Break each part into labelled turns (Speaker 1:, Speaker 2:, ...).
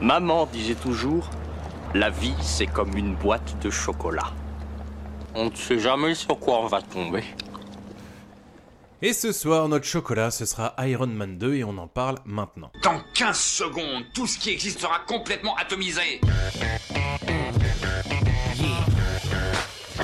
Speaker 1: Maman disait toujours, la vie c'est comme une boîte de chocolat. On ne sait jamais sur quoi on va tomber.
Speaker 2: Et ce soir, notre chocolat, ce sera Iron Man 2 et on en parle maintenant.
Speaker 3: Dans 15 secondes, tout ce qui existe sera complètement atomisé.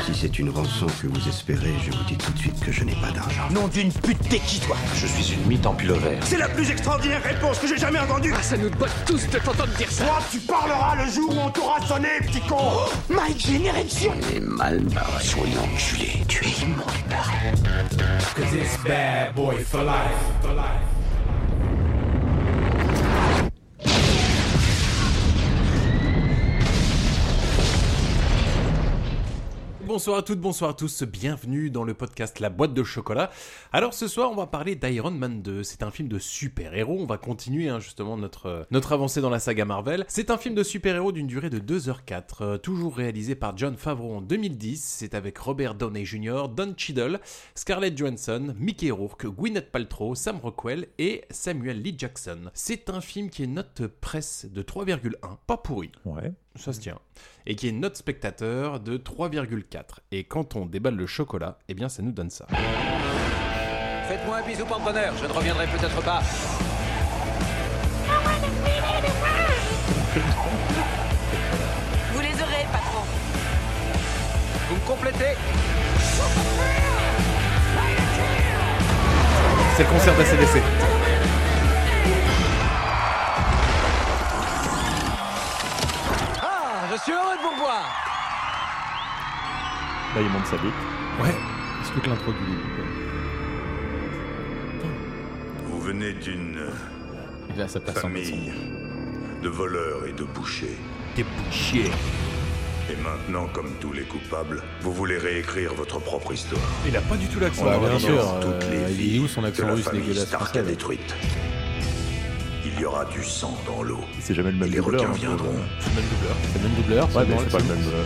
Speaker 4: Si c'est une rançon que vous espérez, je vous dis tout de suite que je n'ai pas d'argent.
Speaker 5: Nom d'une pute, t'es qui toi
Speaker 6: Je suis une mythe en pullover.
Speaker 5: C'est la plus extraordinaire réponse que j'ai jamais entendue
Speaker 7: Ah, ça nous botte tous de t'entendre dire ça
Speaker 5: Toi, tu parleras le jour où on t'aura sonné, petit con oh,
Speaker 8: My Generation
Speaker 9: Il est mal barré.
Speaker 10: Soyons enculé, tu es immonde barré.
Speaker 11: Cause it's bad boy for life, for life.
Speaker 2: Bonsoir à toutes, bonsoir à tous, bienvenue dans le podcast La boîte de chocolat. Alors ce soir on va parler d'Iron Man 2, c'est un film de super-héros, on va continuer hein, justement notre, euh, notre avancée dans la saga Marvel. C'est un film de super-héros d'une durée de 2h04, euh, toujours réalisé par John Favreau en 2010, c'est avec Robert Downey Jr., Don Cheadle, Scarlett Johansson, Mickey Rourke, Gwyneth Paltrow, Sam Rockwell et Samuel Lee Jackson. C'est un film qui est note presse de 3,1, pas pourri.
Speaker 12: Ouais
Speaker 2: ça se tient, et qui est notre spectateur de 3,4. Et quand on déballe le chocolat, eh bien ça nous donne ça.
Speaker 13: Faites-moi un bisou porte-bonheur, je ne reviendrai peut-être pas.
Speaker 14: Vous les aurez, patron.
Speaker 13: Vous me complétez
Speaker 2: C'est le concert d'ACDC.
Speaker 13: je suis heureux de vous revoir.
Speaker 12: Là, il monte sa bite.
Speaker 2: Ouais.
Speaker 12: C'est toute l'intro du
Speaker 15: Vous venez d'une famille de voleurs et de bouchers.
Speaker 2: Des bouchers.
Speaker 15: Et maintenant, comme tous les coupables, vous voulez réécrire votre propre histoire.
Speaker 2: Il a pas du tout l'accent.
Speaker 12: Ouais, Bah, bien sûr. Toutes les euh, il est où son accent russe dégueulasse
Speaker 15: Stark a détruite. Il y aura du sang dans l'eau.
Speaker 12: C'est jamais le même
Speaker 15: les
Speaker 12: doubleur.
Speaker 15: requins viendront.
Speaker 2: C'est le même doubleur.
Speaker 12: C'est le même doubleur. Ouais, mais c'est pas le même. euh,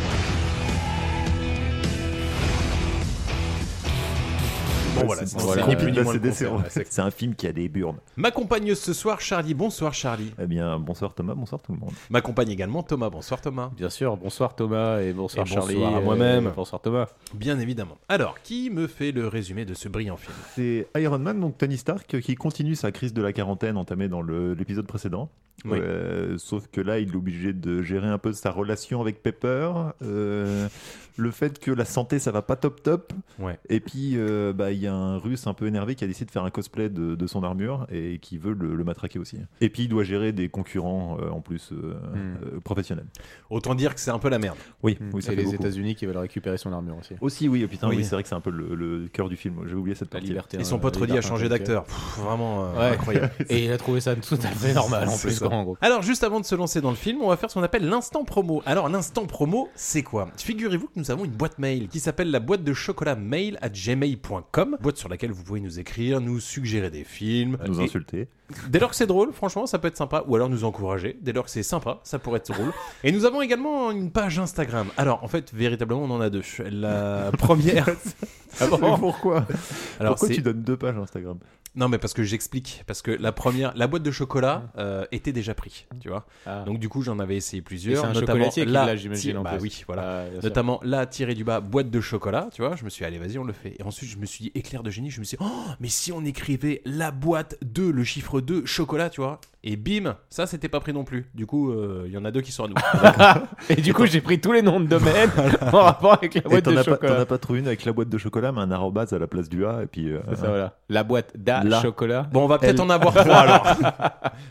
Speaker 2: Bon voilà,
Speaker 12: c'est-
Speaker 2: c'est
Speaker 12: voilà,
Speaker 2: ni
Speaker 12: euh,
Speaker 2: plus ni
Speaker 12: la
Speaker 2: moins le
Speaker 12: CDC,
Speaker 2: concert,
Speaker 12: ouais.
Speaker 2: ouais, c'est-
Speaker 12: C'est un film qui a des burnes.
Speaker 2: M'accompagne ce soir Charlie, bonsoir Charlie.
Speaker 12: Eh bien, bonsoir Thomas, bonsoir tout le monde.
Speaker 2: M'accompagne également Thomas, bonsoir Thomas.
Speaker 16: Bien sûr, bonsoir Thomas et bonsoir
Speaker 2: Et
Speaker 16: Charlie.
Speaker 2: bonsoir à
Speaker 16: euh,
Speaker 2: moi-même.
Speaker 16: Bonsoir Thomas.
Speaker 2: Bien évidemment. Alors, qui me fait le résumé de ce brillant film
Speaker 12: C'est Iron Man, donc Tony Stark, euh, qui continue sa crise de la quarantaine entamée dans le- l'épisode précédent.
Speaker 2: Oui.
Speaker 12: Euh, sauf que là, il est obligé de gérer un peu sa relation avec Pepper, euh, le fait que la santé, ça va pas top top.
Speaker 2: Ouais.
Speaker 12: Et puis, euh, bah, il y a un russe un peu énervé qui a décidé de faire un cosplay de, de son armure et qui veut le, le matraquer aussi. Et puis, il doit gérer des concurrents euh, en plus euh, euh, professionnels. Hmm.
Speaker 2: Autant dire que c'est un peu la merde.
Speaker 12: Oui, oui ça
Speaker 16: Mm.
Speaker 12: fait
Speaker 16: et les
Speaker 12: beaucoup.
Speaker 16: États-Unis qui veulent récupérer son armure aussi.
Speaker 12: Aussi, oui, oh putain,
Speaker 2: Oui.
Speaker 12: oui, c'est vrai que c'est un peu le, le cœur du film. J'ai oublié cette
Speaker 16: La
Speaker 12: partie.
Speaker 16: liberté.
Speaker 2: Et
Speaker 16: hein,
Speaker 2: son
Speaker 16: la
Speaker 2: pote Roddy a
Speaker 16: liberté
Speaker 2: changé
Speaker 16: intellectuelle.
Speaker 2: d'acteur. Pff, Vraiment euh,
Speaker 16: Ouais.
Speaker 2: incroyable.
Speaker 16: Et il a trouvé ça tout à fait normal en
Speaker 2: C'est
Speaker 16: plus,
Speaker 2: ça.
Speaker 16: quoi, en gros.
Speaker 2: Alors, juste avant de se lancer dans le film, on va faire ce qu'on appelle l'instant promo. Alors, l'instant promo, c'est quoi Figurez-vous que nous avons une boîte mail qui s'appelle la boîte de chocolat mail à gmail.com, boîte sur laquelle vous pouvez nous écrire, nous suggérer des films.
Speaker 12: Nous
Speaker 2: Et
Speaker 12: insulter.
Speaker 2: dès lors que c'est drôle, franchement, ça peut être sympa. Ou alors nous encourager. Dès lors que c'est sympa, ça pourrait être drôle. Et nous avons également une page Instagram. Alors, en fait, véritablement, on en a deux. La première.
Speaker 12: Mais pourquoi
Speaker 2: Alors,
Speaker 12: Pourquoi
Speaker 2: c'est-
Speaker 12: tu donnes deux pages Instagram
Speaker 2: Non, mais parce que j'explique. Parce que la première, la boîte de chocolat euh, était déjà pris, tu vois.
Speaker 16: Ah.
Speaker 2: Donc du coup, j'en avais essayé
Speaker 16: Et c'est
Speaker 2: plusieurs,
Speaker 16: un
Speaker 2: notamment
Speaker 16: chocolatier qui
Speaker 2: la-
Speaker 16: l'a, j'imagine.
Speaker 2: ti-
Speaker 16: en
Speaker 2: bah
Speaker 16: plus.
Speaker 2: oui, voilà.
Speaker 16: Ah, bien sûr.
Speaker 2: Notamment la tirée du bas boîte de chocolat, tu vois, je me suis dit, allez vas-y on le fait. Et ensuite je me suis dit éclair de génie, je me suis dit, oh mais si on écrivait la boîte 2, le chiffre 2, chocolat, tu vois, et bim, ça c'était pas pris non plus. Du coup euh, il y en a deux qui sont à nous.
Speaker 16: Et du coup, j'ai pris tous les noms de domaine en rapport avec la
Speaker 12: Et
Speaker 16: boîte
Speaker 12: t'en
Speaker 16: de
Speaker 12: as, pas- t'en
Speaker 16: Ah chocolat.
Speaker 12: as pas trouvé une avec la boîte de chocolat, mais un arrobase à la place du A. Et puis, euh,
Speaker 16: C'est ça, voilà. La boîte d'A
Speaker 12: Là.
Speaker 16: chocolat.
Speaker 2: bon on va peut-être
Speaker 16: Elle-
Speaker 2: en avoir trois alors.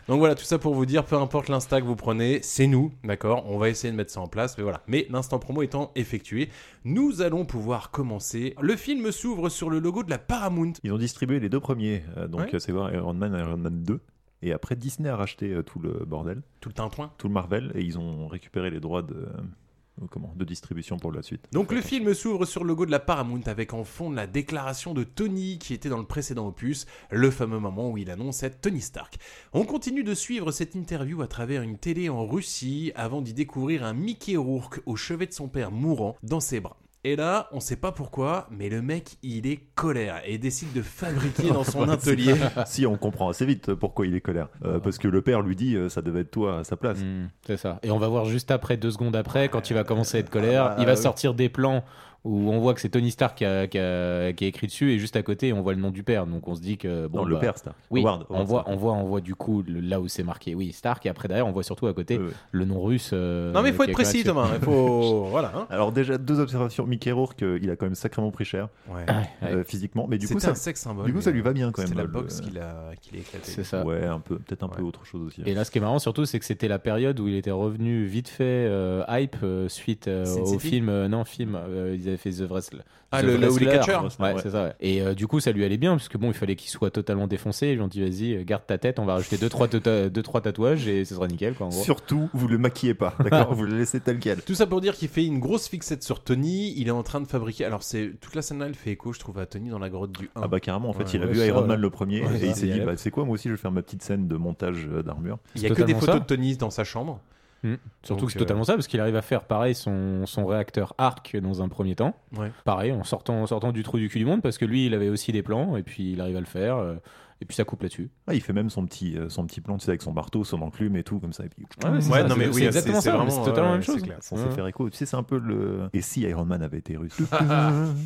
Speaker 2: Donc voilà tout ça pour vous dire, peu importe l'insta que vous prenez, c'est nous, d'accord, on va essayer de mettre ça en place, mais voilà. Mais l'instant promo étant effectué, nous allons pouvoir commencer. Le film s'ouvre sur le logo de la Paramount.
Speaker 12: ils ont distribué les deux premiers. euh, donc,
Speaker 2: Ouais.
Speaker 12: euh, c'est voir Iron Man, Iron Man 2. Et après, Disney a racheté euh, tout le bordel,
Speaker 2: Tout le tintouin.
Speaker 12: tout le Marvel, et ils ont récupéré les droits de, euh, comment, de distribution pour la suite.
Speaker 2: Donc le film s'ouvre sur le logo de la Paramount avec en fond la déclaration de Tony qui était dans le précédent opus, le fameux moment où il annonce être Tony Stark. On continue de suivre cette interview à travers une télé en Russie avant d'y découvrir un Mickey Rourke au chevet de son père mourant dans ses bras. Et là, on sait pas pourquoi, mais le mec, il est colère et décide de fabriquer dans son
Speaker 12: Bah,
Speaker 2: atelier.
Speaker 16: Ah.
Speaker 12: c'est- si, on comprend assez vite pourquoi il est colère. Euh, Parce que le père lui dit euh, ça devait être toi à sa place.
Speaker 16: Mm. C'est ça. Et on va voir juste après, deux secondes après, quand il va commencer à être colère,
Speaker 2: Ah,
Speaker 16: il va
Speaker 12: oui.
Speaker 16: sortir des plans où on voit que c'est Tony Stark qui a, qui a- qui a écrit dessus et juste à côté, on voit le nom du père. Donc on se dit que. Bon,
Speaker 12: Non, le
Speaker 16: bah,
Speaker 12: père, Stark.
Speaker 16: Oui,
Speaker 12: Howard, euh,
Speaker 16: on,
Speaker 12: Howard
Speaker 16: voit,
Speaker 12: Stark.
Speaker 16: on, voit, on voit du coup le- là où c'est marqué. Oui, Stark. Et après, derrière, on voit surtout à côté le nom russe. euh,
Speaker 2: Non, mais il faut être
Speaker 16: qui est
Speaker 2: précis,
Speaker 16: écrit là-dessus.
Speaker 2: Thomas. Il faut. Voilà. hein.
Speaker 12: Alors déjà deux observations. Mickey Rourke, euh, il a quand même sacrément pris cher
Speaker 2: Ouais.
Speaker 12: euh, physiquement, mais du coup
Speaker 2: C'était
Speaker 12: ça,
Speaker 2: un sexe symbole,
Speaker 12: du coup
Speaker 2: mais,
Speaker 12: ça lui
Speaker 2: euh,
Speaker 12: va bien quand même.
Speaker 2: c'était la
Speaker 12: le-
Speaker 2: boxe qu'il a- qu'il a éclaté.
Speaker 16: C'est ça.
Speaker 12: Ouais, un peu, peut-être un peu autre chose aussi.
Speaker 16: Et là, ce qui est marrant surtout, c'est que c'était la période où il était revenu vite fait euh, hype euh, suite euh,
Speaker 2: Sin
Speaker 16: au
Speaker 2: City
Speaker 16: film. euh, non, film. euh, ils avaient fait The Wrestler.
Speaker 2: Ah,
Speaker 16: The
Speaker 2: le- le
Speaker 16: Wrestler.
Speaker 2: Holy Catcher.
Speaker 16: Ouais,
Speaker 2: Ouais.
Speaker 16: c'est ça. ouais. Et euh, du coup, ça lui allait bien parce que bon, il fallait qu'il soit totalement défoncé. Ils lui ont dit vas-y, euh, garde ta tête, on va rajouter deux trois, tota- deux, trois tatouages et ce sera nickel. Quoi, en gros.
Speaker 12: Surtout, vous le maquillez pas,
Speaker 2: Ah.
Speaker 12: d'accord Vous le laissez tel quel.
Speaker 2: Tout ça pour dire qu'il fait une grosse fixette sur Tony. Il est en train de fabriquer. Alors, c'est toute la scène-là, elle fait écho, je trouve, à Tony dans la grotte du 1.
Speaker 12: Ah bah carrément, en fait,
Speaker 2: Ouais,
Speaker 12: il a
Speaker 2: ouais,
Speaker 12: vu
Speaker 2: ça,
Speaker 12: Iron
Speaker 2: ouais.
Speaker 12: Man le premier
Speaker 2: Ouais,
Speaker 12: et il
Speaker 2: ça,
Speaker 12: s'est dit,
Speaker 2: allait.
Speaker 12: bah c'est quoi, moi aussi je vais faire ma petite scène de montage euh, d'armure.
Speaker 2: Il y a que des photos de Tony dans sa chambre.
Speaker 16: Hmm. Surtout
Speaker 2: Donc,
Speaker 16: que c'est
Speaker 2: euh,
Speaker 16: totalement ça, parce qu'il arrive à faire pareil son, son réacteur arc dans un premier temps.
Speaker 2: Ouais.
Speaker 16: Pareil, en sortant, en sortant du trou du cul du monde, parce que lui, il avait aussi des plans, et puis il arrive à le faire, euh, et puis ça coupe là-dessus.
Speaker 12: Ah, il fait même son petit, euh, son petit plan, tu sais, avec son marteau, son enclume et tout, comme ça. Et puis...
Speaker 16: Ah
Speaker 2: Ah,
Speaker 16: Ouais, ouais, c'est Ouais, ça, non, c'est- mais c'est oui, exactement c'est- ça, c'est mais vraiment, c'est totalement la
Speaker 2: euh,
Speaker 16: même ouais, chose. c'est clair.
Speaker 12: On s'est
Speaker 16: Ouais.
Speaker 12: fait écho. Tu sais, c'est un peu le. Et si Iron Man avait été russe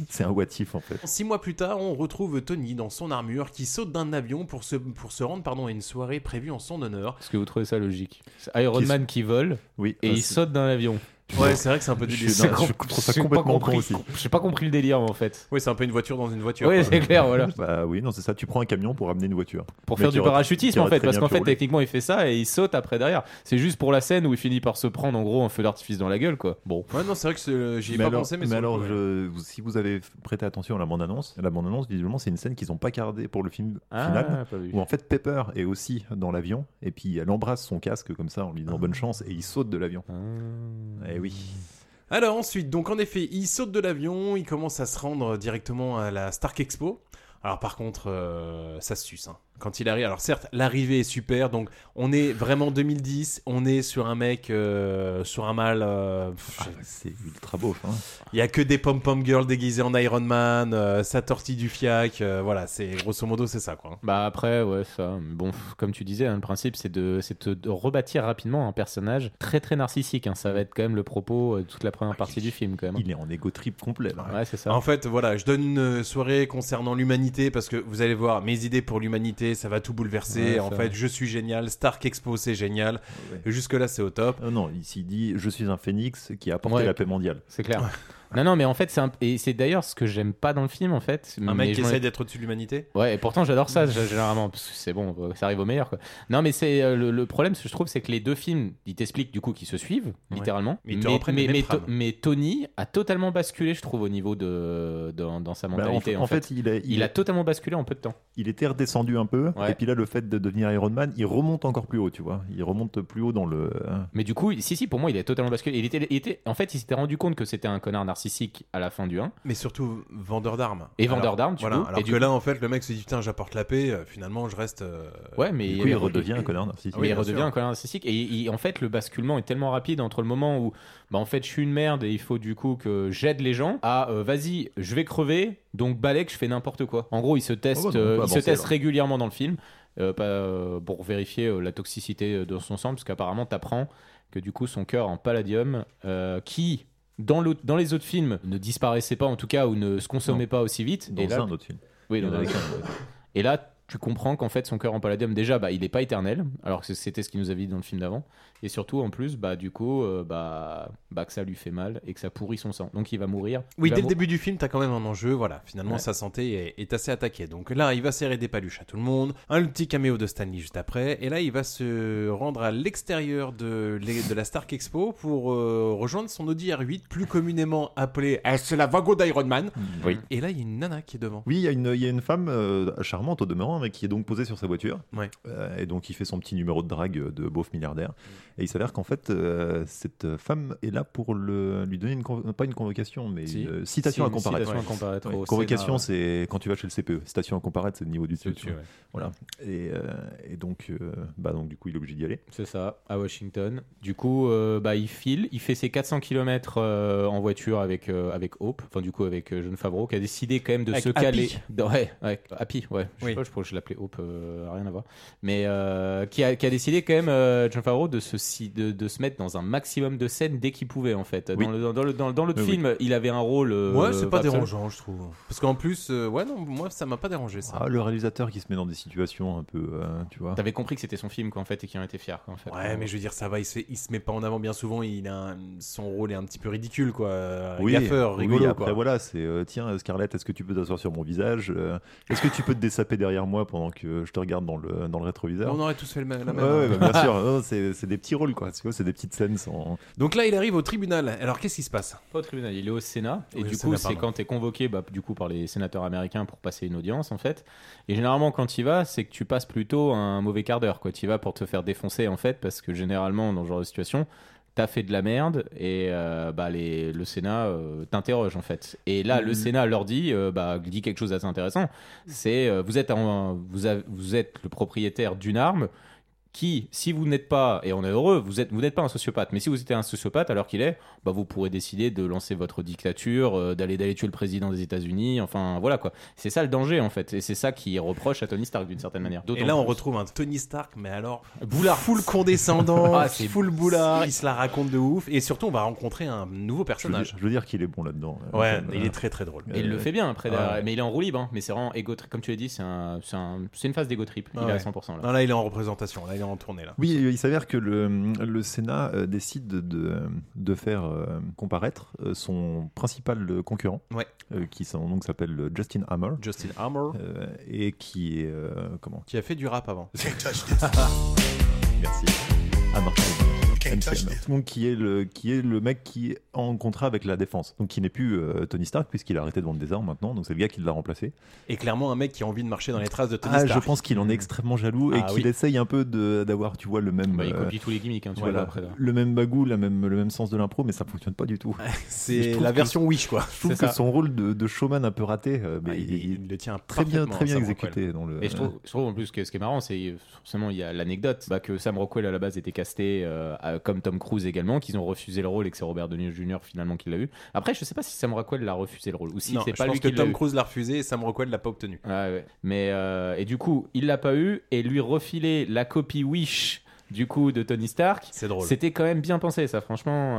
Speaker 12: C'est un what if, en fait.
Speaker 2: Six mois plus tard, on retrouve Tony dans son armure qui saute d'un avion pour se, pour se rendre pardon, à une soirée prévue en son honneur.
Speaker 16: Est-ce que vous trouvez ça logique C'est Iron
Speaker 2: Qui-
Speaker 16: Man qui vole,
Speaker 12: Oui,
Speaker 16: et
Speaker 12: euh,
Speaker 16: il
Speaker 12: c'est-
Speaker 16: saute d'un avion.
Speaker 2: Ouais, c'est vrai que c'est un peu délire.
Speaker 16: Je- Ah, c'est com- j'ai pas compris- J'ai pas compris le délire, en fait.
Speaker 2: Oui, c'est un peu une voiture dans une voiture.
Speaker 16: Ouais,
Speaker 2: quoi.
Speaker 16: c'est clair, voilà.
Speaker 12: Bah oui, non, c'est ça. Tu prends un camion pour ramener une voiture.
Speaker 16: Pour
Speaker 12: Mais
Speaker 16: faire
Speaker 12: qui
Speaker 16: du
Speaker 12: aurait-
Speaker 16: parachutisme,
Speaker 12: qui
Speaker 16: en
Speaker 12: aurait
Speaker 16: fait,
Speaker 12: très
Speaker 16: parce
Speaker 12: bien
Speaker 16: qu'en
Speaker 12: pu
Speaker 16: fait,
Speaker 12: rouler.
Speaker 16: techniquement, il fait ça et il saute après derrière. C'est juste pour la scène où il finit par se prendre, en gros, un feu d'artifice dans la gueule, quoi. Bon.
Speaker 2: Ouais, non, c'est vrai que c'est- j'y ai
Speaker 12: mais
Speaker 2: pas
Speaker 12: alors,
Speaker 2: pensé, mais,
Speaker 12: mais
Speaker 2: c'est-
Speaker 12: alors
Speaker 2: ouais.
Speaker 12: je- vous- si vous avez prêté attention à la bande-annonce, la bande-annonce, visiblement, c'est une scène qu'ils n'ont pas gardée pour le film
Speaker 16: Ah,
Speaker 12: final,
Speaker 16: pas vu.
Speaker 12: où en fait Pepper est aussi dans l'avion, et puis elle embrasse son casque comme ça en lui disant bonne chance, et il saute de l'avion.
Speaker 16: Ah.
Speaker 12: Eh oui.
Speaker 2: Alors ensuite, donc en effet, il saute de l'avion, il commence à se rendre directement à la Stark Expo. Alors par contre, euh, ça se suce. hein. Quand il arrive, alors certes, l'arrivée est super. Donc on est vraiment 2010, on est sur un mec, euh, sur un mâle. euh, pff,
Speaker 12: Ah, c'est ultra beau.
Speaker 2: Il y a que des pom pom girls déguisées en Iron Man, euh, sa tortille du fiac, euh, voilà, c'est grosso modo c'est ça quoi. hein.
Speaker 16: Bah après, ouais, ça. mais Bon, pff, comme tu disais, hein, le principe, c'est de, c'est de- de rebâtir rapidement un personnage très très narcissique. hein. Ça va être quand même le propos euh, de toute la première partie du film, quand même.
Speaker 12: Il Ah. est en égo trip complet. Là.
Speaker 16: Ouais, c'est ça.
Speaker 2: En fait, voilà, je donne une soirée concernant l'humanité parce que vous allez voir mes idées pour l'humanité, ça va tout bouleverser.
Speaker 12: Ouais,
Speaker 2: en
Speaker 12: ça-
Speaker 2: fait, je suis génial, Stark Expo c'est génial. Jusque là c'est au top.
Speaker 12: Euh, non, il s'y dit je suis un phénix qui a apporté
Speaker 16: Ouais.
Speaker 12: la paix mondiale.
Speaker 16: C'est clair. non, non, mais en fait, c'est un... et c'est d'ailleurs ce que j'aime pas dans le film, en fait.
Speaker 2: Un
Speaker 16: mais
Speaker 2: mec qui
Speaker 16: je m'en-
Speaker 2: essaie d'être au-dessus de l'humanité.
Speaker 16: Ouais, et pourtant j'adore ça g- généralement parce que c'est bon, euh, ça arrive au meilleur quoi. Non, mais c'est euh, le, le problème, je trouve, c'est que les deux films, ils t'expliquent du coup qu'ils se suivent littéralement.
Speaker 2: Mais ils te reprennent les mêmes
Speaker 16: mais,
Speaker 2: trames.
Speaker 16: mais Tony a totalement basculé, je trouve, au niveau de dans, dans sa
Speaker 12: Bah, en
Speaker 16: mentalité.
Speaker 12: fait- en fait, il a- il
Speaker 16: il a
Speaker 12: a-
Speaker 16: totalement basculé en peu de temps.
Speaker 12: Il était redescendu un peu,
Speaker 16: Ouais.
Speaker 12: et puis là, le fait de devenir Iron Man, il remonte encore plus haut, tu vois. Il remonte plus haut dans le. euh,
Speaker 16: Mais du coup, si, si, pour moi, il est totalement basculé. Il était, il était, en fait, il s'était rendu compte que c'était un connard narcissique à la fin du 1.
Speaker 2: Mais surtout vendeur d'armes.
Speaker 16: Et vendeur
Speaker 2: Alors,
Speaker 16: d'armes, du
Speaker 2: voilà.
Speaker 16: coup.
Speaker 2: Alors
Speaker 16: Et
Speaker 2: que
Speaker 16: du coup-
Speaker 2: là, en fait, le mec se dit putain, j'apporte la paix. euh, Finalement, je reste. euh,
Speaker 16: Ouais, mais
Speaker 2: Du
Speaker 12: coup, il redevient un connard narcissique.
Speaker 2: Ah
Speaker 16: Mais
Speaker 2: Oui,
Speaker 16: Ah il
Speaker 2: bien
Speaker 16: redevient
Speaker 2: sûr.
Speaker 16: un connard narcissique. Et il- en fait, le basculement est tellement rapide entre le moment où, bah, en fait, je suis une merde et il faut du coup que j'aide les gens à, euh, vas-y, je vais crever, donc balèque, je fais n'importe quoi. En gros, il se teste,
Speaker 12: Oh, ouais, donc on
Speaker 16: euh,
Speaker 12: peut
Speaker 16: il se
Speaker 12: avancer,
Speaker 16: teste
Speaker 12: alors.
Speaker 16: régulièrement dans le film euh, pas, euh, pour vérifier euh, la toxicité euh, de son sang, parce qu'apparemment, t'apprends que du coup, son cœur en palladium, euh, qui. Dans, l'autre- dans les autres films, ne disparaissait pas en tout cas ou ne se consommait
Speaker 12: Non.
Speaker 16: pas aussi vite.
Speaker 12: Dans
Speaker 16: et là,
Speaker 12: un autre film.
Speaker 16: Oui,
Speaker 12: Il y en
Speaker 16: dans un
Speaker 12: avait
Speaker 16: autre
Speaker 12: qu'un,
Speaker 16: film. Et là, tu comprends qu'en fait, son cœur en palladium, déjà, bah, il n'est pas éternel, alors que c'était ce qu'il nous avait dit dans le film d'avant. Et surtout, en plus, bah, du coup, euh, bah, bah, que ça lui fait mal et que ça pourrit son sang. Donc, il va mourir.
Speaker 2: Oui,
Speaker 16: Il va
Speaker 2: dès le
Speaker 16: mou-
Speaker 2: début du film, t'as quand même un enjeu. Voilà, finalement,
Speaker 16: Ouais.
Speaker 2: sa santé est, est assez attaquée. Donc là, il va serrer des paluches à tout le monde. Un petit caméo de Stanley juste après. Et là, il va se rendre à l'extérieur de, l'é- de la Stark Expo pour euh, rejoindre son Audi R8, plus communément appelé Eh, c'est la Vago d'Iron Man.
Speaker 16: Oui.
Speaker 2: Et là, il y a une nana qui est devant.
Speaker 12: Oui, il y, a une- il y a une femme euh, charmante au demeurant, mais qui est donc posé sur sa voiture.
Speaker 2: Ouais.
Speaker 12: Euh, et donc il fait son petit numéro de drague de beauf milliardaire.
Speaker 16: Mm.
Speaker 12: Et il s'avère qu'en fait, euh, cette femme est là pour le, lui donner une convo- pas une convocation, mais
Speaker 16: Si.
Speaker 12: une citation
Speaker 16: Si,
Speaker 12: à
Speaker 16: une
Speaker 12: comparaître.
Speaker 16: citation à comparaître au
Speaker 12: Convocation,
Speaker 16: Sénat,
Speaker 12: c'est quand tu vas chez le CPE. Citation à comparaître, c'est le niveau du dessus.
Speaker 16: au-dessus,
Speaker 12: tu vois.
Speaker 16: ouais.
Speaker 12: Voilà. Et, euh, et donc, euh, bah, donc, du coup, il est obligé d'y aller.
Speaker 16: C'est ça, à Washington. Du coup, euh, bah, il file, il fait ses 400 km en voiture avec, euh, avec Hope, enfin du coup avec euh, Jeune Favreau, qui a décidé quand même de
Speaker 2: Avec
Speaker 16: se
Speaker 2: Happy.
Speaker 16: caler. dans- ouais, ouais, Happy, ouais. Je
Speaker 2: Oui.
Speaker 16: sais pas, je pourrais je l'appelais Hope, euh, rien à voir. Mais euh, qui, a, qui a décidé quand même, euh, John Favreau, de se, si- de, de se mettre dans un maximum de scènes dès qu'il pouvait, en fait.
Speaker 2: Oui.
Speaker 16: Dans l'autre dans, le- dans, dans l'autre
Speaker 2: Oui, oui.
Speaker 16: film, il avait un rôle. euh,
Speaker 2: ouais, c'est pas
Speaker 16: absolu-
Speaker 2: dérangeant, je trouve. Parce qu'en plus, euh, ouais, non, moi, ça m'a pas dérangé, ça.
Speaker 12: Ah, le réalisateur qui se met dans des situations un peu, euh, tu vois.
Speaker 16: T'avais compris que c'était son film, quoi, en fait, et qu'il en était fier, quoi, en fait.
Speaker 2: Ouais, mais je veux dire, ça va, il se, fait- il se met pas en avant bien souvent, il a un- son rôle est un petit peu ridicule, quoi. Euh, Gaffeur,
Speaker 12: oui,
Speaker 2: rigolo,
Speaker 12: après
Speaker 2: quoi.
Speaker 12: voilà, c'est euh, tiens Scarlett, est-ce que tu peux t'asseoir sur mon visage Euh, Est-ce que tu peux te dessaper derrière moi pendant que je te regarde dans le, dans le rétroviseur
Speaker 2: On aurait tous fait le même- la même,
Speaker 12: Ouais, ouais,
Speaker 2: hein.
Speaker 12: bah, bien sûr, Non, c'est c'est des petits rôles quoi, tu vois, c'est des petites scènes sans.
Speaker 2: Donc là, il arrive au tribunal. Alors, qu'est-ce qui se passe
Speaker 16: Pas au tribunal, il est au Sénat. Et
Speaker 2: Oui, au
Speaker 16: du
Speaker 2: Sénat,
Speaker 16: coup, c'est
Speaker 2: pardon.
Speaker 16: quand tu es convoqué bah, du coup, par les sénateurs américains pour passer une audience, en fait. Et généralement, quand tu vas, c'est que tu passes plutôt un mauvais quart d'heure. Tu y vas pour te faire défoncer, en fait, parce que généralement, dans ce genre de situation, tu as fait de la merde et euh, bah, les, le Sénat euh, t'interroge, en fait. Et là, le
Speaker 2: Mhm.
Speaker 16: Sénat leur dit, euh, bah, dit quelque chose d'assez intéressant. C'est euh, vous, êtes en- vous, avez- vous êtes le propriétaire d'une arme qui, si vous n'êtes pas, et on est heureux, vous êtes, vous n'êtes pas un sociopathe, mais si vous étiez un sociopathe alors qu'il est, bah vous pourrez décider de lancer votre dictature, euh, d'aller d'aller tuer le président des États-Unis, enfin voilà quoi. C'est ça le danger en fait, et c'est ça qui reproche à Tony Stark d'une certaine manière.
Speaker 2: Et
Speaker 16: D'autant
Speaker 2: là, on
Speaker 16: plus.
Speaker 2: retrouve un Tony Stark, mais alors
Speaker 16: Boulard.
Speaker 2: full condescendant,
Speaker 16: Ah, c'est-
Speaker 2: full boulard, il se la raconte de ouf. Et surtout, on va rencontrer un nouveau
Speaker 12: Je veux
Speaker 2: personnage.
Speaker 12: dire, je veux dire qu'il est bon là-dedans.
Speaker 2: Ouais,
Speaker 12: Comme,
Speaker 2: il
Speaker 12: euh,
Speaker 2: est très très drôle.
Speaker 16: Et il le fait bien après,
Speaker 12: Ouais.
Speaker 16: derrière. mais il est en roue libre, hein. mais c'est vraiment égo trip, comme tu l'as dit, c'est un, c'est un- c'est une phase d'égo trip, il
Speaker 2: Ah
Speaker 16: est à
Speaker 2: ouais.
Speaker 16: 100% là.
Speaker 2: Non, là, il est en représentation, là, il est en tournée, là.
Speaker 12: Oui, il s'avère que le, le Sénat euh, décide de, de faire euh, comparaître euh, son principal concurrent,
Speaker 2: Ouais.
Speaker 12: euh, qui s'en- donc s'appelle euh, Justin Hammer,
Speaker 2: Justin Hammer,
Speaker 12: euh, et qui est euh, comment
Speaker 2: qui a fait du rap avant.
Speaker 12: Merci. Ah non. MCM. Donc, qui est le qui est le mec qui est en contrat avec la défense, donc qui n'est plus euh, Tony Stark puisqu'il a arrêté de vendre des armes maintenant, donc c'est le gars qui l'a remplacé.
Speaker 2: Et clairement, un mec qui a envie de marcher dans les traces de Tony
Speaker 12: Ah, je
Speaker 2: Stark.
Speaker 12: pense qu'il en est extrêmement jaloux et
Speaker 2: Ah
Speaker 12: qu'il
Speaker 2: oui.
Speaker 12: essaye un peu de- d'avoir, tu vois, le même
Speaker 16: Bah, il
Speaker 12: euh,
Speaker 16: copie tous les gimmicks, hein, tu
Speaker 12: voilà,
Speaker 16: vois, là, après là.
Speaker 12: le même bagou, la même le même sens de l'impro, mais ça fonctionne pas du tout. Et je
Speaker 2: C'est
Speaker 12: trouve
Speaker 2: la
Speaker 12: que-
Speaker 2: version Wish, quoi.
Speaker 12: Je trouve
Speaker 16: C'est
Speaker 12: que
Speaker 16: ça.
Speaker 12: son rôle de, de showman un peu raté, euh, mais
Speaker 2: Ah, il,
Speaker 12: il, il
Speaker 2: il le tient
Speaker 12: très bien
Speaker 2: parfaitement,
Speaker 12: très bien
Speaker 2: Sam
Speaker 12: exécuté
Speaker 2: Rockwell.
Speaker 12: dans le.
Speaker 16: Et je trouve, je trouve en plus que ce qui est marrant, c'est euh, forcément il y a l'anecdote bah, que Sam Rockwell à la base était casté euh, à- comme Tom Cruise également, qu'ils ont refusé le rôle et que c'est Robert Downey Jr. finalement qui l'a eu. Après, je sais pas si Sam Rockwell l'a refusé le rôle ou si
Speaker 2: non,
Speaker 16: c'est
Speaker 2: je
Speaker 16: pas
Speaker 2: pense
Speaker 16: lui
Speaker 2: que
Speaker 16: qui l'a
Speaker 2: Tom
Speaker 16: eu.
Speaker 2: Cruise l'a refusé et Sam Rockwell l'a pas obtenu.
Speaker 16: Ouais, ouais. Mais euh, et du coup, il l'a pas eu et lui refiler la copie Wish du coup de Tony Stark,
Speaker 2: C'est drôle.
Speaker 16: c'était quand même bien pensé ça, franchement.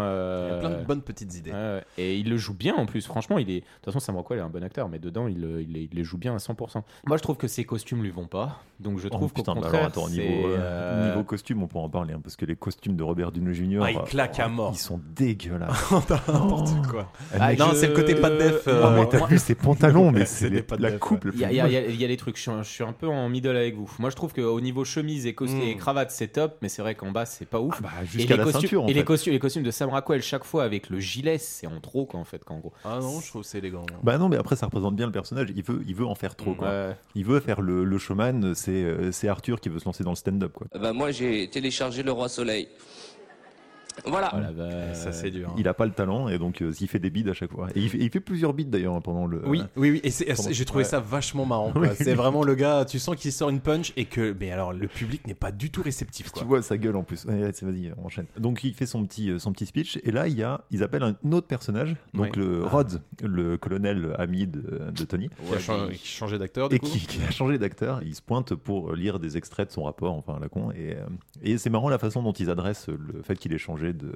Speaker 2: Il
Speaker 16: euh,
Speaker 2: y a plein de bonnes petites idées.
Speaker 16: Ouais, ouais. et il le joue bien en plus, franchement, il est. De toute façon, Sam Rockwell est un bon acteur, mais dedans, il, euh, il, les- il les joue bien à 100%. Moi, je trouve que ses costumes lui vont pas, donc je
Speaker 12: Oh,
Speaker 16: trouve qu'au
Speaker 12: putain, bah
Speaker 16: contraire,
Speaker 12: alors, attends, niveau,
Speaker 16: c'est,
Speaker 12: euh,
Speaker 16: euh,
Speaker 12: niveau costume, on peut en parler, hein, parce que les costumes de Robert Downey Jr.
Speaker 2: Ah, il claque à mort.
Speaker 12: Ils sont dégueulasses.
Speaker 2: N'importe quoi.
Speaker 12: Ah,
Speaker 16: Ah,
Speaker 12: mais-
Speaker 2: non,
Speaker 16: je-
Speaker 2: c'est le côté pas de def.
Speaker 16: Moi,
Speaker 2: euh,
Speaker 12: Ah, mais
Speaker 16: moi,
Speaker 12: t'as
Speaker 16: moi-
Speaker 12: vu ses pantalons, mais
Speaker 2: C'est
Speaker 12: c'est
Speaker 2: des
Speaker 12: les-
Speaker 2: pas de
Speaker 12: la
Speaker 2: def,
Speaker 12: coupe. le
Speaker 16: Il y, a-
Speaker 12: plus-
Speaker 16: il y a- il y a- il y a les trucs, je suis, un- je suis un peu en middle avec vous. Moi, je trouve qu'au niveau chemise et, costume
Speaker 2: Mm.
Speaker 16: et cravate, c'est top, mais c'est vrai qu'en bas, c'est pas ouf.
Speaker 12: Bah,
Speaker 16: et
Speaker 12: Jusqu'à
Speaker 16: les,
Speaker 12: la
Speaker 16: costumes,
Speaker 12: ceinture, en
Speaker 16: et les
Speaker 12: fait.
Speaker 16: costumes, les costumes de Sam Rockwell, chaque fois avec le gilet, c'est en trop, quoi, en fait, qu'en gros.
Speaker 2: Ah non, je trouve que c'est élégant.
Speaker 12: Bah non, mais après, ça représente bien le personnage. Il veut, il veut en faire trop, quoi.
Speaker 16: Ouais.
Speaker 12: Il veut faire le, le showman, c'est euh, c'est Arthur qui veut se lancer dans le stand-up, quoi.
Speaker 6: Bah moi j'ai téléchargé le roi soleil. Voilà.
Speaker 16: Oh la vache.
Speaker 2: Ça, c'est dur. hein.
Speaker 12: Il a pas le talent, et donc euh, il fait des bides à chaque fois. Et il fait, il fait plusieurs bides, d'ailleurs, hein, pendant le...
Speaker 2: Oui,
Speaker 12: euh,
Speaker 2: oui, oui. Et c'est-
Speaker 12: Pardon.
Speaker 2: j'ai trouvé ça vachement marrant. quoi.
Speaker 12: Oui.
Speaker 2: C'est vraiment le gars, tu sens qu'il sort une punch et que, mais alors, le public n'est pas du tout réceptif. Quoi.
Speaker 12: Tu vois sa gueule en plus. Ouais, ouais, c'est- vas-y, on enchaîne. Donc il fait son petit, euh, son petit speech et là il y a, ils appellent un autre personnage, donc
Speaker 2: Ouais.
Speaker 12: le Rhodes, le colonel ami de, de Tony,
Speaker 2: Qui a chan- qui changeait d'acteur, du
Speaker 12: et
Speaker 2: coup.
Speaker 12: qui, qui a changé d'acteur. Il se pointe pour lire des extraits de son rapport, enfin à la con. Et, euh, et c'est marrant la façon dont ils adressent le fait qu'il ait changé de,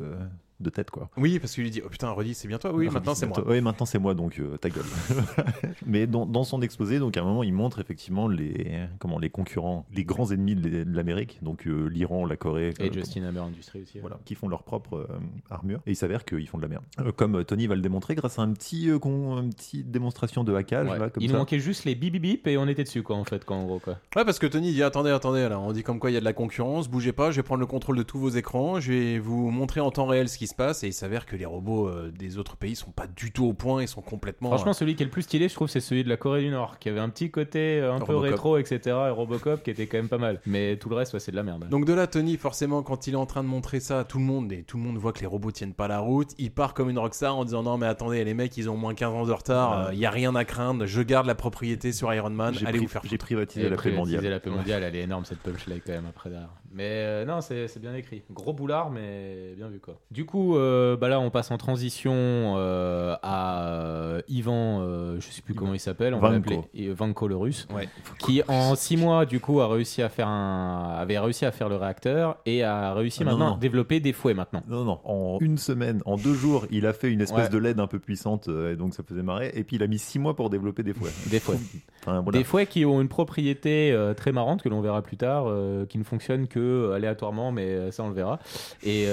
Speaker 12: de tête quoi.
Speaker 2: Oui, parce qu'il lui dit Oh putain, Roddy, c'est bien toi Oui,
Speaker 12: Enfin,
Speaker 2: maintenant c'est moi.
Speaker 12: Ouais, maintenant c'est moi, donc euh, ta gueule. Mais dans, dans son exposé, donc à un moment, il montre effectivement les, comment, les concurrents, les grands ennemis de l'E- de l'Amérique, donc euh, l'Iran, la Corée.
Speaker 16: Et
Speaker 12: euh,
Speaker 16: Justin Hammer Industries aussi. ouais.
Speaker 12: voilà, qui font leur propre euh, armure et il s'avère qu'ils font de la merde. Euh, comme euh, Tony va le démontrer grâce à un petit, euh, con- une petite démonstration de hackage
Speaker 16: Ouais.
Speaker 12: là, comme
Speaker 16: Il
Speaker 12: ça.
Speaker 16: nous manquait juste les bip bip bip et on était dessus, quoi, en fait, quoi, en gros, quoi.
Speaker 2: Ouais, parce que Tony dit Attendez, attendez, là, on dit comme quoi il y a de la concurrence, bougez pas, je vais prendre le contrôle de tous vos écrans, je vais vous montrer en temps réel ce qui qui se passe et il s'avère que les robots euh, des autres pays sont pas du tout au point, ils sont complètement.
Speaker 16: Franchement, celui qui est le plus stylé, je trouve, c'est celui de la Corée du Nord, qui avait un petit côté euh, un peu
Speaker 2: Robocop.
Speaker 16: rétro, etc. Et Robocop, qui était quand même pas mal. Mais tout le reste, ouais, c'est de la merde. hein.
Speaker 2: euh, Donc de là, Tony, forcément, quand il est en train de montrer ça à tout le monde et tout le monde voit que les robots tiennent pas la route, il part comme une rockstar en disant non mais attendez les mecs ils ont au moins 15 ans de retard, il y a rien à craindre, je garde la propriété sur Iron Man,
Speaker 12: J'ai
Speaker 2: allez
Speaker 12: pri-
Speaker 2: vous faire.
Speaker 12: j'ai
Speaker 2: foutre.
Speaker 12: privatisé
Speaker 16: Et
Speaker 12: la paix mondiale.
Speaker 16: privatisé la paix mondiale, elle est énorme cette punchline quand même après derrière. Mais euh, non, c'est c'est bien écrit. Gros boulard, mais bien vu quoi. Du coup, euh, bah là, on passe en transition euh, à euh, Ivan, euh, je sais plus comment il s'appelle, on va
Speaker 12: Vanko.
Speaker 16: l'appeler et Vanko le russe,
Speaker 2: Ouais.
Speaker 16: qui en six mois du coup a réussi à faire un, avait réussi à faire le réacteur et a réussi
Speaker 12: Ah, non,
Speaker 16: maintenant
Speaker 12: non.
Speaker 16: à développer des fouets maintenant.
Speaker 12: Non, non, en une semaine, en deux jours, il a fait une espèce
Speaker 16: Ouais.
Speaker 12: de LED un peu puissante, euh, et donc ça faisait marrer. Et puis il a mis six mois pour développer des fouets.
Speaker 16: Des fouets.
Speaker 12: Enfin, voilà.
Speaker 16: Des fouets qui ont une propriété euh, très marrante que l'on verra plus tard, euh, qui ne fonctionne que euh, aléatoirement, mais euh, ça on le verra. Et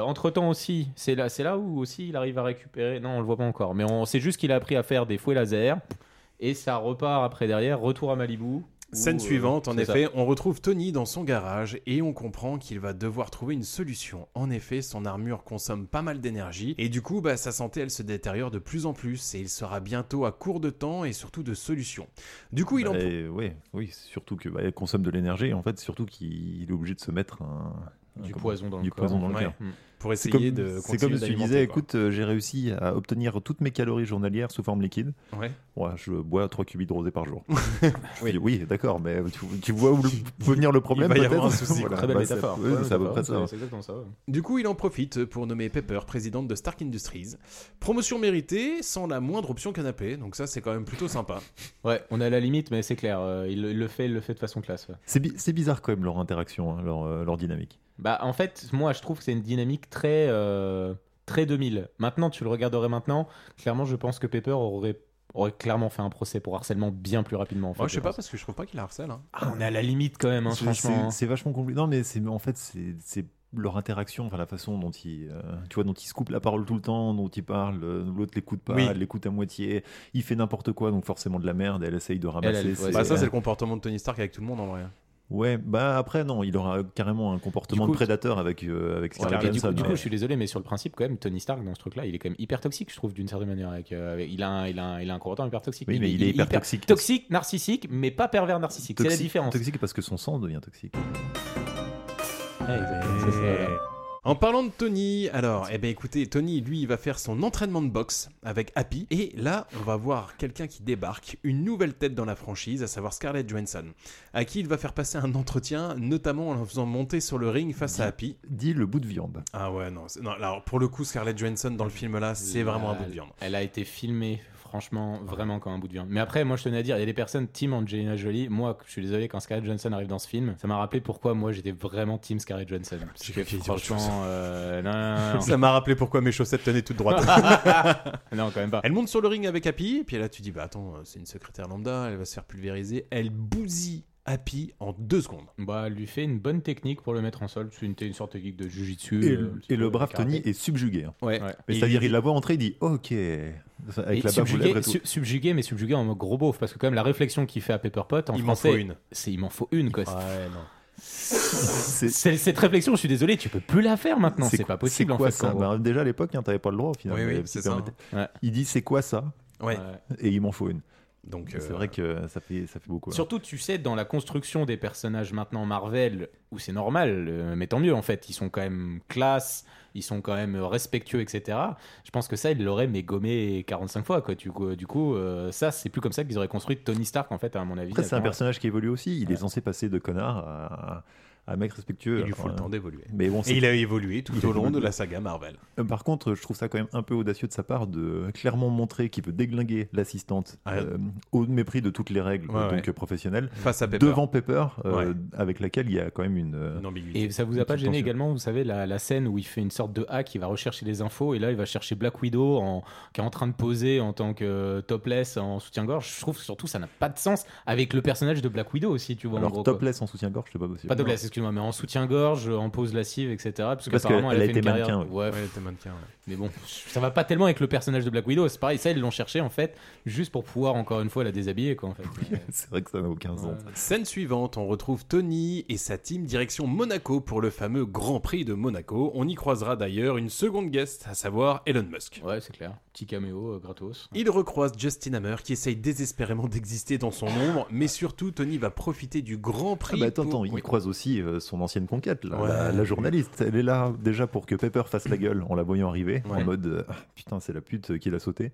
Speaker 16: entre temps aussi, c'est là, c'est là où aussi il arrive à récupérer. Non, on le voit pas encore, mais on sait juste qu'il a appris à faire des fouets laser et ça repart après derrière. Retour à Malibu. où,
Speaker 2: Scène
Speaker 16: euh,
Speaker 2: suivante, en
Speaker 16: c'est ça.
Speaker 2: effet, on retrouve Tony dans son garage et on comprend qu'il va devoir trouver une solution. En effet, son armure consomme pas mal d'énergie et du coup, bah, sa santé, elle se détériore de plus en plus et il sera bientôt à court de temps et surtout de solutions. Du coup, il en...
Speaker 12: Et ouais, oui, surtout que bah, elle consomme de l'énergie, et en fait, surtout qu'il est obligé de se mettre un. un-
Speaker 16: Du
Speaker 12: comment-
Speaker 16: poison dans le
Speaker 12: du
Speaker 16: corps.
Speaker 12: poison dans le
Speaker 16: Ouais.
Speaker 12: cœur.
Speaker 16: Mm.
Speaker 2: Pour
Speaker 12: C'est
Speaker 2: essayer
Speaker 12: comme-
Speaker 2: de
Speaker 12: C'est
Speaker 2: continuer
Speaker 12: comme si tu
Speaker 2: d'alimenter,
Speaker 12: disais,
Speaker 2: quoi.
Speaker 12: écoute, euh, j'ai réussi à obtenir toutes mes calories journalières sous forme liquide.
Speaker 2: Ouais.
Speaker 12: je bois 3 cubits de rosé par jour. Je dis, oui, d'accord, mais tu, tu vois où le- peut venir le problème
Speaker 2: va y
Speaker 12: peut-être
Speaker 2: avoir un souci, quoi.
Speaker 16: Très belle
Speaker 12: bah, ça-
Speaker 16: métaphore.
Speaker 12: ouais,
Speaker 16: Ouais,
Speaker 12: c'est à peu
Speaker 16: métaphore,
Speaker 12: près ça. hein.
Speaker 16: C'est exactement ça. ouais.
Speaker 2: Du coup, il en profite pour nommer Pepper présidente de Stark Industries. Promotion méritée, sans la moindre option canapé, donc ça, c'est quand même plutôt sympa.
Speaker 16: Ouais, on est à la limite, mais c'est clair. euh, il, il le fait, il le fait de façon classe. ouais.
Speaker 12: C'est bi- c'est bizarre quand même leur interaction, hein, leur, euh, leur dynamique.
Speaker 16: Bah, en fait, moi, je trouve que c'est une dynamique très, euh, très 2000. Maintenant, tu le regarderais maintenant. Clairement, je pense que Pepper aurait, aurait clairement fait un procès pour harcèlement bien plus rapidement. En fait,
Speaker 2: Moi, je sais pas,
Speaker 16: pense.
Speaker 2: parce que je trouve pas qu'il la harcèle. hein.
Speaker 16: Ah, on est à la limite quand même, hein,
Speaker 12: C'est-
Speaker 16: franchement.
Speaker 12: c'est- C'est vachement compliqué. Non, mais c'est en fait c'est c'est leur interaction, enfin la façon dont ils, euh, tu vois, dont ils se coupent la parole tout le temps, dont ils parlent, euh, l'autre l'écoute pas,
Speaker 2: Oui.
Speaker 12: elle l'écoute à moitié, il fait n'importe quoi, donc forcément de la merde, elle essaye de ramasser.
Speaker 16: elle- ouais,
Speaker 12: ses-
Speaker 2: Bah, ça, c'est le comportement de Tony Stark avec tout le monde en vrai.
Speaker 12: Ouais, bah après non, il aura carrément un comportement
Speaker 16: Du coup,
Speaker 12: de prédateur avec euh, avec
Speaker 16: Ouais,
Speaker 12: Scarlett
Speaker 16: mais du, coup,
Speaker 12: Johansson,
Speaker 16: du coup,
Speaker 12: ouais.
Speaker 16: je suis désolé, mais sur le principe, quand même, Tony Stark dans ce truc-là, il est quand même hyper toxique, je trouve, d'une certaine manière. Avec, euh, avec- il, a un, il, a un, il a un comportement hyper toxique.
Speaker 12: Oui, mais il est hyper toxique.
Speaker 16: Toxique, narcissique, mais pas pervers narcissique. C'est la différence.
Speaker 12: Toxique parce que son sang devient toxique.
Speaker 16: Ouais,
Speaker 2: Eh ben.
Speaker 16: exactement, c'est ça, voilà.
Speaker 2: En parlant de Tony, alors, eh ben écoutez, Tony, lui, il va faire son entraînement de boxe avec Happy, et là, on va voir quelqu'un qui débarque, une nouvelle tête dans la franchise, à savoir Scarlett Johansson, à qui il va faire passer un entretien, notamment en le faisant monter sur le ring face à Happy.
Speaker 12: Dit le bout de viande.
Speaker 2: Ah ouais, non, c'est- non, alors pour le coup, Scarlett Johansson dans le film là, c'est
Speaker 16: Elle-
Speaker 2: vraiment un bout de viande.
Speaker 16: Elle a été filmée, franchement, vraiment comme un bout de viande. Mais après, moi, je tenais à dire, il y a des personnes Team Angelina Jolie. Moi, je suis désolé quand Scarlett Johansson arrive dans ce film, ça m'a rappelé pourquoi moi j'étais vraiment Team Scarlett Johansson. Parce
Speaker 2: J'ai
Speaker 16: que
Speaker 2: cru qu'il disait autre
Speaker 16: franchement, euh, non, non, non, non.
Speaker 2: Ça m'a rappelé pourquoi mes chaussettes tenaient toutes droites.
Speaker 16: non, quand même pas.
Speaker 2: Elle monte sur le ring avec Happy, et puis là tu dis, bah attends, c'est une secrétaire lambda, elle va se faire pulvériser. Elle bousille Happy en deux secondes.
Speaker 16: Bah, elle lui fait une bonne technique pour le mettre en sol. C'est une, une sorte de geek de jujitsu.
Speaker 12: Et,
Speaker 16: euh, un
Speaker 12: le-
Speaker 16: petit
Speaker 12: et le
Speaker 16: peu
Speaker 12: brave
Speaker 16: karaté.
Speaker 12: Tony est subjugué. hein.
Speaker 2: Ouais.
Speaker 16: Ouais.
Speaker 12: Mais
Speaker 2: Et
Speaker 12: c'est-à-dire,
Speaker 2: il-
Speaker 12: il la voit entrer, il dit OK. Avec
Speaker 16: Et
Speaker 12: la bave aux lèvres
Speaker 16: subjugué,
Speaker 12: et tout.
Speaker 16: su- subjugué, mais subjugué en mode gros beauf. Parce que, quand même, la réflexion qu'il fait à Pepper Pot en
Speaker 2: Il m'en
Speaker 16: français.
Speaker 2: faut une.
Speaker 16: C'est il m'en faut une, quoi.
Speaker 12: C'est-
Speaker 16: C'est- cette réflexion, je suis désolé, tu peux plus la faire maintenant. C'est
Speaker 12: quoi-
Speaker 16: pas possible
Speaker 12: c'est
Speaker 16: en
Speaker 12: quoi
Speaker 16: fait.
Speaker 12: ça
Speaker 16: quand-
Speaker 12: Bah, Déjà à l'époque, hein, t'avais pas le droit au final.
Speaker 2: Oui, oui,
Speaker 12: mais tu
Speaker 2: c'est
Speaker 12: te
Speaker 2: ça,
Speaker 12: permettais.
Speaker 16: Ouais.
Speaker 12: Il dit c'est quoi ça
Speaker 2: Ouais.
Speaker 16: Ouais.
Speaker 12: Et il m'en faut une.
Speaker 2: Donc,
Speaker 12: C'est
Speaker 2: euh,
Speaker 12: vrai que ça fait, ça fait beaucoup. hein.
Speaker 16: Surtout, tu sais, dans la construction des personnages maintenant Marvel, où c'est normal, euh, mais tant mieux en fait, ils sont quand même classe, ils sont quand même respectueux, etc. Je pense que ça, ils l'auraient mais gommé 45 fois, quoi. Du coup, du coup euh, ça, c'est plus comme ça qu'ils auraient construit Tony Stark, en fait, à mon avis.
Speaker 12: Après, c'est un
Speaker 16: Attends,
Speaker 12: personnage qui évolue aussi. Il est censé passer de connard à, à mec respectueux.
Speaker 2: il lui faut
Speaker 12: Enfin,
Speaker 2: le temps d'évoluer.
Speaker 12: Mais bon,
Speaker 2: Et
Speaker 12: c'est-
Speaker 2: il a évolué tout
Speaker 12: Il
Speaker 2: au long
Speaker 12: évolue.
Speaker 2: de la saga Marvel.
Speaker 12: Euh, par contre, je trouve ça quand même un peu audacieux de sa part de clairement montrer qu'il peut déglinguer l'assistante
Speaker 2: Ah,
Speaker 12: euh, au mépris de toutes les règles
Speaker 2: Ouais,
Speaker 12: donc
Speaker 2: ouais.
Speaker 12: euh, professionnelles
Speaker 2: Face à Pepper.
Speaker 12: devant Pepper, euh,
Speaker 2: Ouais.
Speaker 12: avec laquelle il y a quand même une. euh,
Speaker 2: Une ambiguïté.
Speaker 16: Et ça vous a pas
Speaker 12: Petite
Speaker 16: gêné
Speaker 12: tension.
Speaker 16: également, vous savez, la, la scène où il fait une sorte de hack, il va rechercher des infos et là il va chercher Black Widow en- qui est en train de poser en tant que euh, topless en soutien-gorge. Je trouve que surtout ça n'a pas de sens avec le personnage de Black Widow aussi, tu vois. en
Speaker 12: alors
Speaker 16: gros, quoi.
Speaker 12: topless en soutien-gorge, c'est pas possible.
Speaker 16: Pas topless, excuse-moi, mais en soutien-gorge, en pose lascive, etc. Parce,
Speaker 12: Parce
Speaker 16: qu'apparemment,
Speaker 12: qu'elle a
Speaker 16: fait
Speaker 12: été
Speaker 16: une carrière-
Speaker 12: mannequin, oui.
Speaker 16: Ouais,
Speaker 12: Ouais, elle
Speaker 2: était mannequin, ouais.
Speaker 16: Mais bon, ça va pas tellement avec le personnage de Black Widow. C'est pareil, ça, ils l'ont cherché, en fait, juste pour pouvoir, encore une fois, la déshabiller, quoi, en fait.
Speaker 12: C'est vrai que ça n'a aucun sens. Ah,
Speaker 2: Scène suivante, on retrouve Tony et sa team direction Monaco pour le fameux Grand Prix de Monaco. On y croisera d'ailleurs une seconde guest, à savoir Elon Musk.
Speaker 16: Ouais, c'est clair. Petit caméo euh, gratos.
Speaker 2: Il recroise Justin Hammer qui essaye désespérément d'exister dans son ombre, mais surtout Tony va profiter du Grand Prix.
Speaker 12: Ah bah attends,
Speaker 2: pour-
Speaker 12: attends, il croise aussi euh, son ancienne conquête, là,
Speaker 2: Ouais.
Speaker 12: la, la journaliste. Elle est là déjà pour que Pepper fasse la gueule en la voyant arriver,
Speaker 2: Ouais.
Speaker 12: en mode euh, Ah, putain, c'est la pute qui l'a sauté.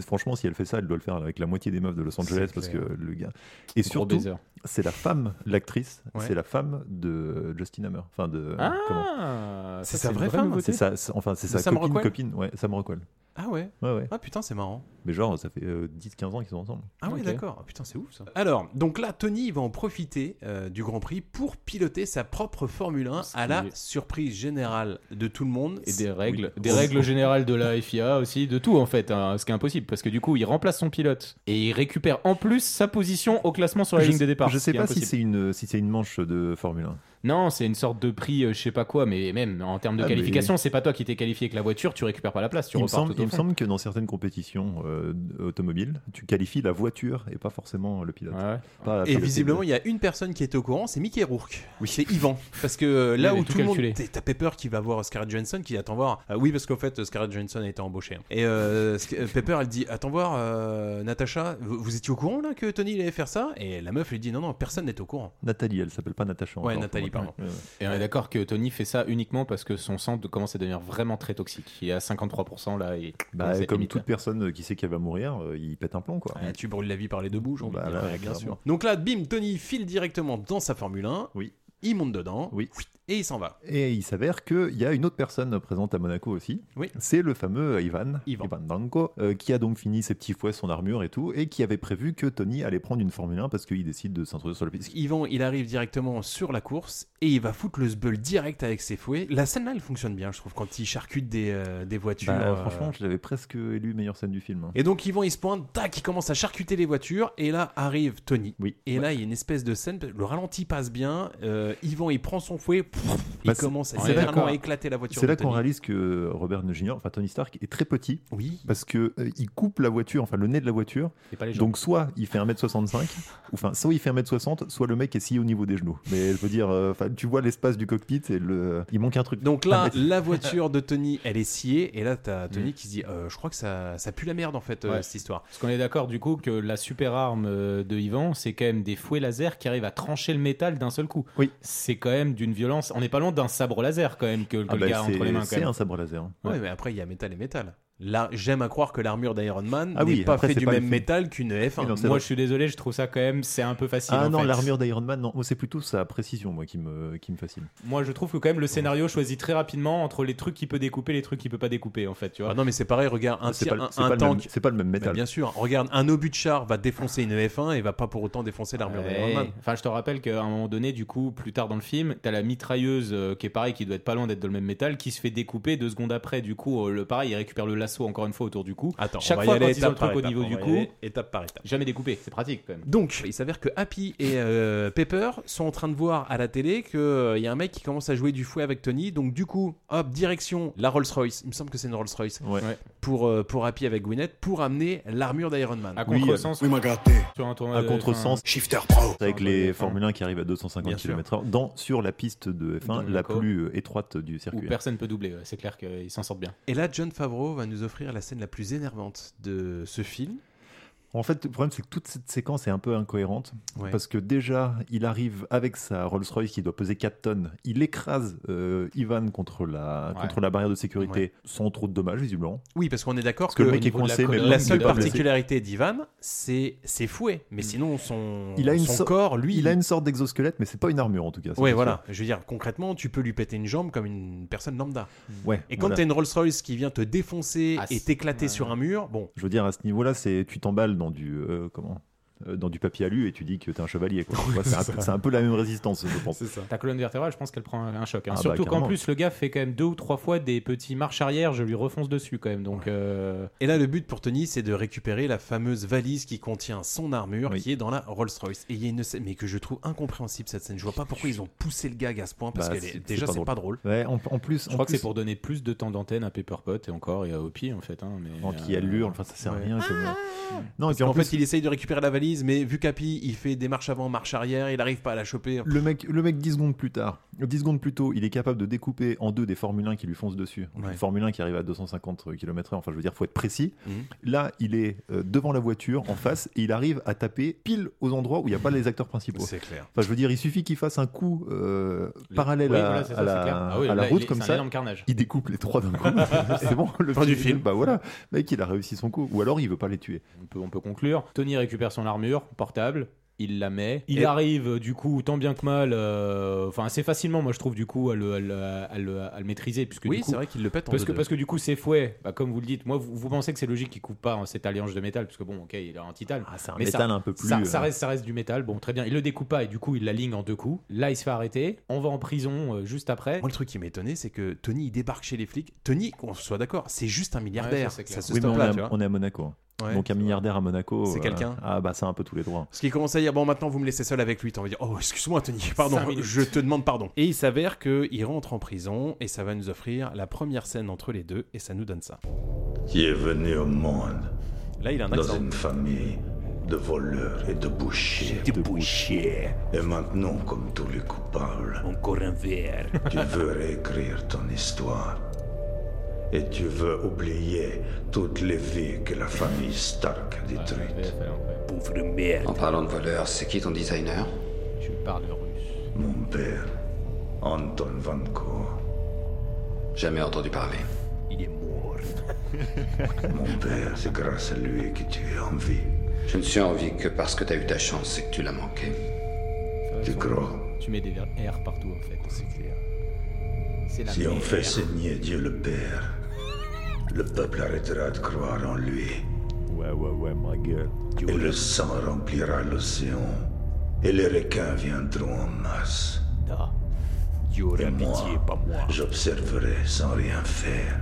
Speaker 12: Franchement, si elle fait ça, elle doit le faire avec la moitié des meufs de Los Angeles
Speaker 16: C'est
Speaker 12: parce que
Speaker 16: clair.
Speaker 12: le gars. Et
Speaker 16: Gros
Speaker 12: surtout, euh,
Speaker 16: baiser.
Speaker 12: c'est la femme, l'actrice,
Speaker 16: Ouais.
Speaker 12: c'est la femme de Justin Hammer. Enfin, de.
Speaker 16: Ah
Speaker 12: comment
Speaker 16: C'est Ah, ça, sa c'est vraie une vraie femme nouveauté
Speaker 12: C'est sa- c'est- Enfin, c'est
Speaker 2: De
Speaker 12: sa
Speaker 2: Sam
Speaker 12: copine,
Speaker 2: Rockwell
Speaker 12: copine. Ouais, Sam Rockwell.
Speaker 2: Ah ouais
Speaker 12: Ouais, ouais.
Speaker 2: Ah putain, c'est marrant.
Speaker 12: Mais genre, ça fait euh, 10-15 ans qu'ils sont ensemble.
Speaker 2: Ah ouais,
Speaker 12: Ok.
Speaker 2: d'accord. Ah, Putain, c'est ouf ça. Alors, donc là, Tony il va en profiter euh, du Grand Prix pour piloter sa propre Formule 1 à la surprise générale de tout le monde.
Speaker 16: Et des règles,
Speaker 2: Oui.
Speaker 16: des règles générales de la FIA aussi, de tout en fait, hein, ce qui est impossible parce que du coup il remplace son pilote et il récupère en plus sa position au classement sur la
Speaker 12: Je
Speaker 16: ligne de
Speaker 12: sais-
Speaker 16: départ.
Speaker 12: Je
Speaker 16: ce
Speaker 12: sais
Speaker 16: qui est
Speaker 12: pas si
Speaker 16: impossible.
Speaker 12: c'est une, si c'est une manche de Formule 1.
Speaker 16: Non, c'est une sorte de prix, euh, je sais pas quoi, mais même en termes de
Speaker 12: Ah,
Speaker 16: qualification,
Speaker 12: mais-
Speaker 16: c'est pas toi qui t'es qualifié avec la voiture, tu récupères pas la place, tu
Speaker 12: il me
Speaker 16: repars
Speaker 12: semble,
Speaker 16: tout au
Speaker 12: il me
Speaker 16: fond.
Speaker 12: semble que dans certaines compétitions euh, automobiles, tu qualifies la voiture et pas forcément le pilote. Pas- pas
Speaker 2: Et
Speaker 12: le
Speaker 2: visiblement,
Speaker 12: pilote.
Speaker 2: il y a une personne qui est au courant, c'est Mickey Rourke. Oui, c'est Yvan. Parce que euh,
Speaker 16: Il
Speaker 2: là
Speaker 16: avait
Speaker 2: où
Speaker 16: tout
Speaker 2: tout le monde.
Speaker 16: calculé.
Speaker 2: T'as t'as Pepper qui va voir Scarlett Johansson qui dit Attends voir. Ah oui, parce qu'en fait, Scarlett Johansson a été embauchée. hein. Et euh, Sc- euh, Pepper, elle dit Attends voir, euh, Natacha, vous, vous étiez au courant là que Tony il allait faire ça Et la meuf lui dit Non, non, personne n'est au courant.
Speaker 12: Nathalie, elle s'appelle pas Natacha.
Speaker 2: Ouais,
Speaker 12: encore,
Speaker 2: Nathalie,
Speaker 12: faut
Speaker 2: pardon.
Speaker 12: retenir. Ouais, ouais.
Speaker 16: Et on est d'accord que Tony fait ça uniquement parce que son sang de- commence à devenir vraiment très toxique. Il est à 53% là et
Speaker 12: Bah,
Speaker 16: commence à être
Speaker 12: comme
Speaker 16: limite,
Speaker 12: toute
Speaker 16: là.
Speaker 12: personne qui sait qu'elle va mourir, euh, il pète un plomb quoi.
Speaker 2: Ah, tu brûles la vie par les deux bouts, j'ai envie de
Speaker 12: Bah,
Speaker 2: dire.
Speaker 12: là,
Speaker 2: Ouais, bien
Speaker 12: clairement.
Speaker 2: sûr. Donc là, bim, Tony file directement dans sa Formule 1.
Speaker 12: Oui.
Speaker 2: Il monte dedans.
Speaker 12: Oui.
Speaker 2: Et il s'en va.
Speaker 12: Et il s'avère qu'il y a une autre personne présente à Monaco aussi.
Speaker 2: Oui.
Speaker 12: C'est le fameux Ivan,
Speaker 2: Ivan.
Speaker 12: Danko, euh, qui a donc fini ses petits fouets, son armure et tout, et qui avait prévu que Tony allait prendre une Formule 1 parce qu'il décide de s'introduire sur le piste.
Speaker 2: Yvan, il arrive directement sur la course et il va foutre le sbeul direct avec ses fouets. La scène là, elle fonctionne bien, je trouve, quand il charcute des, euh, des voitures.
Speaker 12: Bah,
Speaker 2: euh,
Speaker 12: Franchement, je l'avais presque élu meilleure scène du film. hein.
Speaker 2: Et donc Yvan, il se pointe, tac, il commence à charcuter les voitures et là arrive Tony.
Speaker 12: Oui.
Speaker 2: Et là, il y a une espèce de scène, le ralenti passe bien, euh, Yvan, il prend son fouet, pff, il
Speaker 12: Bah, c'est-
Speaker 2: commence à
Speaker 12: c'est là
Speaker 2: littéralement
Speaker 12: qu'on-
Speaker 2: à éclater la voiture.
Speaker 12: C'est
Speaker 2: de
Speaker 12: là qu'on
Speaker 2: Tony.
Speaker 12: réalise que Robert Jr., enfin Tony Stark, est très petit.
Speaker 2: Oui.
Speaker 12: Parce que euh, il coupe la voiture, enfin le nez de la voiture.
Speaker 16: Et pas les jambes.
Speaker 12: Donc soit il fait 1m65, ou enfin soit il fait 1m60, soit le mec est si au niveau des genoux. Mais je veux dire, euh, enfin, tu vois l'espace du cockpit et le. Il manque un truc.
Speaker 2: Donc là,
Speaker 12: Un mètre.
Speaker 2: la voiture de Tony, elle est sciée et là,
Speaker 12: Mm.
Speaker 2: t'as Tony qui se dit, Euh, je crois que ça, ça pue la merde en fait euh,
Speaker 16: Ouais.
Speaker 2: cette histoire.
Speaker 16: Parce qu'on est d'accord du coup que la super arme euh, de Yvan, c'est quand même des fouets laser qui arrivent à trancher le métal d'un seul coup.
Speaker 12: Oui.
Speaker 16: C'est quand même d'une violence. On n'est pas loin d'un sabre laser quand même que, que
Speaker 12: Ah
Speaker 16: le
Speaker 12: bah,
Speaker 16: gars a
Speaker 12: c'est-
Speaker 16: entre les mains. Quand
Speaker 12: c'est
Speaker 16: même.
Speaker 12: un sabre laser. hein.
Speaker 2: Ouais, mais après, il y a métal et métal. Là, j'aime à croire que l'armure d'Iron Man
Speaker 12: Ah
Speaker 2: n'est
Speaker 12: oui,
Speaker 2: pas
Speaker 12: après,
Speaker 2: faite
Speaker 12: c'est
Speaker 2: du
Speaker 12: pas
Speaker 2: même
Speaker 12: le fait.
Speaker 2: métal qu'une F1.
Speaker 12: Oui, non, c'est
Speaker 16: Moi
Speaker 12: vrai.
Speaker 16: je suis désolé, je trouve ça quand même c'est un peu facile.
Speaker 12: Ah
Speaker 16: en
Speaker 12: non,
Speaker 16: fait.
Speaker 12: l'armure d'Iron Man, non, Moi, c'est plutôt sa précision, moi, qui me, qui me fascine.
Speaker 16: Moi je trouve que quand même le scénario choisit très rapidement entre les trucs qu'il peut découper et les trucs qu'il peut pas découper en fait. Tu vois.
Speaker 2: Ah non, mais c'est pareil, regarde un,
Speaker 12: C'est
Speaker 2: tir-
Speaker 12: pas, le- c'est
Speaker 2: un, un
Speaker 12: pas le même-
Speaker 2: tank.
Speaker 12: c'est pas le même
Speaker 2: Bah,
Speaker 12: métal.
Speaker 2: bien sûr, regarde, un obus de char va défoncer une F1 et va pas pour autant défoncer
Speaker 12: Ah,
Speaker 2: l'armure d'Iron
Speaker 16: Ouais.
Speaker 2: Man.
Speaker 16: Enfin, je te rappelle qu'à un moment donné, du coup, plus tard dans le film, t'as la mitrailleuse euh, qui est pareil, qui doit être pas loin d'être dans le même métal, qui se fait découper deux secondes après. Du coup, euh, le pareil, il récupère le lasso encore une fois autour du cou.
Speaker 2: Attends,
Speaker 16: Chaque
Speaker 2: on va
Speaker 16: fois
Speaker 2: y aller
Speaker 16: quand ils ont
Speaker 2: étape
Speaker 16: le truc
Speaker 2: par
Speaker 16: au
Speaker 2: étape,
Speaker 16: niveau
Speaker 2: on
Speaker 16: du
Speaker 2: va y
Speaker 16: cou,
Speaker 2: aller étape par étape.
Speaker 16: jamais découpé. C'est pratique quand même.
Speaker 2: Donc, Bah, il s'avère que Happy et euh, Pepper sont en train de voir à la télé qu'il y a un mec qui commence à jouer du fouet avec Tony. Donc, du coup, hop, direction la Rolls-Royce. Il me semble que c'est une Rolls-Royce.
Speaker 12: Ouais.
Speaker 16: Ouais.
Speaker 2: Pour, euh, pour Happy avec Gwyneth, pour amener l'armure d'Iron Man.
Speaker 16: À
Speaker 12: Oui,
Speaker 16: contresens.
Speaker 5: Oui, m'a gratté.
Speaker 16: sur un tournoi
Speaker 12: À
Speaker 16: de-
Speaker 12: contresens,
Speaker 5: Shifter Pro.
Speaker 12: avec
Speaker 16: un
Speaker 12: les
Speaker 16: peu F1.
Speaker 12: Formule 1 qui arrivent à 250
Speaker 2: Bien sûr.
Speaker 12: km/h dans, sur la piste de
Speaker 16: Dans
Speaker 12: F1
Speaker 16: le
Speaker 12: la
Speaker 16: Monaco.
Speaker 12: plus euh, étroite du
Speaker 16: Où
Speaker 12: circuit.
Speaker 16: personne peut doubler. ouais. C'est clair qu'ils s'en sortent bien.
Speaker 2: Et là, John Favreau va nous offrir la scène la plus énervante de ce film.
Speaker 12: En fait, le problème, c'est que toute cette séquence est un peu incohérente.
Speaker 2: Ouais.
Speaker 12: Parce que déjà, il arrive avec sa Rolls-Royce qui doit peser 4 tonnes. Il écrase euh, Ivan contre la,
Speaker 16: Ouais.
Speaker 12: contre la barrière de sécurité
Speaker 2: Ouais.
Speaker 12: sans trop de dommages, visiblement.
Speaker 2: Oui, parce qu'on est d'accord
Speaker 12: Parce
Speaker 2: que,
Speaker 12: que le mec est
Speaker 16: niveau de la
Speaker 12: coincé, mais
Speaker 16: colonne,
Speaker 12: bon,
Speaker 2: la
Speaker 12: il
Speaker 2: seule
Speaker 12: est pas blessé.
Speaker 2: particularité d'Ivan, c'est ses fouets. Mais sinon, son,
Speaker 12: Il a une
Speaker 2: son
Speaker 12: so-
Speaker 2: corps, lui.
Speaker 12: Il a une sorte d'exosquelette, mais c'est pas une armure en tout cas. ça,
Speaker 2: Ouais,
Speaker 12: c'est
Speaker 2: voilà. Je veux dire, concrètement, tu peux lui péter une jambe comme une personne lambda.
Speaker 12: sûr. Ouais,
Speaker 2: Et quand
Speaker 12: voilà.
Speaker 2: t'as une Rolls-Royce qui vient te défoncer
Speaker 16: Ah,
Speaker 2: et
Speaker 16: c'est-
Speaker 2: t'éclater
Speaker 16: ouais.
Speaker 2: sur un mur, bon.
Speaker 12: Je veux dire, à ce niveau-là, c'est tu t'emballes dans du. euh, comment euh, dans du papier alu et tu dis que t'es un chevalier. quoi. Tu vois, c'est, un peu, c'est un peu la même résistance, je pense.
Speaker 16: Ta colonne vertébrale, je pense qu'elle prend un choc. hein.
Speaker 12: Ah bah,
Speaker 16: Surtout qu'en
Speaker 12: carrément.
Speaker 16: plus, le gars fait quand même deux ou trois fois des petits marches arrière, je lui refonce dessus quand même. Donc, euh,
Speaker 2: Et là, le but pour Tony, c'est de récupérer la fameuse valise qui contient son armure qui est dans la Rolls-Royce. Et il y a une scène, mais que je trouve incompréhensible cette scène. Je vois pas pourquoi ils ont poussé le gag à ce point parce
Speaker 12: Bah,
Speaker 2: que
Speaker 12: c'est-
Speaker 2: déjà, c'est pas drôle.
Speaker 12: Ouais, en, en plus,
Speaker 16: je crois que c'est pour donner plus de temps d'antenne à Pepperpot et encore et à Hopi en fait. Hein, mais,
Speaker 12: En qui elle hurle, enfin, ça sert à
Speaker 16: ouais.
Speaker 12: rien. comme- Non,
Speaker 2: Non,
Speaker 12: et puis en,
Speaker 2: en
Speaker 12: plus,
Speaker 2: fait, il essaye de récupérer la valise, mais vu qu'Api, il fait des marches avant, marche arrière, il arrive pas à la choper.
Speaker 12: Le mec, le mec 10 secondes plus tard, 10 secondes plus tôt, il est capable de découper en deux des Formule 1 qui lui foncent dessus. Donc,
Speaker 2: Ouais.
Speaker 12: Une Formule 1 qui arrive à 250 km/h, enfin je veux dire, faut être précis.
Speaker 2: Mhm.
Speaker 12: Là, il est euh, devant la voiture, en face, et il arrive à taper pile aux endroits où il n'y a pas les acteurs principaux.
Speaker 2: C'est clair.
Speaker 12: Enfin, je veux dire, il suffit qu'il fasse un coup euh, parallèle
Speaker 16: Oui,
Speaker 12: à,
Speaker 16: voilà, c'est ça,
Speaker 12: à
Speaker 16: c'est clair.
Speaker 12: la,
Speaker 16: Ah oui,
Speaker 12: à la
Speaker 16: là, il
Speaker 12: route,
Speaker 16: est-
Speaker 12: comme
Speaker 16: c'est un
Speaker 12: ça,
Speaker 16: énorme carnage.
Speaker 12: il découpe les trois d'un coup. c'est bon, le
Speaker 2: Fin du
Speaker 12: est-
Speaker 2: film.
Speaker 12: Bah voilà, mec, il a réussi son coup. Ou alors, il veut pas les tuer.
Speaker 16: On peut, on peut conclure. Tony récupère son armure portable. Il la met. Il
Speaker 12: Et-
Speaker 16: arrive euh, du coup tant bien que mal, euh, enfin assez facilement moi je trouve du coup à le, à le- à le- à le maîtriser puisque
Speaker 2: Oui,
Speaker 16: du coup,
Speaker 2: c'est vrai qu'il le pète en
Speaker 16: parce que,
Speaker 2: deux-deux.
Speaker 16: parce que du coup ses fouets, bah, comme vous le dites, moi vous, vous pensez que c'est logique qu'il coupe pas hein, cette alliance de métal parce que bon ok il a un titane,
Speaker 2: Ah, c'est
Speaker 12: un métal un peu plus,
Speaker 16: ça,
Speaker 12: euh,
Speaker 16: ça reste ça reste du métal, bon très bien il le découpe pas et du coup il la ligne en deux coups. Là il se fait arrêter, on va en prison euh, juste après.
Speaker 2: Moi, le truc qui m'étonnait, c'est que Tony, il débarque chez les flics. Tony, qu'on soit d'accord, c'est juste un
Speaker 16: Ouais,
Speaker 2: milliardaire.
Speaker 16: ça, c'est clair.
Speaker 2: ça se
Speaker 12: Oui, mais
Speaker 2: stoppe
Speaker 12: on,
Speaker 2: là,
Speaker 12: est à-
Speaker 2: tu vois.
Speaker 12: on est à Monaco.
Speaker 2: Ouais,
Speaker 12: Donc, un milliardaire à Monaco.
Speaker 2: C'est
Speaker 12: euh,
Speaker 2: quelqu'un.
Speaker 12: Ah, bah, c'est un peu tous les droits.
Speaker 2: Parce qu'il commence à dire bon maintenant vous me laissez seul avec lui, t'as envie de dire oh excuse-moi Tony, pardon,
Speaker 16: Cinq minutes.
Speaker 2: je te demande pardon. Et il s'avère que il rentre en prison et ça va nous offrir la première scène entre les deux et ça nous donne ça.
Speaker 15: qui est venu au monde
Speaker 2: Là il a un
Speaker 15: dans
Speaker 2: accent.
Speaker 15: une famille de voleurs et de bouchers. De bouchers. Et maintenant, comme tous les coupables, encore un verre. Tu veux réécrire ton histoire. Et tu veux oublier toutes les vies que la famille Stark a détruites.
Speaker 10: Ah, Pauvre merde.
Speaker 13: En parlant de voleur, c'est qui ton designer
Speaker 16: Je parle russe.
Speaker 15: Mon père, Anton Vanko.
Speaker 13: Jamais entendu parler.
Speaker 10: Il est mort.
Speaker 15: Mon père, c'est grâce à lui que tu es en vie.
Speaker 13: Je ne suis en vie que parce que t'as eu ta chance et que tu l'as manqué.
Speaker 15: Tu crois
Speaker 16: Tu mets des ver- R partout en fait. C'est clair. C'est la
Speaker 15: Si on
Speaker 16: merde.
Speaker 15: fait saigner Dieu le Père, le peuple arrêtera de croire en lui.
Speaker 12: Ouais, ouais, ouais, ma gueule.
Speaker 15: Et le sang remplira l'océan. Et les requins viendront en masse. Et moi, j'observerai sans rien faire.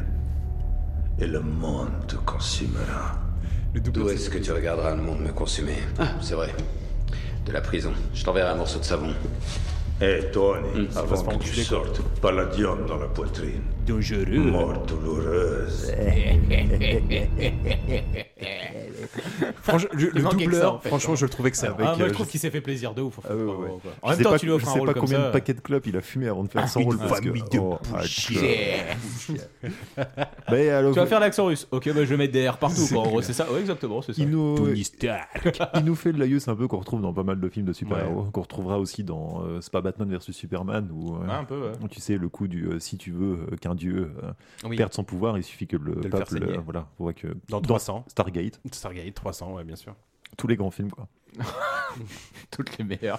Speaker 15: Et le monde te consumera.
Speaker 13: D'où est-ce que tu regarderas le monde me consumer Ah, c'est vrai. De la prison. Je t'enverrai un morceau de savon.
Speaker 15: Hé, Tony,
Speaker 13: c'est pas
Speaker 15: Eh, avant que tu sortes, palladium dans la poitrine.
Speaker 10: Dangereux.
Speaker 15: Mort douloureuse.
Speaker 2: Franchement, le,
Speaker 16: Il
Speaker 2: le
Speaker 16: manque
Speaker 2: doubleur,
Speaker 16: que ça, en fait,
Speaker 2: franchement
Speaker 16: hein.
Speaker 2: je le trouve excellent.
Speaker 16: Ah, moi,
Speaker 12: euh,
Speaker 16: je trouve
Speaker 12: je-
Speaker 16: qu'il s'est fait plaisir de ouf. en fait.
Speaker 12: Ah ouais, ouais,
Speaker 16: Bravo,
Speaker 12: ouais.
Speaker 16: Oh, quoi.
Speaker 12: Je
Speaker 16: En même
Speaker 12: sais
Speaker 16: temps,
Speaker 12: pas-
Speaker 16: tu lui offres
Speaker 12: je
Speaker 16: un
Speaker 12: sais
Speaker 16: rôle
Speaker 12: pas
Speaker 16: comme
Speaker 12: combien
Speaker 16: ça.
Speaker 12: de paquets de clopes il a fumé avant de faire son rôle. parce que- Oh, ah, que- Mais alors,
Speaker 16: Tu vas faire l'accent russe. Ok, bah, je vais mettre des R partout. quoi. En gros, c'est ça. Ouais, exactement, c'est ça.
Speaker 12: il nous, il nous fait de l'aïeux, c'est un peu qu'on retrouve dans pas mal de films de super-héros, qu'on retrouvera aussi dans euh, c'est pas Batman versus Superman, ou
Speaker 16: Ah, un peu, ouais.
Speaker 12: tu sais, le coup du euh, si tu veux euh, qu'un dieu euh,
Speaker 2: Oui.
Speaker 12: perde son pouvoir, il suffit que le
Speaker 2: le
Speaker 12: pape
Speaker 2: faire
Speaker 12: le-
Speaker 2: saigner.
Speaker 12: voilà, pour que
Speaker 2: Dans 300.
Speaker 12: Stargate,
Speaker 2: Stargate 300, ouais bien sûr.
Speaker 12: tous les grands films, quoi.
Speaker 16: Toutes les meilleures.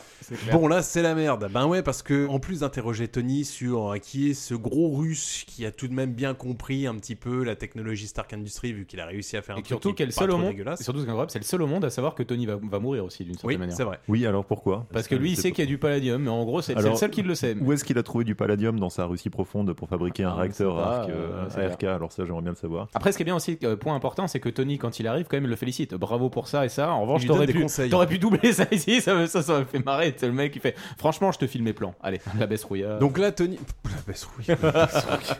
Speaker 2: Bon là c'est la merde. Ben ouais parce que en plus d'interroger Tony sur euh, qui est ce gros russe qui a tout de même bien compris un petit peu la technologie Stark Industries vu qu'il a réussi à faire un
Speaker 16: Et
Speaker 2: truc
Speaker 16: surtout,
Speaker 2: qui est
Speaker 16: qu'elle
Speaker 2: pas
Speaker 16: seul au
Speaker 2: trop
Speaker 16: monde.
Speaker 2: dégueulasse.
Speaker 16: et surtout, ce qui est incroyable, c'est le seul au monde à savoir que Tony va, va mourir aussi d'une certaine
Speaker 2: Oui,
Speaker 16: manière.
Speaker 2: c'est vrai.
Speaker 12: Oui, alors pourquoi
Speaker 16: Parce que lui, il sait qu'il y a du palladium, mais en gros, c'est c'est
Speaker 12: Alors,
Speaker 16: le seul qui le sait.
Speaker 12: Où est-ce qu'il a trouvé du palladium dans sa Russie profonde pour fabriquer un
Speaker 16: Ah,
Speaker 12: réacteur
Speaker 16: c'est
Speaker 12: à
Speaker 16: pas,
Speaker 12: arc euh,
Speaker 16: euh, c'est
Speaker 12: ARK Alors ça, j'aimerais bien le savoir.
Speaker 16: Après, ce qui est bien aussi, euh, point important, c'est que Tony, quand il arrive, quand même, il le félicite. Bravo pour ça et ça. En revanche,
Speaker 2: lui donne
Speaker 16: t'aurais
Speaker 2: des
Speaker 16: pu,
Speaker 2: conseils.
Speaker 16: t'aurais pu doubler ça ici. Ça, me- ça, ça me fait marrer. C'est le mec qui fait. Franchement, je te file mes plans. Allez, la baisse rouilla.
Speaker 2: Donc là, Tony. La baisse rouille, la baisse rouille.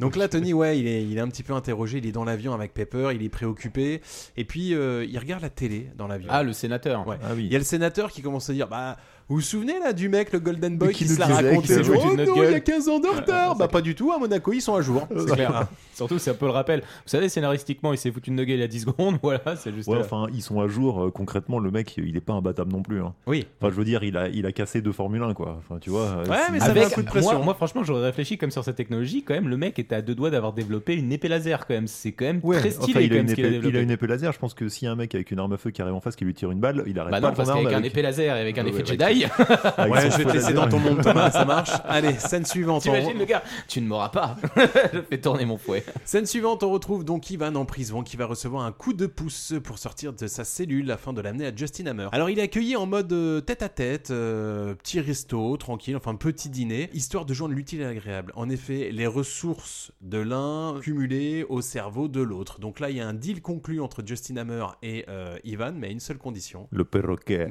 Speaker 2: Donc là, Tony, ouais, il est, il est un petit peu interrogé. Il est dans l'avion avec Pepper, il est préoccupé. Et puis, euh, il regarde la télé dans l'avion.
Speaker 16: Ah, le sénateur.
Speaker 2: Ouais.
Speaker 12: Ah oui.
Speaker 2: Il y a le sénateur qui commence à dire Bah, vous vous souvenez là du mec, le Golden Boy,
Speaker 12: Qui
Speaker 2: qui,
Speaker 12: nous
Speaker 2: se la
Speaker 12: disait
Speaker 2: racontait
Speaker 12: que-
Speaker 2: genre,
Speaker 16: Oui,
Speaker 2: Oh
Speaker 16: de notre
Speaker 2: non, il y a
Speaker 16: gueule. Ah,
Speaker 2: 15 ans de retard Bah, pas du tout, à Monaco, ils sont à jour.
Speaker 16: C'est clair. Surtout, c'est un peu le rappel. Vous savez, scénaristiquement, il s'est foutu une gueule il y a 10 secondes. Voilà, c'est juste.
Speaker 12: Ouais,
Speaker 16: euh,
Speaker 12: enfin, ils sont à jour. euh, concrètement, le mec, il est pas imbattable non plus. hein.
Speaker 2: Oui.
Speaker 12: Enfin, je veux dire, il a, il a cassé deux Formule 1, quoi. Enfin, tu vois. euh,
Speaker 2: Ouais,
Speaker 12: si-
Speaker 2: mais ça
Speaker 16: Avec,
Speaker 2: met un coup de pression.
Speaker 16: Moi, moi, franchement, j'aurais réfléchi comme sur cette technologie. Quand même, le mec était à deux doigts d'avoir développé une épée laser. Quand même, c'est quand même
Speaker 12: Ouais,
Speaker 16: très
Speaker 12: enfin,
Speaker 16: stylé.
Speaker 12: il,
Speaker 16: quand
Speaker 12: a
Speaker 16: même,
Speaker 12: une
Speaker 16: ce qu'il a
Speaker 12: épée, il
Speaker 16: développé.
Speaker 12: a une épée laser. Je pense que si un mec avec une arme à feu qui arrive en face qui lui tire une balle, il arrête
Speaker 16: Bah
Speaker 12: pas
Speaker 16: non, parce
Speaker 12: son arme
Speaker 16: qu'avec un
Speaker 12: avec-
Speaker 16: épée laser et avec un
Speaker 12: Ouais,
Speaker 16: effet
Speaker 12: ouais,
Speaker 16: Jedi, pareil.
Speaker 12: Ah,
Speaker 2: Ouais, je vais te laisser dans ton monde, Thomas, ça marche. Allez, scène suivante.
Speaker 16: T'imagines le gars Tu ne m'auras pas. je fais tourner mon fouet.
Speaker 2: Scène suivante, on retrouve donc Ivan en prison qui va recevoir un coup de pouce pour sortir de sa cellule afin de l'amener à Justin Hammer. Alors il est accueilli en mode euh, tête à tête, euh, petit resto, tranquille, enfin petit dîner, histoire de joindre l'utile à l'agréable. En effet, les ressources de l'un cumulées au cerveau de l'autre. Donc là, il y a un deal conclu entre Justin Hammer et euh, Ivan, mais à une seule condition.
Speaker 12: Le perroquet.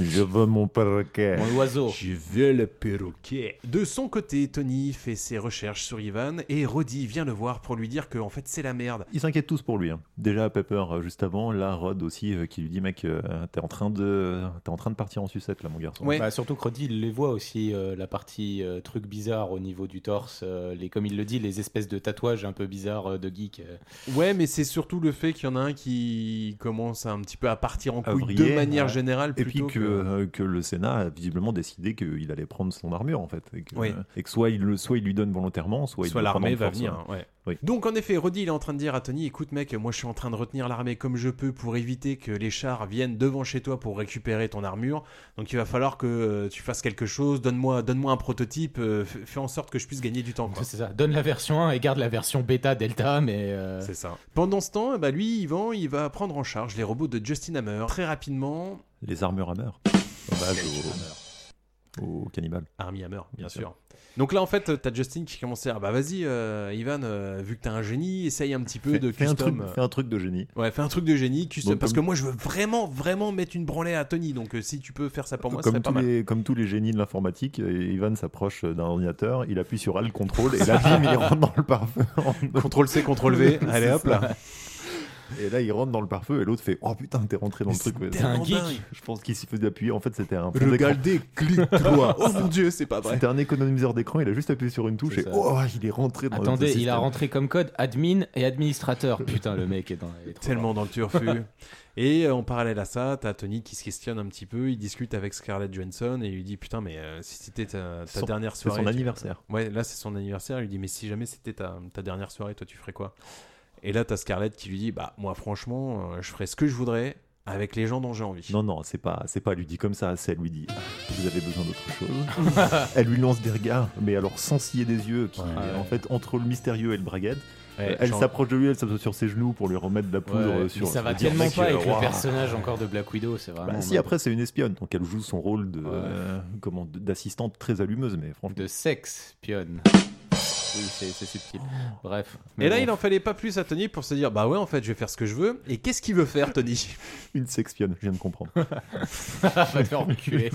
Speaker 12: je veux mon perroquet.
Speaker 16: Mon oiseau.
Speaker 2: Oh.
Speaker 12: Je veux le perroquet.
Speaker 2: De son côté, Tony fait ses recherches sur Ivan et Roddy vient le voir pour lui dire que en fait c'est la merde.
Speaker 12: Ils s'inquiètent tous pour lui. hein. Déjà Pepper euh, juste avant, là Rod aussi euh, qui lui dit mec, euh, t'es en train de, t'es en train de partir en sucette là mon garçon.
Speaker 16: Bah, surtout que Roddy, il les voit aussi, euh, la partie euh, truc bizarre au niveau du torse, euh, les, comme il le dit, les espèces de tatouages un peu bizarres euh, de geek. euh.
Speaker 2: Ouais, mais c'est surtout le fait qu'il y en a un qui commence un petit peu à partir en couille
Speaker 12: Ouvrier,
Speaker 2: de manière
Speaker 12: ouais.
Speaker 2: générale
Speaker 12: Et puis
Speaker 2: plutôt
Speaker 12: que, euh, que le Sénat a visiblement décidé qu'il allait prendre son armure en fait, et que,
Speaker 2: Oui.
Speaker 12: euh, et que soit il le, soit il lui donne volontairement, soit il
Speaker 2: Soit
Speaker 12: le prend
Speaker 2: l'armée
Speaker 12: en
Speaker 2: va
Speaker 12: force,
Speaker 2: venir,
Speaker 12: ouais.
Speaker 2: ouais.
Speaker 12: Oui.
Speaker 2: Donc en effet, Roddy il est en train de dire à Tony, écoute mec, moi je suis en train de retenir l'armée comme je peux pour éviter que les chars viennent devant chez toi pour récupérer ton armure. Donc il va falloir que euh, tu fasses quelque chose, donne-moi donne un prototype, euh, f- fais en sorte que je puisse gagner du temps. quoi.
Speaker 16: C'est ça, donne la version 1 et garde la version bêta, delta, mais. euh,
Speaker 2: C'est ça. Pendant ce temps, eh ben, lui, Yvan, il va prendre en charge les robots de Justin Hammer très rapidement.
Speaker 12: Les armures Hammer. Hommage au, au cannibale.
Speaker 2: Army Hammer, bien
Speaker 12: Bien sûr.
Speaker 2: sûr. Donc là, en fait, t'as Justin qui commençait à bah vas-y, euh, Ivan, euh, vu que t'es un génie, essaye un petit peu
Speaker 12: Fais-
Speaker 2: de
Speaker 12: fais un
Speaker 2: custom. euh,
Speaker 12: truc- fais un truc de génie.
Speaker 2: Ouais, fais un truc de génie, custom.
Speaker 12: Donc,
Speaker 2: parce que
Speaker 12: comme-
Speaker 2: moi, je veux vraiment, vraiment mettre une branlée à Tony. Donc euh, si tu peux faire ça pour moi, ce
Speaker 12: comme,
Speaker 2: serait pas
Speaker 12: tous
Speaker 2: mal.
Speaker 12: les, comme tous les génies de l'informatique, euh, Ivan s'approche d'un ordinateur, il appuie sur Alt Control et la bim, il rentre dans le pare-feu.
Speaker 2: Contrôle C, Contrôle V, allez,
Speaker 12: C'est
Speaker 2: hop, là.
Speaker 12: Et là, il rentre dans le pare-feu et l'autre fait Oh putain, t'es rentré dans le truc. ouais.
Speaker 2: T'es un geek.
Speaker 12: Je pense qu'il s'y faisait appuyer. En fait, c'était un fond d'écran.
Speaker 2: Regardez, clique-toi. oh mon dieu, c'est pas vrai.
Speaker 12: C'était un économiseur d'écran, il a juste appuyé sur une touche et
Speaker 16: ça.
Speaker 12: oh, il est rentré dans notre
Speaker 16: Attendez, il
Speaker 12: système.
Speaker 16: a rentré comme code admin et administrateur. Putain, le mec est dans. il est trop
Speaker 2: Tellement
Speaker 16: fort.
Speaker 2: dans le turfu. et euh, en parallèle à ça, t'as Tony qui se questionne un petit peu. Il discute avec Scarlett Johansson et il lui dit Putain, mais euh, si c'était ta, ta
Speaker 12: Son-
Speaker 2: dernière
Speaker 12: c'est son
Speaker 2: soirée. tu-
Speaker 12: anniversaire.
Speaker 2: Ouais, là, c'est son anniversaire. Il lui dit Mais si jamais c'était ta, ta dernière soirée, toi, tu ferais quoi Et là, t'as Scarlett qui lui dit Bah, moi, franchement, euh, je ferais ce que je voudrais avec les gens dont j'ai envie.
Speaker 12: Non, non, c'est pas, c'est pas, elle lui dit comme ça, c'est elle lui dit ah, Vous avez besoin d'autre chose. elle lui lance des regards, mais alors sans scier des yeux, qui est, en fait entre le mystérieux et le braguette.
Speaker 2: Ouais,
Speaker 12: Euh, elle
Speaker 2: genre-
Speaker 12: s'approche de lui, elle s'approche sur ses genoux pour lui remettre de la poudre
Speaker 16: Ouais,
Speaker 12: euh,
Speaker 16: mais
Speaker 12: sur.
Speaker 16: ça va
Speaker 12: sur-
Speaker 16: tellement
Speaker 12: mec,
Speaker 16: pas
Speaker 12: euh,
Speaker 16: avec le
Speaker 12: ouah.
Speaker 16: personnage encore de Black Widow, c'est vraiment.
Speaker 12: Bah, si, après, c'est une espionne, donc elle joue son rôle de,
Speaker 16: Ouais.
Speaker 12: euh, comment, de- d'assistante très allumeuse, mais franchement.
Speaker 16: De sexe, pionne. Oui, c'est c'est subtil. Bref.
Speaker 2: Et
Speaker 16: mais
Speaker 2: là,
Speaker 16: bon.
Speaker 2: il en fallait pas plus à Tony pour se dire Bah, ouais, en fait, je vais faire ce que je veux. Et qu'est-ce qu'il veut faire, Tony
Speaker 12: Une sexpionne, je viens de comprendre.
Speaker 16: va te faire enculer.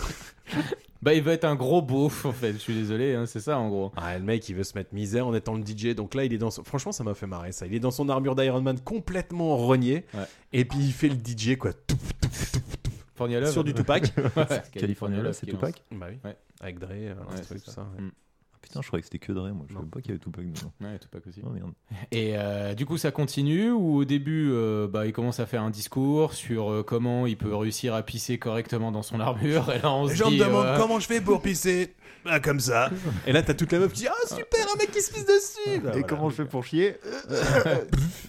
Speaker 16: bah, il va être un gros beauf, en fait. Je suis désolé, hein, c'est ça, en gros.
Speaker 2: Ah, le mec, il veut se mettre misère en étant le DJ. Donc là, il est dans son... Franchement, ça m'a fait marrer, ça. Il est dans son armure d'Iron Man complètement rognée.
Speaker 16: Ouais.
Speaker 2: Et puis, il fait le DJ, quoi. Tout, tout, tout, tout.
Speaker 16: California Love.
Speaker 2: Sur du Tupac.
Speaker 16: Ouais,
Speaker 12: California Love, c'est
Speaker 16: qui
Speaker 12: Tupac Ah,
Speaker 16: lance.
Speaker 2: bah oui.
Speaker 16: Ouais.
Speaker 2: Avec Dre, euh,
Speaker 16: Ouais,
Speaker 2: ce
Speaker 16: c'est
Speaker 2: truc,
Speaker 16: ça.
Speaker 2: ça, ouais.
Speaker 16: Mm.
Speaker 12: Putain, je croyais que c'était que Dre, moi, je savais pas qu'il y avait Tupac dedans.
Speaker 16: Ouais, Tupac aussi.
Speaker 12: Oh, merde.
Speaker 16: Et euh, du coup, ça continue où au début, euh, bah, il commence à faire un discours sur euh, comment il peut réussir à pisser correctement dans son armure. Et là, on
Speaker 2: Les
Speaker 16: se
Speaker 2: gens me
Speaker 16: dit,
Speaker 2: demandent
Speaker 16: euh,
Speaker 2: comment je fais pour pisser. Bah, comme ça. Et là, t'as toute la meuf qui dit Ah, super, un mec qui se pisse dessus. Bah,
Speaker 12: Et
Speaker 2: voilà.
Speaker 12: comment je fais pour chier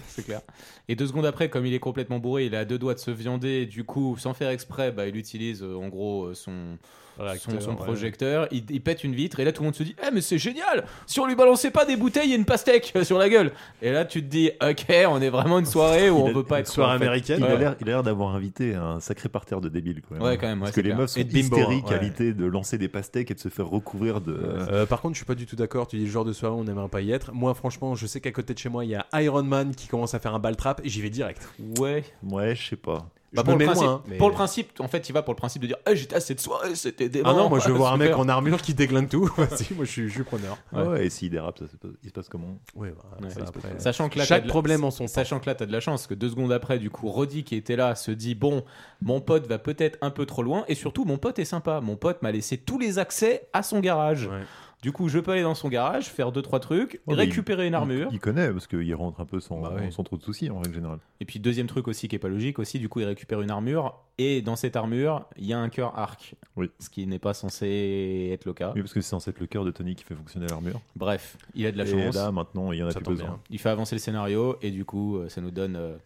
Speaker 16: C'est clair. Et deux secondes après, comme il est complètement bourré, il a deux doigts de se viander. Du coup, sans faire exprès, bah, il utilise euh, en gros euh, son,
Speaker 2: Réacteur,
Speaker 16: son, son
Speaker 2: ouais.
Speaker 16: projecteur. Il, il pète une vitre et là, tout le monde se dit Eh, mais c'est génial Si on lui balançait pas des bouteilles et une pastèque euh, sur la gueule Et là, tu te dis Ok, on est vraiment une soirée où
Speaker 12: Il
Speaker 16: on
Speaker 12: a-
Speaker 16: veut pas être.
Speaker 2: soirée
Speaker 16: en fait.
Speaker 2: américaine.
Speaker 12: Il a
Speaker 16: Ouais.
Speaker 12: l'air- il a l'air d'avoir invité un sacré parterre de débiles quand même.
Speaker 16: Ouais, quand même, ouais,
Speaker 12: Parce
Speaker 16: c'est
Speaker 12: que les
Speaker 16: clair.
Speaker 12: meufs sont
Speaker 2: Et de bimbo,
Speaker 12: hystériques
Speaker 2: hein, ouais.
Speaker 12: à l'idée de lancer des pastèques et de se faire recouvrir de.
Speaker 2: Euh, par contre, je suis pas du tout d'accord. Tu dis le genre de soirée, on aimerait pas y être. Moi, franchement, je sais qu'à côté de chez moi, il y a Iron Man qui commence à faire un ball trap et j'y vais direct.
Speaker 16: Ouais.
Speaker 12: Ouais, je sais pas.
Speaker 2: Bah,
Speaker 16: pour,
Speaker 2: me
Speaker 16: le
Speaker 2: mets
Speaker 16: principe,
Speaker 2: loin, hein, mais-
Speaker 16: pour le principe, en fait, il va pour le principe de dire Eh, J'étais à cette soirée, c'était des
Speaker 2: Ah non, moi je veux voir un mec
Speaker 16: Super.
Speaker 2: en armure qui déglingue tout. Vas-y, moi je suis, je suis preneur.
Speaker 12: Ah Ouais, et s'il dérape, ça se passe- il se passe comment
Speaker 2: Ouais, bah,
Speaker 16: Ouais,
Speaker 2: ça,
Speaker 16: il se
Speaker 2: après, euh,
Speaker 16: Sachant que là,
Speaker 2: Chaque
Speaker 16: t'as de la-
Speaker 2: problème en son temps.
Speaker 16: Sachant que là, t'as de la chance, que deux secondes après, du coup, Roddy qui était là se dit Bon, mon pote va peut-être un peu trop loin, et surtout, mon pote est sympa. Mon pote m'a laissé tous les accès à son garage.
Speaker 2: Ouais.
Speaker 16: Du coup, je peux aller dans son garage, faire deux, trois trucs,
Speaker 12: Oh, mais
Speaker 16: récupérer une armure.
Speaker 12: Il, il connaît parce qu'il rentre un peu sans,
Speaker 16: Bah ouais.
Speaker 12: sans trop de soucis en règle générale.
Speaker 16: Et puis, deuxième truc aussi qui est pas logique aussi, du coup, il récupère une armure, et dans cette armure, il y a un cœur arc.
Speaker 12: Oui.
Speaker 16: Ce qui n'est pas censé être le cas.
Speaker 12: Oui, parce que c'est censé être le cœur de Tony qui fait fonctionner l'armure.
Speaker 16: Bref, il a de la
Speaker 12: Et
Speaker 16: chance.
Speaker 12: là, maintenant, il y en a
Speaker 2: Ça
Speaker 12: plus
Speaker 2: tombe
Speaker 12: besoin.
Speaker 2: bien.
Speaker 16: Il fait avancer le scénario, et du coup, euh, ça nous donne. euh,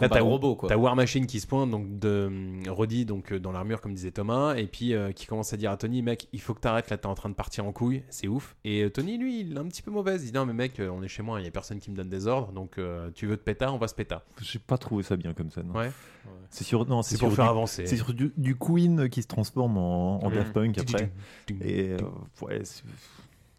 Speaker 2: Là,
Speaker 16: combat
Speaker 2: t'as
Speaker 16: de robots, quoi.
Speaker 2: t'as War Machine qui se pointe, donc de hum, Roddy, donc euh, dans l'armure, comme disait Thomas, et puis euh, qui commence à dire à Tony, mec, il faut que t'arrêtes, là, t'es en train de partir en couille, c'est ouf. Et euh, Tony, lui, il est un petit peu mauvaise. Il dit, non, mais mec, euh, on est chez moi, il y a personne qui me donne des ordres, donc euh, tu veux te péter, on va se péter.
Speaker 12: J'ai pas trouvé ça bien comme ça. Non.
Speaker 2: Ouais.
Speaker 12: C'est sur non,
Speaker 2: C'est
Speaker 12: c'est
Speaker 2: pour
Speaker 12: sur
Speaker 2: faire
Speaker 12: du-
Speaker 2: avancer.
Speaker 12: C'est sur du, du Queen qui se transforme en, en
Speaker 2: Mm.
Speaker 12: Daft Punk après.
Speaker 2: Ding, ding,
Speaker 12: Et euh, ouais, c'est-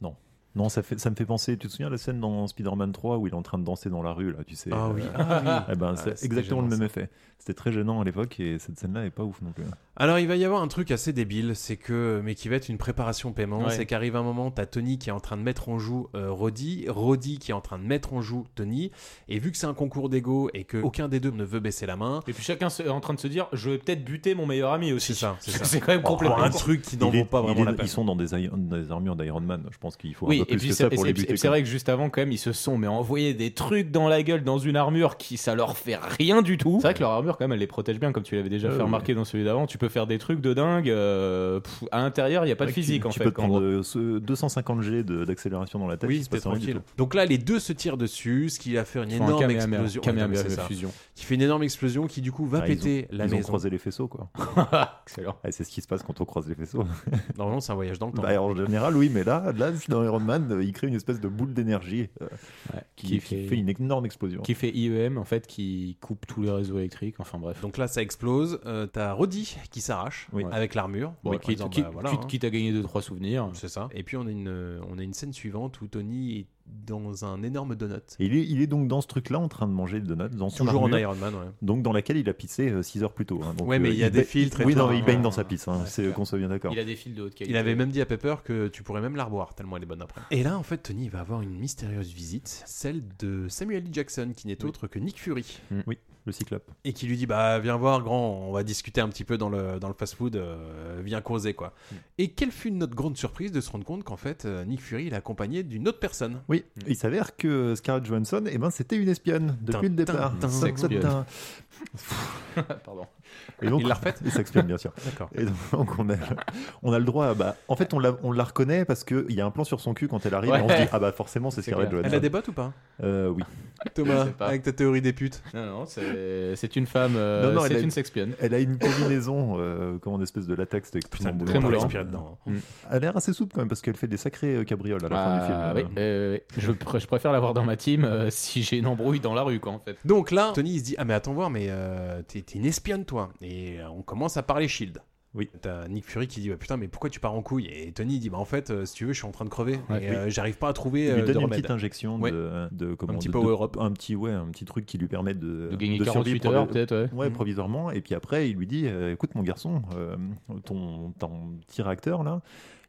Speaker 12: non. Non, ça, fait, ça me fait penser. Tu te souviens de la scène dans Spider-Man 3 où il est en train de danser dans la rue, là, tu sais
Speaker 2: Ah oui,
Speaker 12: euh,
Speaker 2: ah oui.
Speaker 12: eh ben,
Speaker 2: Ah,
Speaker 12: c'est
Speaker 2: c'était
Speaker 12: exactement le
Speaker 2: gênant,
Speaker 12: même
Speaker 2: ça.
Speaker 12: effet. C'était très gênant à l'époque et cette scène-là est pas ouf non plus.
Speaker 2: Alors il va y avoir un truc assez débile, c'est que mais qui va être une préparation paiement,
Speaker 12: Ouais.
Speaker 2: c'est qu'arrive un moment, t'as Tony qui est en train de mettre en joue euh, Roddy, Roddy qui est en train de mettre en joue Tony, et vu que c'est un concours d'ego et que
Speaker 12: Oh.
Speaker 2: aucun des deux ne veut baisser la main,
Speaker 16: Et puis chacun se- est en train de se dire, je vais peut-être buter mon meilleur ami aussi.
Speaker 2: C'est ça, c'est ça.
Speaker 16: quand même
Speaker 2: Pour
Speaker 16: complètement
Speaker 2: un
Speaker 16: con.
Speaker 2: truc qui n'en
Speaker 12: Il est-
Speaker 2: vaut pas
Speaker 12: il
Speaker 2: vraiment
Speaker 12: est-
Speaker 2: la peine.
Speaker 12: Ils sont dans des, iron- des armures d'Iron Man. Je pense qu'il faut
Speaker 16: Oui,
Speaker 12: un peu
Speaker 16: et
Speaker 12: plus
Speaker 16: puis
Speaker 12: que
Speaker 16: c'est
Speaker 12: ça pour
Speaker 16: et-
Speaker 12: les
Speaker 16: et-
Speaker 12: buter.
Speaker 16: et c'est
Speaker 12: quoi.
Speaker 16: vrai que juste avant, quand même, ils se sont mais envoyés des trucs dans la gueule dans une armure qui ça leur fait rien du tout. C'est vrai que leur armure, quand même, elle les protège bien, comme tu l'avais déjà
Speaker 12: Euh,
Speaker 16: fait
Speaker 12: oui.
Speaker 16: remarquer dans celui d'avant. Tu peux faire des trucs de dingue. euh, pff, à l'intérieur, il n'y a pas de
Speaker 12: Ouais, tu-
Speaker 16: physique en
Speaker 12: tu
Speaker 16: fait.
Speaker 12: peux te
Speaker 16: en gros.
Speaker 12: prendre euh, ce 250 G de- d'accélération dans la tête.
Speaker 2: Oui,
Speaker 12: il se
Speaker 2: c'était
Speaker 12: passe rien du
Speaker 2: tranquille.
Speaker 12: tout.
Speaker 2: Donc là, les deux se tirent dessus, ce qui va faire une
Speaker 16: Enfin, un
Speaker 2: énorme
Speaker 16: Kamehameha,
Speaker 2: explosion.
Speaker 16: Kamehameha
Speaker 2: Ouais, non, mais c'est ça.
Speaker 16: fusion.
Speaker 2: Qui fait une énorme explosion qui du coup va
Speaker 12: Ah, ils
Speaker 2: péter
Speaker 12: ont-
Speaker 2: la
Speaker 12: ils ont
Speaker 2: maison.
Speaker 12: croisé les faisceaux, quoi.
Speaker 16: Excellent.
Speaker 12: Ah, c'est ce qui se passe quand on croise les faisceaux.
Speaker 2: Normalement, c'est un voyage dans le temps.
Speaker 12: Bah, en général, oui, mais là, là dans Iron Man, euh, il crée une espèce de boule d'énergie euh, qui,
Speaker 16: qui
Speaker 12: qui
Speaker 16: fait-
Speaker 12: fait une énorme explosion.
Speaker 16: Qui fait IEM en fait, qui coupe tous les réseaux électriques. Enfin bref.
Speaker 2: Donc là, ça explose. Euh, t'as Roddy qui s'arrache
Speaker 16: Oui.
Speaker 2: avec l'armure.
Speaker 16: Bon,
Speaker 2: Oui,
Speaker 16: quitte-
Speaker 2: en disant,
Speaker 16: quitte-
Speaker 2: bah, voilà,
Speaker 16: quitte-
Speaker 2: hein.
Speaker 16: quitte à gagner deux trois souvenirs.
Speaker 2: C'est ça. Et puis on a une, euh, on a une scène suivante où Tony est dans un énorme donut.
Speaker 12: Et il est, il est donc dans ce truc-là en train de manger le donut dans son
Speaker 2: Toujours en
Speaker 12: armure,
Speaker 2: Iron Man, ouais.
Speaker 12: Donc dans laquelle il a pissé 6 heures plus tôt. hein. Donc,
Speaker 2: Ouais, mais il y a
Speaker 12: ba-
Speaker 2: des filtres et
Speaker 12: Oui,
Speaker 2: tout,
Speaker 12: non, mais
Speaker 2: hein.
Speaker 12: il baigne dans sa pisse. hein.
Speaker 2: Ouais,
Speaker 12: c'est
Speaker 2: clair.
Speaker 12: qu'on soit bien d'accord.
Speaker 16: Il a des fils de haute qualité.
Speaker 2: Il avait même dit à Pepper que tu pourrais même l'arboire, tellement elle est bonne après. Et là, en fait, Tony va avoir une mystérieuse visite, celle de Samuel L. Jackson, qui n'est autre que Nick Fury,
Speaker 12: Oui, le cyclope.
Speaker 2: et qui lui dit Bah, viens voir, grand, on va discuter un petit peu dans le, dans le fast-food, euh, viens causer, quoi. Et quelle fut notre grande surprise de se rendre compte qu'en fait, euh, Nick Fury, il est accompagné d'une autre personne.
Speaker 12: Oui, il s'avère que Scarlett Johansson, eh ben, c'était une espionne depuis
Speaker 2: Tin,
Speaker 12: le départ.
Speaker 2: tin, tin. Sexpionne.
Speaker 12: Tin, tin, tin.
Speaker 16: Pardon.
Speaker 12: Et donc,
Speaker 2: Il l'a refaite
Speaker 12: Il s'exprime, bien sûr.
Speaker 2: D'accord.
Speaker 12: Et donc, on a, on a le droit à. Bah, en fait, on la, on la reconnaît parce qu'il y a un plan sur son cul quand elle arrive et on se
Speaker 16: Ouais.
Speaker 12: dit Ah, bah, forcément, c'est
Speaker 16: C'est
Speaker 12: Scarlett
Speaker 16: clair.
Speaker 12: Johansson.
Speaker 2: Elle a des bottes ou pas
Speaker 12: Euh, Oui.
Speaker 2: Thomas,
Speaker 16: sais pas.
Speaker 2: avec ta théorie des putes.
Speaker 16: Non, non, c'est c'est une femme, euh,
Speaker 12: Non, non, elle
Speaker 16: c'est
Speaker 12: a-
Speaker 16: une sexpionne.
Speaker 12: Elle a une combinaison, euh, comme en espèce de latex, c'était extrêmement
Speaker 2: Putain,
Speaker 12: moulant.
Speaker 2: très moulant.
Speaker 12: Inspiré dedans. Elle a l'air assez souple quand même parce qu'elle fait des sacrées euh, cabrioles à la fin du film.
Speaker 16: Ah, oui, euh, oui. je, pr- je préfère l'avoir dans ma team euh, si j'ai une embrouille dans la rue, quoi, en fait.
Speaker 2: Donc là, Tony il se dit Ah, mais attends voir, mais euh, t'es t'es une espionne, toi. Et euh, on commence à parler Shield.
Speaker 12: Oui.
Speaker 2: T'as Nick Fury qui dit bah, Putain, mais pourquoi tu pars en couille Et Tony il dit Bah, en fait, euh, si tu veux, je suis en train de crever.
Speaker 12: Ouais,
Speaker 2: et
Speaker 12: oui.
Speaker 2: euh, j'arrive pas à trouver
Speaker 12: Il
Speaker 2: euh,
Speaker 12: lui
Speaker 2: de
Speaker 12: donne une
Speaker 2: remède.
Speaker 12: petite injection
Speaker 2: Ouais.
Speaker 12: de, de comment,
Speaker 2: petit
Speaker 12: de- de-
Speaker 2: power-up.
Speaker 12: un petit ouais, un petit truc qui lui permet de,
Speaker 16: De gagner
Speaker 12: survivre
Speaker 16: 48 heures,
Speaker 12: provi-
Speaker 16: peut-être, ouais. Mhm.
Speaker 12: provisoirement. Et puis après, il lui dit, euh, écoute mon garçon, euh, ton, ton petit réacteur là,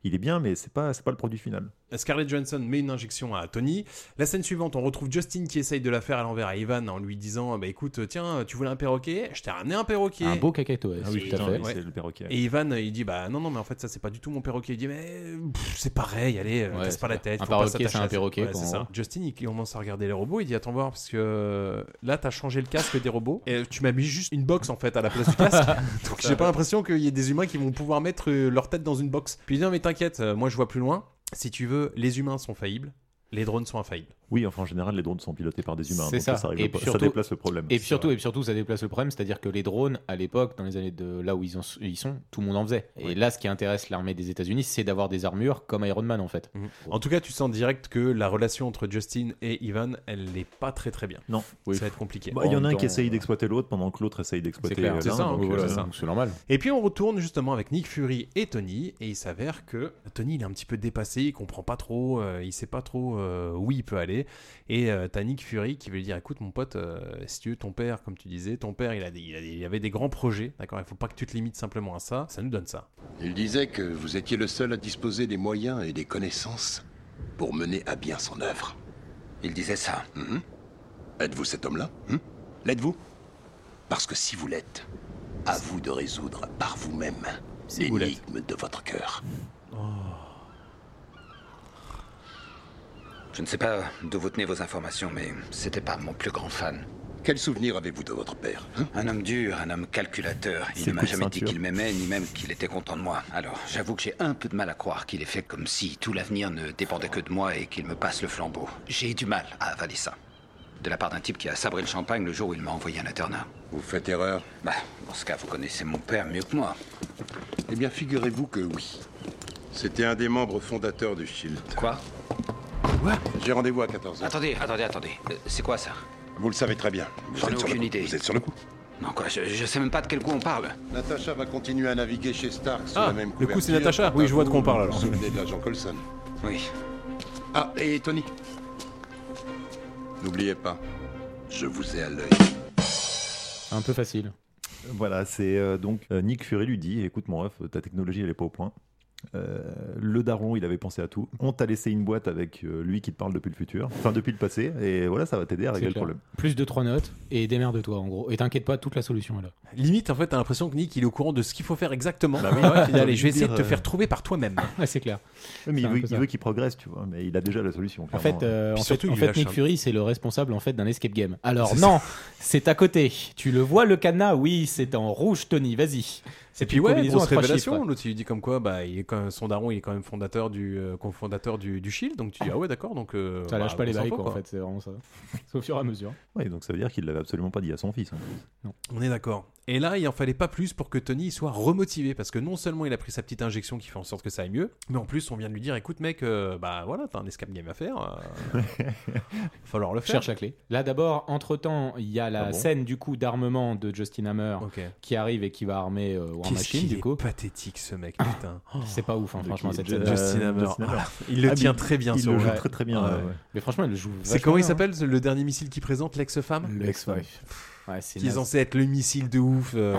Speaker 12: il est bien, mais c'est pas c'est pas le produit final.
Speaker 16: Ah
Speaker 2: Euh, Scarlett Johansson met une injection à Tony. La scène suivante, on retrouve Justin qui essaye de la faire à l'envers à Ivan en lui disant Bah écoute, tiens, tu voulais un perroquet Je t'ai ramené un perroquet.
Speaker 16: Un beau cacahuète,
Speaker 12: Ah oui,
Speaker 16: tout à
Speaker 12: putain,
Speaker 16: fait.
Speaker 12: oui, c'est le perroquet.
Speaker 2: Et Ivan, il dit Bah non, non, mais en fait, ça, c'est pas du tout mon perroquet. Il dit Mais pff, c'est pareil, allez, euh,
Speaker 16: Ouais,
Speaker 2: casse pas
Speaker 16: c'est
Speaker 2: la
Speaker 16: ça.
Speaker 2: tête.
Speaker 16: Un
Speaker 2: faut pas
Speaker 16: perroquet,
Speaker 2: s'attacher
Speaker 16: c'est un
Speaker 2: à ça.
Speaker 16: perroquet,
Speaker 2: Ouais,
Speaker 16: quoi.
Speaker 2: c'est ça. Justin, il commence à regarder les robots. Il dit Attends, voir, parce que euh, là, t'as changé le casque des robots. Et euh, tu m'as mis juste une box, en fait, à la place du casque. Donc j'ai pas l'impression qu'il y ait des humains qui vont pouvoir mettre euh, leur tête dans une box. Puis il dit Non, mais t'inquiète, euh, moi, je vois plus loin. Si tu veux, les humains sont faillibles, les drones sont infaillibles.
Speaker 12: Oui, enfin en général, les drones sont pilotés par des humains.
Speaker 16: C'est
Speaker 12: donc ça,
Speaker 16: ça.
Speaker 12: ça, règle
Speaker 16: Et
Speaker 12: pas-
Speaker 16: puis
Speaker 12: ça
Speaker 16: surtout-
Speaker 12: déplace le problème.
Speaker 16: Et puis
Speaker 12: C'est
Speaker 16: surtout,
Speaker 12: vrai.
Speaker 16: et puis surtout, ça déplace le problème, c'est-à-dire que les drones, à l'époque, dans les années de là où ils, en- ils sont, tout le monde en faisait. Et là, ce qui intéresse l'armée des États-Unis, c'est d'avoir des armures comme Iron Man, en fait.
Speaker 2: En tout cas, tu sens direct que la relation entre Justin et Ivan, elle n'est pas très très bien.
Speaker 12: Non.
Speaker 16: Oui.
Speaker 2: Ça va être compliqué.
Speaker 12: Bah, il y en a
Speaker 16: En
Speaker 12: un
Speaker 16: même
Speaker 12: qui
Speaker 16: temps,
Speaker 12: essaye
Speaker 16: euh,
Speaker 12: d'exploiter l'autre pendant que l'autre essaye d'exploiter
Speaker 16: clair.
Speaker 12: l'un.
Speaker 2: C'est ça,
Speaker 12: donc,
Speaker 2: hein,
Speaker 12: euh,
Speaker 2: voilà. c'est ça.
Speaker 16: Donc, C'est normal.
Speaker 2: Et puis on retourne justement avec Nick Fury et Tony, et il s'avère que Tony il est un petit peu dépassé, il comprend pas trop, euh, il sait pas trop euh, où il peut aller. Et euh, t'as Nick Fury qui veut lui dire écoute mon pote, euh, si tu veux ton père, comme tu disais, ton père il, a des- il, a des- il avait des grands projets, d'accord Il faut pas que tu te limites simplement à ça, ça nous donne ça.
Speaker 8: Il disait que vous étiez le seul à disposer des moyens et des connaissances pour mener à bien son œuvre.
Speaker 13: Il disait ça.
Speaker 8: Mhm. Êtes-vous cet homme-là hmm L'êtes-vous Parce que si vous l'êtes, à vous de résoudre par vous-même l'énigme de votre cœur.
Speaker 13: Je ne sais pas d'où vous tenez vos informations, mais c'était pas mon plus grand fan.
Speaker 8: Quel souvenir avez-vous de votre père hein
Speaker 13: Un homme dur, un homme calculateur. Il
Speaker 12: C'est
Speaker 13: ne m'a
Speaker 12: coup de
Speaker 13: jamais dit
Speaker 12: ceinture.
Speaker 13: qu'il m'aimait, ni même qu'il était content de moi. Alors, j'avoue que j'ai un peu de mal à croire qu'il est fait comme si tout l'avenir ne dépendait que de moi et qu'il me passe le flambeau. J'ai du mal à avaler ça. de la part d'un type qui a sabré le champagne le jour où il m'a envoyé à l'internat.
Speaker 8: Vous faites erreur
Speaker 13: Bah, dans ce cas, vous connaissez mon père mieux que moi.
Speaker 8: Eh bien, figurez-vous que oui. C'était un des membres fondateurs du Shield.
Speaker 13: Quoi
Speaker 8: Quoi J'ai rendez-vous à 14h.
Speaker 13: Attendez, attendez, attendez. Euh, c'est quoi ça
Speaker 8: Vous le savez très bien. Vous
Speaker 13: J'en ai
Speaker 8: êtes sur le
Speaker 13: aucune
Speaker 8: coup.
Speaker 13: idée.
Speaker 8: Vous êtes sur le coup
Speaker 13: Non, quoi, je, je sais même pas de quel coup on parle.
Speaker 8: Natacha va continuer à naviguer chez Stark sous
Speaker 13: Ah,
Speaker 8: la même
Speaker 13: le coup,
Speaker 8: couverture.
Speaker 13: c'est Natacha Oui, je vois de quoi on parle, alors.
Speaker 8: Vous vous souvenez de l'agent Colson
Speaker 13: Oui.
Speaker 8: Ah, et Tony N'oubliez pas, je vous ai à l'œil.
Speaker 16: Un peu facile.
Speaker 12: Voilà, c'est euh, donc euh, Nick Fury lui dit écoute mon ref, ta technologie elle est pas au point. Euh, le daron, il avait pensé à tout. On t'a laissé une boîte avec euh, lui qui te parle depuis le futur, enfin depuis le passé, et voilà, ça va t'aider à
Speaker 16: C'est
Speaker 12: régler le
Speaker 16: clair.
Speaker 12: problème.
Speaker 16: Plus de 3 notes et démerde-toi en gros. Et t'inquiète pas, toute la solution est là.
Speaker 2: Limite, en fait, t'as l'impression que Nick il est au courant de ce qu'il faut faire exactement.
Speaker 12: Bah oui.
Speaker 2: Ouais, il dit, Allez,
Speaker 12: J'ai
Speaker 2: je vais
Speaker 12: envie de
Speaker 2: essayer de te
Speaker 12: dire, euh,
Speaker 2: faire trouver par toi-même.
Speaker 16: Ouais, c'est clair.
Speaker 12: Oui, mais
Speaker 16: C'est
Speaker 12: il
Speaker 16: un
Speaker 12: veut,
Speaker 16: peu
Speaker 12: il
Speaker 16: ça.
Speaker 12: veut qu'il progresse, tu vois, mais il a déjà la solution.
Speaker 16: En fait, euh, en fait, en fait, Nick Fury, c'est le responsable en fait d'un escape game. Alors
Speaker 12: C'est
Speaker 16: non, c'est à côté. Tu le vois le cadenas Oui, c'est en rouge, Tony. Vas-y. C'est
Speaker 2: Et puis
Speaker 16: une
Speaker 2: ouais,
Speaker 16: combinaison
Speaker 2: grosse
Speaker 16: à trois
Speaker 2: révélation.
Speaker 16: chiffres.
Speaker 2: L'autre il lui dit comme quoi, bah, il est quand même- son daron, il est quand même fondateur du euh, cofondateur du, du Shield. Donc tu dis ah ouais d'accord. Donc euh,
Speaker 16: Ça lâche
Speaker 2: bah,
Speaker 16: pas les
Speaker 2: on s'en
Speaker 16: barils
Speaker 2: fout,
Speaker 16: quoi, en fait. C'est vraiment ça. C'est au fur et à mesure.
Speaker 12: Ouais, donc ça veut dire qu'il l'avait absolument pas dit à son fils. hein. en plus.
Speaker 2: On est d'accord. Et là, il en fallait pas plus pour que Tony soit remotivé parce que non seulement il a pris sa petite injection qui fait en sorte que ça aille mieux, mais en plus on vient de lui dire écoute mec, euh, bah voilà, t'as un escape game à faire. euh, falloir le faire.
Speaker 16: Cherche la clé. Là d'abord, entre temps, il y a la
Speaker 2: Ah bon
Speaker 16: scène du coup d'armement de Justin Hammer
Speaker 2: Ok.
Speaker 16: qui arrive et qui va armer euh, War
Speaker 2: Qu'est-ce
Speaker 16: Machine
Speaker 2: qu'il
Speaker 16: du coup. Ah.
Speaker 2: est pathétique ce mec, putain.
Speaker 16: C'est pas ouf, hein,
Speaker 2: De
Speaker 16: franchement,
Speaker 2: qui
Speaker 16: cette
Speaker 2: Justin
Speaker 16: scène.
Speaker 2: Justin Hammer. Justin Hammer. Il
Speaker 16: Ah,
Speaker 2: le tient très bien,
Speaker 12: Ah, il
Speaker 2: ce
Speaker 12: le
Speaker 2: rôle.
Speaker 12: joue
Speaker 2: Ouais.
Speaker 12: très très bien.
Speaker 2: Ouais.
Speaker 12: ouais, ouais.
Speaker 16: Mais franchement, il le joue.
Speaker 2: C'est comment il s'appelle le dernier missile qui présente l'ex-femme
Speaker 16: L'ex-wife. Ouais, c'est
Speaker 2: Qui est
Speaker 16: naze. Ah.
Speaker 2: censé être le missile de ouf euh,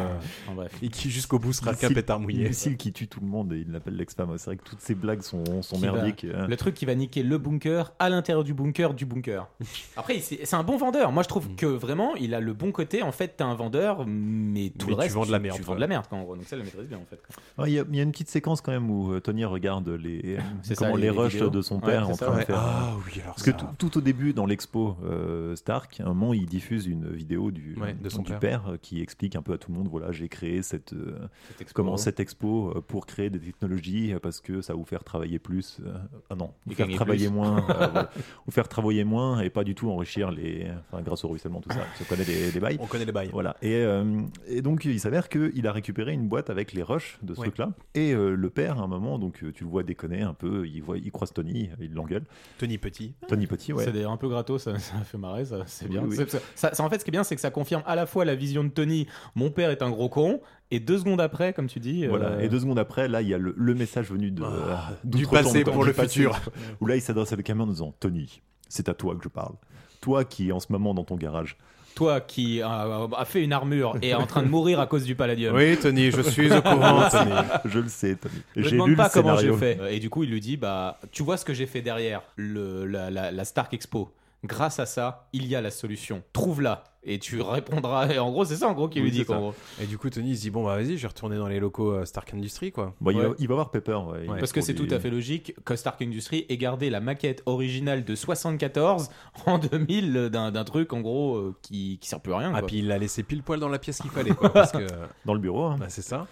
Speaker 16: En bref.
Speaker 2: et qui jusqu'au bout sera qu'un
Speaker 12: Lucille-
Speaker 2: pétard mouillé.
Speaker 12: Lucille qui tue tout le monde et il l'appelle l'ex-femme. C'est vrai que toutes ces blagues sont, sont
Speaker 16: Qui va-
Speaker 12: merdiques. euh.
Speaker 16: Le truc qui va niquer le bunker à l'intérieur du bunker du bunker. Après, il- c'est c'est un bon vendeur. Moi, je trouve que vraiment, il a le bon côté. En fait, t'es un vendeur, mais tout
Speaker 2: Mais tu
Speaker 16: le reste,
Speaker 2: vends de la merde,
Speaker 16: Tu vends
Speaker 2: quoi.
Speaker 16: de la merde, quoi, en gros. Donc ça, il le maîtrise bien, en fait.
Speaker 12: Ouais, Il y, a- il y a une petite séquence quand même où euh, Tony regarde les,
Speaker 16: C'est
Speaker 12: comment
Speaker 16: ça, les-
Speaker 12: les,
Speaker 16: les
Speaker 12: rushs
Speaker 16: vidéos.
Speaker 12: de son
Speaker 16: Ouais,
Speaker 12: père
Speaker 16: c'est
Speaker 12: en
Speaker 16: ça,
Speaker 12: train
Speaker 16: ouais.
Speaker 12: de faire.
Speaker 16: Ah oui, alors
Speaker 12: Parce que
Speaker 16: ça.
Speaker 12: tout, tout au début, dans l'expo euh, Stark, à un moment, il diffuse une vidéo du,
Speaker 2: Ouais, de son
Speaker 12: du
Speaker 2: père.
Speaker 12: euh, qui explique un peu à tout le monde voilà, j'ai créé cette, euh,
Speaker 16: Cette expo.
Speaker 12: comment, cette expo euh, pour créer des technologies euh, parce que ça va vous faire travailler plus. euh, ah non,
Speaker 16: Et
Speaker 12: vous faire
Speaker 16: gagner
Speaker 12: travailler
Speaker 16: plus.
Speaker 12: moins. euh, voilà. vous faire travailler moins et pas du tout enrichir les. Enfin, grâce au ruissellement, tout ça. On connaît les, les bails.
Speaker 2: On connaît les bails.
Speaker 12: Voilà. Et, euh, et donc, il s'avère qu'il a récupéré une boîte avec les rushs de ce
Speaker 2: Ouais.
Speaker 12: truc-là. Et euh, le père, à un moment, donc euh, tu le vois déconner un peu, il, voit, il croise Tony, euh, il l'engueule.
Speaker 2: Tony Petit.
Speaker 12: Tony Petit, ouais.
Speaker 16: C'est d'ailleurs un peu gratos, ça, ça fait marrer, ça, c'est bien.
Speaker 12: Oui, oui.
Speaker 16: C'est- c'est- ça- ça, en fait, ce qui est bien, c'est que ça confirme à la fois la vision de Tony, mon père est un gros con, et deux secondes après, comme tu dis. euh,
Speaker 12: Voilà. Et deux secondes après, là, il y a le, le message venu de, euh,
Speaker 2: Ah,
Speaker 12: d'outre-tombe,
Speaker 2: du passé
Speaker 12: quoi,
Speaker 2: pour
Speaker 12: du
Speaker 2: le futur.
Speaker 12: Où là, il s'adresse à la caméra en disant Tony, c'est à toi que je parle. Toi qui est en ce moment dans ton garage.
Speaker 16: Toi qui euh, a fait une armure et est en train de mourir à cause du palladium.
Speaker 2: Tony, je suis
Speaker 16: au courant.
Speaker 12: Tony. Je le sais, Tony.
Speaker 16: Je
Speaker 12: J'ai
Speaker 16: demande
Speaker 12: lu
Speaker 16: pas
Speaker 12: le
Speaker 16: comment j'ai
Speaker 12: scénario.
Speaker 16: fait. Et du coup, il lui dit bah, tu vois ce que j'ai fait derrière le, la, la- la Stark Expo. Grâce à ça, il y a la solution. Trouve-la et tu répondras. Et en gros, c'est ça en gros qu'il
Speaker 2: Oui,
Speaker 16: lui dit.
Speaker 2: c'est
Speaker 16: qu'en
Speaker 2: ça.
Speaker 16: gros.
Speaker 2: Et du coup, Tony il se dit bon bah vas-y, je vais retourner dans les locaux euh, Stark Industries quoi.
Speaker 12: Bon, il, va,
Speaker 16: Ouais.
Speaker 12: il va voir Pepper. ouais, euh, il
Speaker 16: Parce
Speaker 12: trouve
Speaker 16: que c'est
Speaker 12: des-
Speaker 16: tout à fait logique que Stark Industries ait gardé la maquette originale de 74 en 2000 euh, d'un d'un truc en gros euh, qui, qui sert plus à rien.
Speaker 2: Ah
Speaker 16: quoi.
Speaker 2: puis il l'a laissé pile poil dans la pièce qu'il fallait quoi. parce que
Speaker 12: Dans le bureau. hein.
Speaker 2: bah, c'est ça.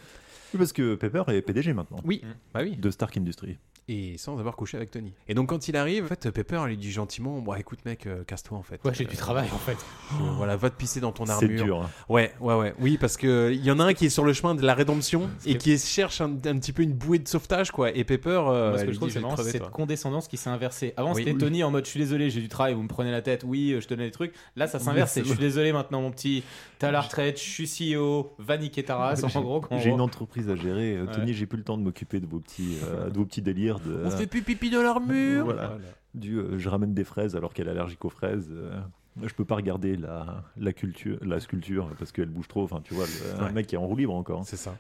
Speaker 12: Oui, parce que Pepper est PDG maintenant.
Speaker 2: Oui. Bah oui.
Speaker 12: De Stark Industries.
Speaker 2: Et sans avoir couché avec Tony. Et donc quand il arrive, en fait, Pepper lui dit gentiment bon écoute mec, euh, casse-toi en fait.
Speaker 16: Ouais, j'ai du
Speaker 2: Euh,
Speaker 16: travail en fait.
Speaker 2: Euh, Voilà, va te pisser dans ton
Speaker 12: C'est
Speaker 2: armure.
Speaker 12: dur, hein.
Speaker 2: Ouais, ouais, ouais. Oui, parce que il y en a un qui est sur le chemin de la rédemption et qui cherche un, un petit peu une bouée de sauvetage, quoi. Et Pepper, euh,
Speaker 16: Moi, ce que
Speaker 2: lui
Speaker 16: je trouve,
Speaker 2: dit,
Speaker 16: c'est
Speaker 2: vais te
Speaker 16: marrant, c'est
Speaker 2: crever,
Speaker 16: cette
Speaker 2: toi.
Speaker 16: condescendance qui s'est inversée. Avant,
Speaker 2: Oui.
Speaker 16: c'était
Speaker 2: Oui.
Speaker 16: Tony en mode je suis désolé, j'ai du travail, vous me prenez la tête, oui, euh, je te donnais des trucs. Là, ça s'inverse,
Speaker 12: Oui, c'est
Speaker 16: c'est je suis
Speaker 12: vrai.
Speaker 16: désolé maintenant, mon petit, t'as la retraite, je suis CEO, va niquer ta race, en gros. qu'en
Speaker 12: J'ai
Speaker 16: gros.
Speaker 12: une entreprise à gérer. Euh,
Speaker 16: Ouais.
Speaker 12: Tony, j'ai plus le temps de m'occuper de vos petits, euh, de vos petits délires. De,
Speaker 2: On fait plus pipi dans l'armure.
Speaker 12: Voilà. Du, euh, je ramène des fraises alors qu'elle est allergique aux fraises. euh, je peux pas regarder la, la, culture, la sculpture parce qu'elle bouge trop. Enfin, tu vois, le,
Speaker 2: Ouais.
Speaker 12: un mec qui est en roue libre encore.
Speaker 2: C'est ça.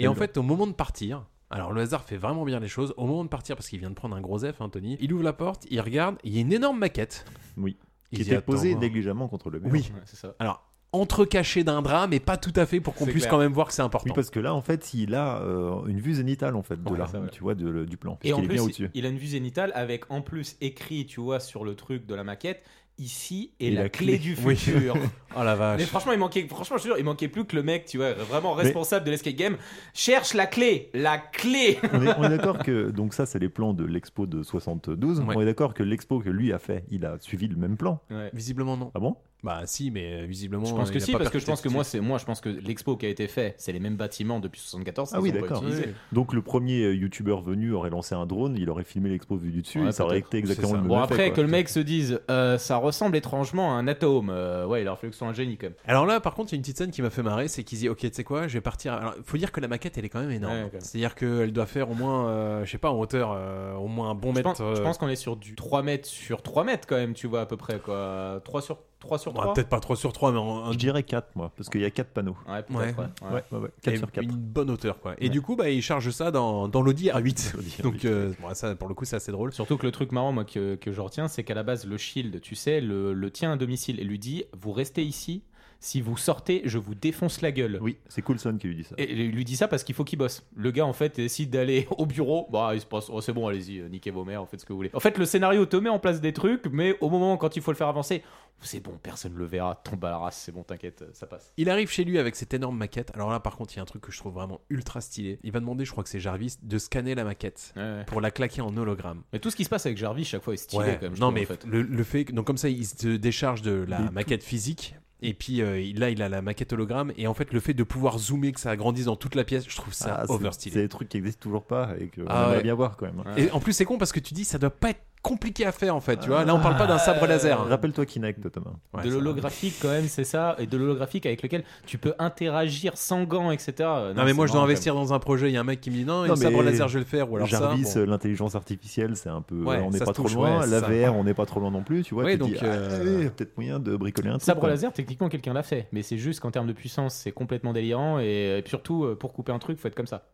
Speaker 2: Et en fait, au moment de partir, alors le hasard fait vraiment bien les choses. Au moment de partir, parce qu'il vient de prendre un gros F, hein, Tony, il ouvre la porte, il regarde, il y a une énorme maquette.
Speaker 12: Oui.
Speaker 2: Il
Speaker 12: Qui
Speaker 2: dit,
Speaker 12: était posé
Speaker 2: attends,
Speaker 12: négligemment contre le mur.
Speaker 2: Oui.
Speaker 16: Ouais, c'est ça.
Speaker 2: Alors, entrecachée d'un drap, mais pas tout à fait pour qu'on
Speaker 16: C'est
Speaker 2: puisse
Speaker 16: clair.
Speaker 2: quand même voir que c'est
Speaker 12: Oui,
Speaker 2: important.
Speaker 12: parce que là, en fait, il a euh, une vue zénitale en fait de
Speaker 16: Ouais,
Speaker 12: là,
Speaker 16: ça, ouais.
Speaker 12: tu vois, de- le- du plan.
Speaker 16: Et
Speaker 12: il
Speaker 16: en
Speaker 12: est bien
Speaker 16: plus,
Speaker 12: au-dessus.
Speaker 16: il a une vue zénitale avec en plus écrit, tu vois, sur le truc de la maquette, ici est la, clé, du futur.
Speaker 2: oh la vache.
Speaker 16: Mais franchement, il manquait, franchement, je te jure, il manquait plus que le mec, tu vois, vraiment responsable de l'escape game, cherche la clé, la clé.
Speaker 12: on est, on est d'accord que donc ça c'est les plans de l'expo de 72. On est d'accord que l'expo que lui a fait, il a suivi le même plan.
Speaker 2: Visiblement non.
Speaker 12: Ah bon
Speaker 2: Bah si, mais euh, visiblement.
Speaker 16: Je pense que
Speaker 2: il a
Speaker 16: si,
Speaker 2: pas
Speaker 16: parce que je
Speaker 2: percuté
Speaker 16: pense que
Speaker 2: ce
Speaker 16: moi,
Speaker 2: type.
Speaker 16: c'est moi, je pense que l'expo qui a été fait, c'est les mêmes bâtiments depuis 74.
Speaker 12: Ah
Speaker 16: qu'ils
Speaker 12: oui,
Speaker 16: ont pas
Speaker 12: d'accord.
Speaker 16: utilisés.
Speaker 12: Donc le premier euh, youtubeur venu aurait lancé un drone, il aurait filmé l'expo vue du dessus,
Speaker 16: Ouais,
Speaker 12: et ça aurait
Speaker 16: peut-être.
Speaker 12: été exactement
Speaker 16: C'est
Speaker 12: le
Speaker 16: ça.
Speaker 12: même
Speaker 16: Bon,
Speaker 12: effet,
Speaker 16: après,
Speaker 12: quoi.
Speaker 16: que le mec se dise, euh, ça ressemble étrangement à un atome. euh, ouais, il aurait fallu que ce soit un génie, quand même.
Speaker 2: Alors là, par contre, il y a une petite scène qui m'a fait marrer, c'est qu'il dit Ok, tu sais quoi, je vais partir. Alors, faut dire que la maquette, elle est quand même énorme.
Speaker 16: Ouais, quand même.
Speaker 2: C'est-à-dire qu'elle doit faire au moins, euh, je sais pas, en hauteur, euh, au moins un bon
Speaker 16: Je
Speaker 2: mètre.
Speaker 16: pense, je
Speaker 2: euh,
Speaker 16: pense qu'on est sur du 3 mètres sur 3 mètres quand même, tu vois, à peu près, quoi. 3 sur 3. Sur
Speaker 2: bah,
Speaker 16: 3
Speaker 2: Peut-être pas 3 sur 3, mais en,
Speaker 12: Je dirais 4, moi, parce qu'il y a 4 panneaux.
Speaker 16: Ouais, peut-être,
Speaker 2: Ouais.
Speaker 16: ouais.
Speaker 12: Ouais, ouais, ouais. 4
Speaker 2: Et
Speaker 12: sur 4.
Speaker 2: Une bonne hauteur, quoi. Et
Speaker 12: Ouais.
Speaker 2: du coup, bah, il charge ça dans, dans l'Audi A8.
Speaker 12: A8.
Speaker 2: Donc, euh, bon, ça, pour le coup, c'est assez drôle.
Speaker 16: Surtout que le truc marrant, moi, que, que je retiens, c'est qu'à la base, le shield, tu sais, le, le tient à domicile et lui dit Vous restez ici, si vous sortez, je vous défonce la gueule.
Speaker 12: Oui, c'est Coulson qui lui dit ça.
Speaker 16: Et il lui dit ça parce qu'il faut qu'il bosse. Le gars, en fait, décide d'aller au bureau. Bah, il se passe, oh, c'est bon, allez-y, euh, niquez vos mères, en faites ce que vous voulez. En fait, le scénario te met en place des trucs, mais au moment quand il faut le faire avancer, oh, c'est bon, personne le verra, tombe à la race, c'est bon, t'inquiète, euh, ça passe.
Speaker 2: Il arrive chez lui avec cette énorme maquette. Alors là, par contre, il y a un truc que je trouve vraiment ultra stylé. Il va demander, je crois que c'est Jarvis, de scanner la maquette pour la claquer en hologramme.
Speaker 16: Mais tout ce qui se passe avec Jarvis, chaque fois, est stylé,
Speaker 2: Ouais.
Speaker 16: quand même. je
Speaker 2: non,
Speaker 16: trouve,
Speaker 2: mais
Speaker 16: en fait.
Speaker 2: le, le fait. que- Donc, comme ça, il se décharge de la
Speaker 16: Des tout-
Speaker 2: maquette physique. Et puis euh, il- là, il a la maquette hologramme. Et en fait, le fait de pouvoir zoomer, que ça agrandisse dans toute la pièce, je trouve ça
Speaker 12: Ah, c'est-
Speaker 2: overstylé.
Speaker 12: C'est des trucs qui existent toujours pas et qu'on
Speaker 2: Ah
Speaker 12: aimerait
Speaker 2: ouais.
Speaker 12: bien voir quand même.
Speaker 2: Et en plus, c'est con parce que tu dis, ça doit pas être compliqué à faire en fait. Tu vois, là, on parle pas d'un sabre laser. hein.
Speaker 12: Euh, Rappelle-toi Kinect, Thomas.
Speaker 16: de l'holographique quand même, c'est ça, et de l'holographique avec lequel tu peux interagir sans gants, etc. Euh,
Speaker 2: Non, mais moi,
Speaker 16: c'est
Speaker 2: je dois
Speaker 16: marrant,
Speaker 2: investir dans un projet. Il y a un mec qui me dit, non,
Speaker 12: Non,
Speaker 2: et le sabre
Speaker 12: mais
Speaker 2: laser, je vais le faire. Ou alors
Speaker 12: Jarvis,
Speaker 2: ça. bon.
Speaker 12: euh, l'intelligence artificielle, c'est un peu.
Speaker 2: Ouais,
Speaker 12: on n'est
Speaker 2: ça
Speaker 12: pas
Speaker 2: se
Speaker 12: trop
Speaker 2: touche,
Speaker 12: loin.
Speaker 2: ouais,
Speaker 12: la
Speaker 2: ça.
Speaker 12: VR, on n'est pas trop loin non plus. Tu vois,
Speaker 2: Ouais,
Speaker 12: tu
Speaker 2: donc,
Speaker 12: dis, ah,
Speaker 2: euh,
Speaker 12: ouais, peut-être moyen de bricoler un
Speaker 16: quand même.
Speaker 12: truc.
Speaker 16: Sabre
Speaker 12: quoi.
Speaker 16: laser, techniquement, quelqu'un l'a fait, mais c'est juste qu'en termes de puissance, c'est complètement délirant, et, et surtout, euh, pour couper un truc, faut être comme ça.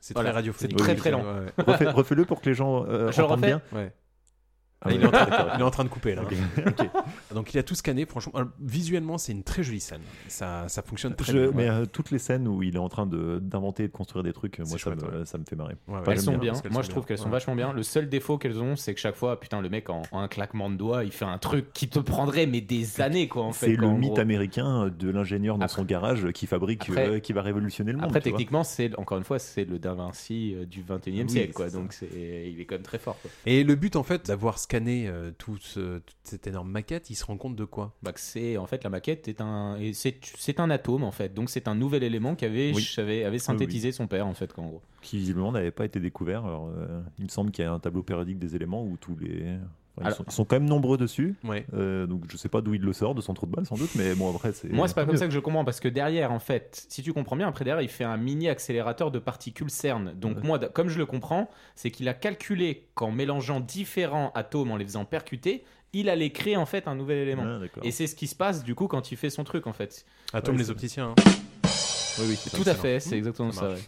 Speaker 2: C'est
Speaker 16: Voilà,
Speaker 2: très radiophonique.
Speaker 16: C'est très
Speaker 2: Oui,
Speaker 16: très
Speaker 2: oui,
Speaker 16: lent.
Speaker 2: ouais, ouais.
Speaker 12: Refais- Refais-le pour que les gens euh,
Speaker 16: Je le
Speaker 12: entendent
Speaker 16: refais
Speaker 12: bien.
Speaker 2: Ouais.
Speaker 12: Ah
Speaker 2: Là, il,
Speaker 12: ouais,
Speaker 2: est en train,
Speaker 12: d'accord.
Speaker 2: il est en train de couper là.
Speaker 12: Ok.
Speaker 2: Donc il a tout scanné, franchement. Alors, visuellement, c'est une très jolie scène. Ça, ça fonctionne très
Speaker 12: Je-
Speaker 2: bien.
Speaker 12: mais
Speaker 2: ouais.
Speaker 12: euh, toutes les scènes où il est en train de- d'inventer et de construire des trucs, euh, moi
Speaker 2: C'est
Speaker 12: ça
Speaker 2: chouette,
Speaker 12: me, ça me fait marrer.
Speaker 2: Ouais, ouais.
Speaker 12: Enfin,
Speaker 16: elles
Speaker 12: j'aime
Speaker 16: sont bien.
Speaker 2: parce qu'elles
Speaker 16: Moi,
Speaker 2: sont
Speaker 16: je trouve
Speaker 2: bien.
Speaker 16: qu'elles sont
Speaker 2: Ouais.
Speaker 16: vachement bien. Le seul défaut qu'elles ont, c'est que chaque fois, putain, le mec, en, en un claquement de doigts, il fait un truc qui te prendrait, mais des années, quoi, en fait.
Speaker 12: C'est
Speaker 16: quoi,
Speaker 12: le
Speaker 16: en
Speaker 12: mythe
Speaker 16: gros.
Speaker 12: américain de l'ingénieur dans son garage qui fabrique,
Speaker 16: Après-
Speaker 12: euh, qui va révolutionner le monde.
Speaker 16: Après,
Speaker 12: tu vois.
Speaker 16: techniquement, c'est encore une fois, c'est le Da Vinci euh, du 21 e
Speaker 12: Oui,
Speaker 16: siècle, quoi.
Speaker 12: c'est ça.
Speaker 16: Donc, c'est- il est quand même très fort, quoi.
Speaker 2: Et le but en fait d'avoir scanné euh, tout ce- toute cette énorme maquette, il se rend compte de quoi
Speaker 16: Bah que c'est en fait la maquette est un et c'est c'est un atome en fait donc c'est un nouvel élément qu'avait
Speaker 12: Oui.
Speaker 16: ch- avait, avait synthétisé son père en fait quoi, en gros.
Speaker 12: Qui visiblement n'avait pas été découvert. Alors, euh, il me semble qu'il y a un tableau périodique des éléments où tous les. enfin, ils,
Speaker 16: Alors-
Speaker 12: sont, ils sont quand même nombreux dessus.
Speaker 2: Ouais.
Speaker 12: Euh, donc je sais pas d'où il le sort, de son trou de balle sans doute, mais bon après c'est.
Speaker 16: Moi c'est pas comme ça que je comprends parce que derrière en fait si tu comprends bien après derrière il fait un mini accélérateur de particules CERN donc moi d- comme je le comprends c'est qu'il a calculé qu'en mélangeant différents atomes en les faisant percuter il allait créer en fait un nouvel élément
Speaker 12: Ah, d'accord.
Speaker 16: et c'est ce qui se passe du coup quand il fait son truc en fait.
Speaker 2: Atome
Speaker 12: Ouais,
Speaker 2: les
Speaker 12: c'est-
Speaker 2: opticiens. hein.
Speaker 12: Oui, oui, c'est ça.
Speaker 16: Tout à fait c'est
Speaker 2: Mmh,
Speaker 16: exactement
Speaker 2: ça
Speaker 16: ça.
Speaker 2: marche.
Speaker 16: ouais.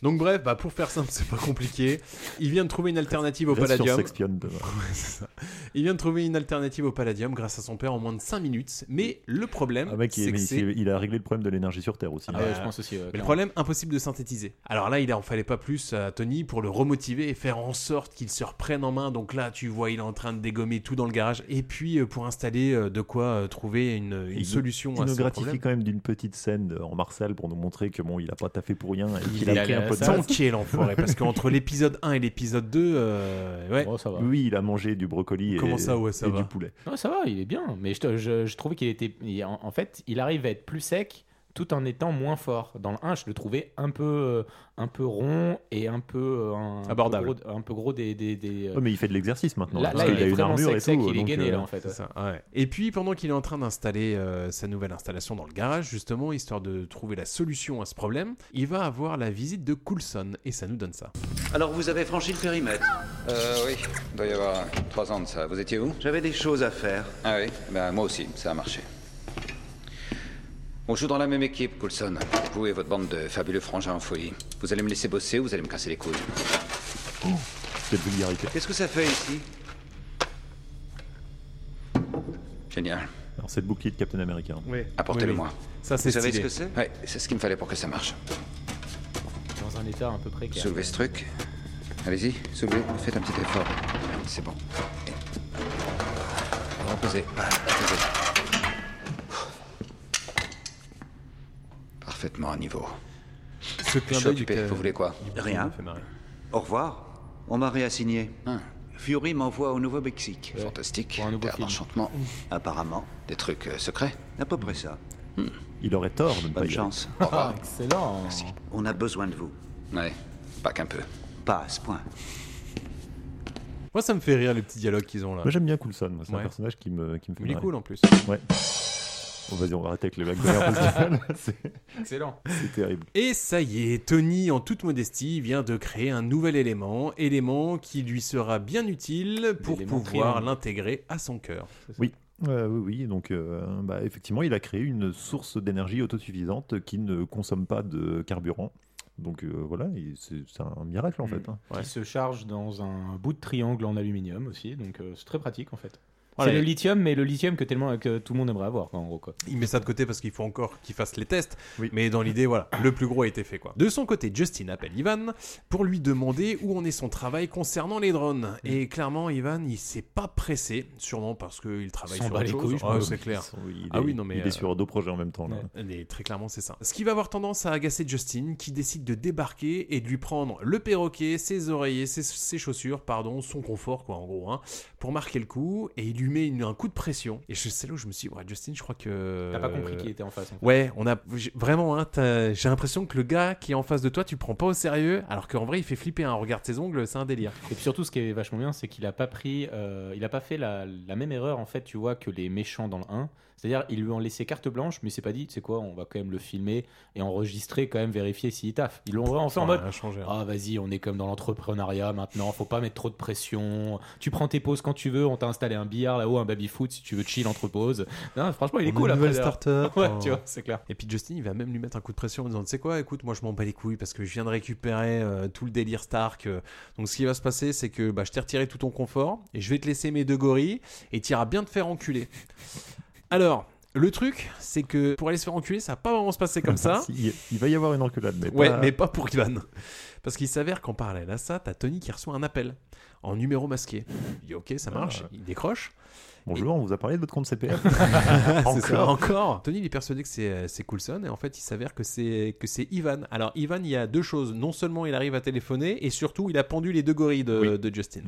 Speaker 2: Donc bref, bah, pour faire simple, c'est pas compliqué. Il vient de trouver une alternative au
Speaker 12: Reste sur
Speaker 2: palladium.
Speaker 12: Sexpion, demain.
Speaker 2: Ouais, c'est ça. Il vient de trouver une alternative au palladium grâce à son père en moins de 5 minutes. Mais le problème,
Speaker 12: Ah, mec, il,
Speaker 2: c'est que
Speaker 12: mais
Speaker 2: c'est
Speaker 12: il- il a réglé le problème de l'énergie sur Terre aussi.
Speaker 16: Ah ouais, je pense aussi. ouais,
Speaker 2: bah, Mais le
Speaker 16: clairement.
Speaker 2: problème, impossible de synthétiser. Alors là, il en fallait pas plus à Tony pour le remotiver et faire en sorte qu'il se reprenne en main. Donc là, tu vois, il est en train de dégommer tout dans le garage. Et puis, euh, pour installer euh, de quoi euh, trouver une, une
Speaker 12: Il nous-
Speaker 2: solution
Speaker 12: Il
Speaker 2: à
Speaker 12: nous
Speaker 2: ce
Speaker 12: gratifie
Speaker 2: problème.
Speaker 12: quand même d'une petite scène euh, en Martial pour nous montrer que bon, il a pas taffé pour rien et
Speaker 16: Il
Speaker 12: qu'il
Speaker 16: a
Speaker 12: a pris
Speaker 16: la-
Speaker 12: un peu de
Speaker 16: ça-
Speaker 12: temps.
Speaker 2: Tanké l'enfoiré, parce qu'entre l'épisode 1 et l'épisode 2, euh, ouais.
Speaker 16: Oh, ça va.
Speaker 12: Oui, il a mangé du brocoli et,
Speaker 2: Comment ça, ouais, ça
Speaker 12: et
Speaker 2: va.
Speaker 12: du poulet.
Speaker 16: Ouais, ça va, il est bien. Mais je, je, je trouvais qu'il était. il- en, en fait, il arrive à être plus sec tout en étant moins fort. Dans le 1, je le trouvais un peu, euh, un peu rond et un peu. euh, un- un peu
Speaker 2: Abordable.
Speaker 16: gros- un peu gros des. des, des, euh,
Speaker 12: Ouais, mais il fait de l'exercice maintenant.
Speaker 16: là,
Speaker 12: parce
Speaker 16: là,
Speaker 12: qu'il
Speaker 16: il
Speaker 12: a
Speaker 16: est
Speaker 12: une
Speaker 16: vraiment
Speaker 12: armure
Speaker 16: sec,
Speaker 12: et
Speaker 16: sec,
Speaker 12: tout.
Speaker 16: il est
Speaker 12: donc,
Speaker 16: gainé
Speaker 12: euh,
Speaker 16: là en fait.
Speaker 2: C'est
Speaker 16: ouais.
Speaker 2: ça, ouais. Et puis pendant qu'il est en train d'installer euh, sa nouvelle installation dans le garage, justement, histoire de trouver la solution à ce problème, il va avoir la visite de Coulson et ça nous donne ça.
Speaker 13: Alors vous avez franchi le périmètre. Euh oui, Il doit y avoir trois ans de ça. Vous étiez où
Speaker 15: J'avais des choses à faire.
Speaker 13: Ah oui, ben moi aussi, ça a marché. On joue dans la même équipe, Coulson. Vous et votre bande de fabuleux frangins en folie. Vous allez me laisser bosser ou vous allez me casser les couilles
Speaker 12: Cette vulgarité.
Speaker 13: Qu'est-ce que ça fait ici Génial.
Speaker 12: Alors, c'est le bouclier de Captain America.
Speaker 13: Apportez-le-moi.
Speaker 2: Oui, oui. Ça, c'est
Speaker 13: Vous savez ce
Speaker 2: stylé.
Speaker 13: que c'est Ouais, c'est ce qu'il me fallait pour que ça marche.
Speaker 16: Dans un état un peu précaire.
Speaker 13: Soulevez ce truc. Allez-y, soulevez, faites un petit effort. C'est bon.
Speaker 12: Alors,
Speaker 13: poser. Voilà, poser. Parfaitement à niveau.
Speaker 2: Ce
Speaker 13: Je suis
Speaker 9: euh,
Speaker 13: occupé, vous voulez quoi
Speaker 9: Rien. Au revoir. On m'a réassigné. Fury m'envoie au Nouveau-Mexique.
Speaker 13: Hein Mmh. Fantastique.
Speaker 9: un nouveau Mmh.
Speaker 13: Terre d'enchantement.
Speaker 9: Apparemment.
Speaker 13: Des trucs euh, secrets
Speaker 9: À peu près ça.
Speaker 12: Il aurait tort de ne pas
Speaker 9: Bonne
Speaker 12: y
Speaker 9: chance.
Speaker 12: aller.
Speaker 9: excellent. Merci. On a besoin de vous.
Speaker 13: Ouais, pas qu'un peu.
Speaker 9: Pas à ce point.
Speaker 2: Moi, ça me fait rire les petits dialogues qu'ils ont là.
Speaker 12: Moi j'aime bien Coulson, moi, c'est
Speaker 2: Ouais.
Speaker 12: un personnage qui me, qui me fait
Speaker 2: Il est
Speaker 12: marrer.
Speaker 2: cool, en plus.
Speaker 12: Ouais. Bon, Vas-y, on va arrêter avec les blagues de merde, parce que c'est-
Speaker 16: Excellent.
Speaker 12: C'est terrible.
Speaker 2: Et ça y est, Tony, en toute modestie, vient de créer un nouvel élément, élément qui lui sera bien utile pour
Speaker 12: L'élément
Speaker 2: pouvoir
Speaker 12: triangle.
Speaker 2: l'intégrer à son cœur.
Speaker 12: Oui. Euh, oui, oui, donc euh, bah, effectivement, il a créé une source d'énergie autosuffisante qui ne consomme pas de carburant. Donc euh, voilà, il- c'est c'est un miracle en
Speaker 2: Mm.
Speaker 12: fait. hein.
Speaker 16: Qui se charge dans un bout de triangle en aluminium aussi, donc euh, c'est très pratique en fait.
Speaker 2: Voilà.
Speaker 16: C'est le lithium, mais le lithium que tellement que tout le monde aimerait avoir, quoi, en gros quoi.
Speaker 2: Il met ça de côté parce qu'il faut encore qu'il fasse les tests. Mais dans l'idée, voilà, le plus gros a été fait quoi. De son côté, Justin appelle Ivan pour lui demander où en est son travail concernant les drones.
Speaker 12: Mm.
Speaker 2: Et clairement, Ivan, il s'est pas pressé, sûrement parce qu'il travaille
Speaker 12: S'en
Speaker 2: sur
Speaker 12: bat
Speaker 2: autre
Speaker 12: les
Speaker 2: chose.
Speaker 12: couilles, je
Speaker 2: Ah,
Speaker 12: pense.
Speaker 2: c'est clair.
Speaker 12: Il est,
Speaker 2: ah oui, non mais
Speaker 12: il est
Speaker 2: euh,
Speaker 12: sur deux projets en même temps. Là.
Speaker 2: Et très clairement, c'est ça. Ce qui va avoir tendance à agacer Justin, qui décide de débarquer et de lui prendre le perroquet, ses oreillers, ses, ses chaussures, pardon, son confort, quoi, en gros, hein, pour marquer le coup. Et il lui met une- un coup de pression. Et je- c'est là où je me suis dit, ouais, Justin, je crois
Speaker 12: Euh,
Speaker 2: que.
Speaker 16: T'as pas compris qui était en face, en fait.
Speaker 2: Ouais, on a j'ai- vraiment, hein, t'as- j'ai l'impression que le gars qui est en face de toi, tu prends pas au sérieux, alors qu'en vrai, il fait flipper. Hein. Regarde ses ongles, c'est un délire.
Speaker 16: Et puis surtout, ce qui est vachement bien, c'est qu'il a pas pris, euh, il a pas fait la, la même erreur en fait, tu vois, que les méchants dans le 1. C'est-à-dire, ils lui ont laissé carte blanche, mais c'est pas dit, tu sais quoi, on va quand même le filmer et enregistrer, quand même vérifier s'il taffe. Ils l'ont vraiment fait en
Speaker 2: Ouais,
Speaker 16: mode,
Speaker 2: à changer, hein.
Speaker 16: ah vas-y, on est comme dans l'entrepreneuriat maintenant, faut pas mettre trop de pression. Tu prends tes pauses quand tu veux, on t'a installé un billard là-haut, un baby foot si tu veux chill entre pauses. Non, franchement, il est
Speaker 2: On a
Speaker 16: cool
Speaker 2: une
Speaker 16: après.
Speaker 2: nouvelle
Speaker 16: d'ailleurs.
Speaker 2: start-up.
Speaker 16: Ouais,
Speaker 2: Oh.
Speaker 16: tu vois, c'est clair.
Speaker 2: Et puis Justin, il va même lui mettre un coup de pression en disant Tu sais quoi, écoute, moi je m'en bats les couilles parce que je viens de récupérer euh, tout le délire Stark. euh. donc ce qui va se passer, c'est que bah, je t'ai retiré tout ton confort et je vais te laisser mes deux gorilles et t'iras bien te faire enculer. Alors, le truc, c'est que pour aller se faire enculer, ça va pas vraiment se passer comme ça.
Speaker 12: Si, il, il va y avoir une enculade, mais
Speaker 2: Ouais,
Speaker 12: pas...
Speaker 2: mais pas pour Ivan. Parce qu'il s'avère qu'en parallèle à ça, t'as Tony qui reçoit un appel en numéro masqué. Il dit ok, ça marche, il décroche.
Speaker 12: Bonjour, on vous a parlé de votre compte CPF.
Speaker 2: C'est ça, encore. Tony, il est persuadé que c'est, euh, c'est Coulson et en fait, il s'avère que c'est, que c'est Ivan. Alors, Ivan, il y a deux choses. Non seulement il arrive à téléphoner et surtout, il a pendu les deux gorilles de, de Justin.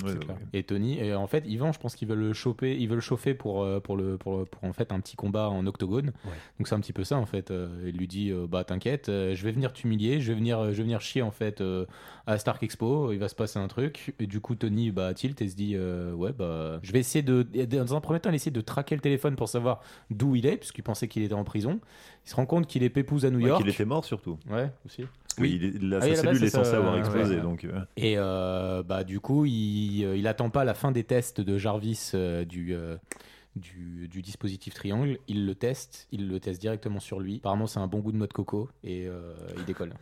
Speaker 16: Et Tony, et en fait, Ivan, je pense qu'ils veulent le choper, ils veulent le chauffer pour, euh, pour, le, pour, pour en fait un petit combat en octogone. Donc c'est un petit peu ça en fait. Euh, Il lui dit euh, bah t'inquiète, euh, je vais venir t'humilier, je vais venir, je vais venir chier en fait euh, à Stark Expo. Il va se passer un truc. Et du coup Tony bah tilt et se dit euh, ouais bah je vais essayer de et dans un premier temps il essaie de traquer le téléphone pour savoir d'où il est puisqu'il pensait qu'il était en prison. Il se rend compte qu'il est pépouze à New
Speaker 12: Ouais,
Speaker 16: York.
Speaker 12: qu'il était mort surtout.
Speaker 16: Ouais aussi.
Speaker 12: Oui, il est- la-
Speaker 16: Ah
Speaker 12: sa
Speaker 16: oui, à
Speaker 12: cellule
Speaker 16: base,
Speaker 12: est
Speaker 16: c'est ça,
Speaker 12: censée avoir
Speaker 16: ouais,
Speaker 12: explosé,
Speaker 16: ouais.
Speaker 12: donc, euh.
Speaker 16: Et euh, bah du coup, il, euh, il attend pas la fin des tests de Jarvis euh, du, euh, du du dispositif triangle. Il le teste, il le teste directement sur lui. Apparemment, c'est un bon goût de noix de coco et euh, il décolle.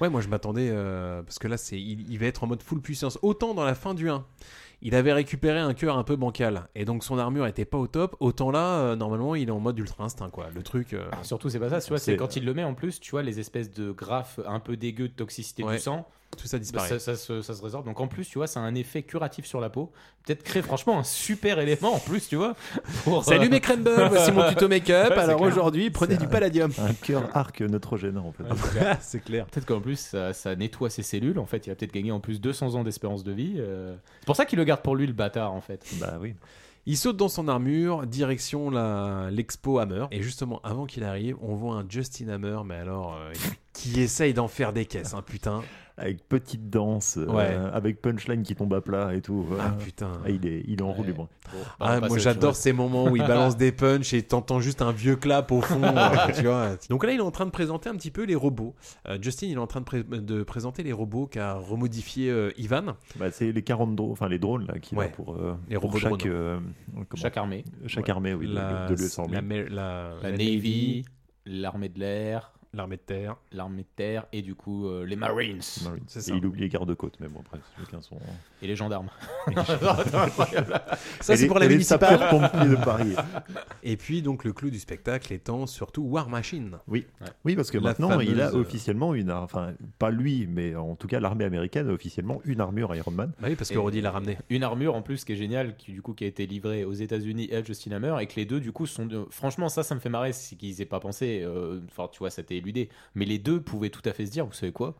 Speaker 2: Ouais, moi je m'attendais euh, parce que là c'est il, il va être en mode full puissance. Autant dans la fin du 1, il avait récupéré un cœur un peu bancal et donc son armure était pas au top. Autant là, euh, normalement, il est en mode ultra instinct quoi. Le truc. euh,
Speaker 16: Ah, Surtout, c'est pas ça. Tu vois, c'est quand il le met en plus, tu vois, les espèces de graphes un peu dégueux de toxicité
Speaker 2: Ouais.
Speaker 16: du sang. bah,
Speaker 2: Tout ça disparaît.
Speaker 16: Ça, ça se, ça se résorbe. Donc en plus, tu vois, ça a un effet curatif sur la peau. Peut-être créer franchement un super élément en plus, tu vois. pour,
Speaker 2: Salut
Speaker 16: euh,
Speaker 2: mes crème-bombes, voici mon tuto make-up.
Speaker 16: Ouais, c'est
Speaker 2: Alors
Speaker 16: clair.
Speaker 2: aujourd'hui, prenez du palladium.
Speaker 12: Un cœur arc neutrogénant, en fait.
Speaker 2: c'est clair.
Speaker 16: Peut-être qu'en plus, ça, ça nettoie ses cellules. En fait, il a peut-être gagné en plus 200 ans d'espérance de vie. euh. C'est pour ça qu'il le garde pour lui, le bâtard, en fait.
Speaker 12: Bah oui.
Speaker 2: Il saute dans son armure, direction la- l'expo Hammer. Et justement, avant qu'il arrive, on voit un Justin Hammer, mais alors, euh, qui essaye d'en faire des caisses, hein, putain.
Speaker 12: Avec petite danse, euh,
Speaker 2: Ouais.
Speaker 12: avec punchline qui tombe à plat et tout.
Speaker 2: Ah, putain.
Speaker 12: Ah, il, est, il est en roue libre.
Speaker 16: Bah,
Speaker 2: Ah, moi j'adore ces moments où il balance des punchs et t'entends juste un vieux clap au fond. euh, tu vois. Donc là, il est en train de présenter un petit peu les robots. Euh, Justin, il est en train de, pré- de présenter les robots qu'a remodifié euh, Ivan.
Speaker 12: Bah, c'est les 40 drones, enfin les drones là, qu'il a
Speaker 2: Ouais.
Speaker 12: pour, euh,
Speaker 2: Les
Speaker 12: pour
Speaker 2: robots
Speaker 12: chaque,
Speaker 2: drones.
Speaker 12: euh, comment-
Speaker 16: Chaque armée.
Speaker 12: Chaque armée, oui, de-
Speaker 2: La-
Speaker 12: de, l'US Army.
Speaker 2: la mer- la-
Speaker 16: La Navy, l'armée de l'air,
Speaker 2: L'armée de terre.
Speaker 16: L'armée de terre et du coup euh, les Marines.
Speaker 12: Marines. Et il oublie les gardes-côtes, mais bon, après, chacun son.
Speaker 16: Et les gendarmes.
Speaker 2: Ça, c'est pour la municipale.
Speaker 12: pompiers de Paris.
Speaker 2: Et puis, donc, le clou du spectacle étant surtout War Machine.
Speaker 12: Oui, oui parce que
Speaker 2: La
Speaker 12: maintenant, il a
Speaker 2: fameuse, euh,
Speaker 12: officiellement une. ar- Enfin, pas lui, mais en tout cas, l'armée américaine a officiellement une armure Iron Man.
Speaker 2: Bah oui, parce
Speaker 16: que Roddy
Speaker 2: l'a ramené.
Speaker 16: Une armure en plus qui est géniale, qui du coup qui a été livrée aux États-Unis et à Justin Hammer, et que les deux du coup sont. de- Franchement, ça, ça me fait marrer, c'est qu'ils aient pas pensé. euh, Enfin, tu vois, ça t'est éludé. Mais les deux pouvaient tout à fait se dire, vous savez quoi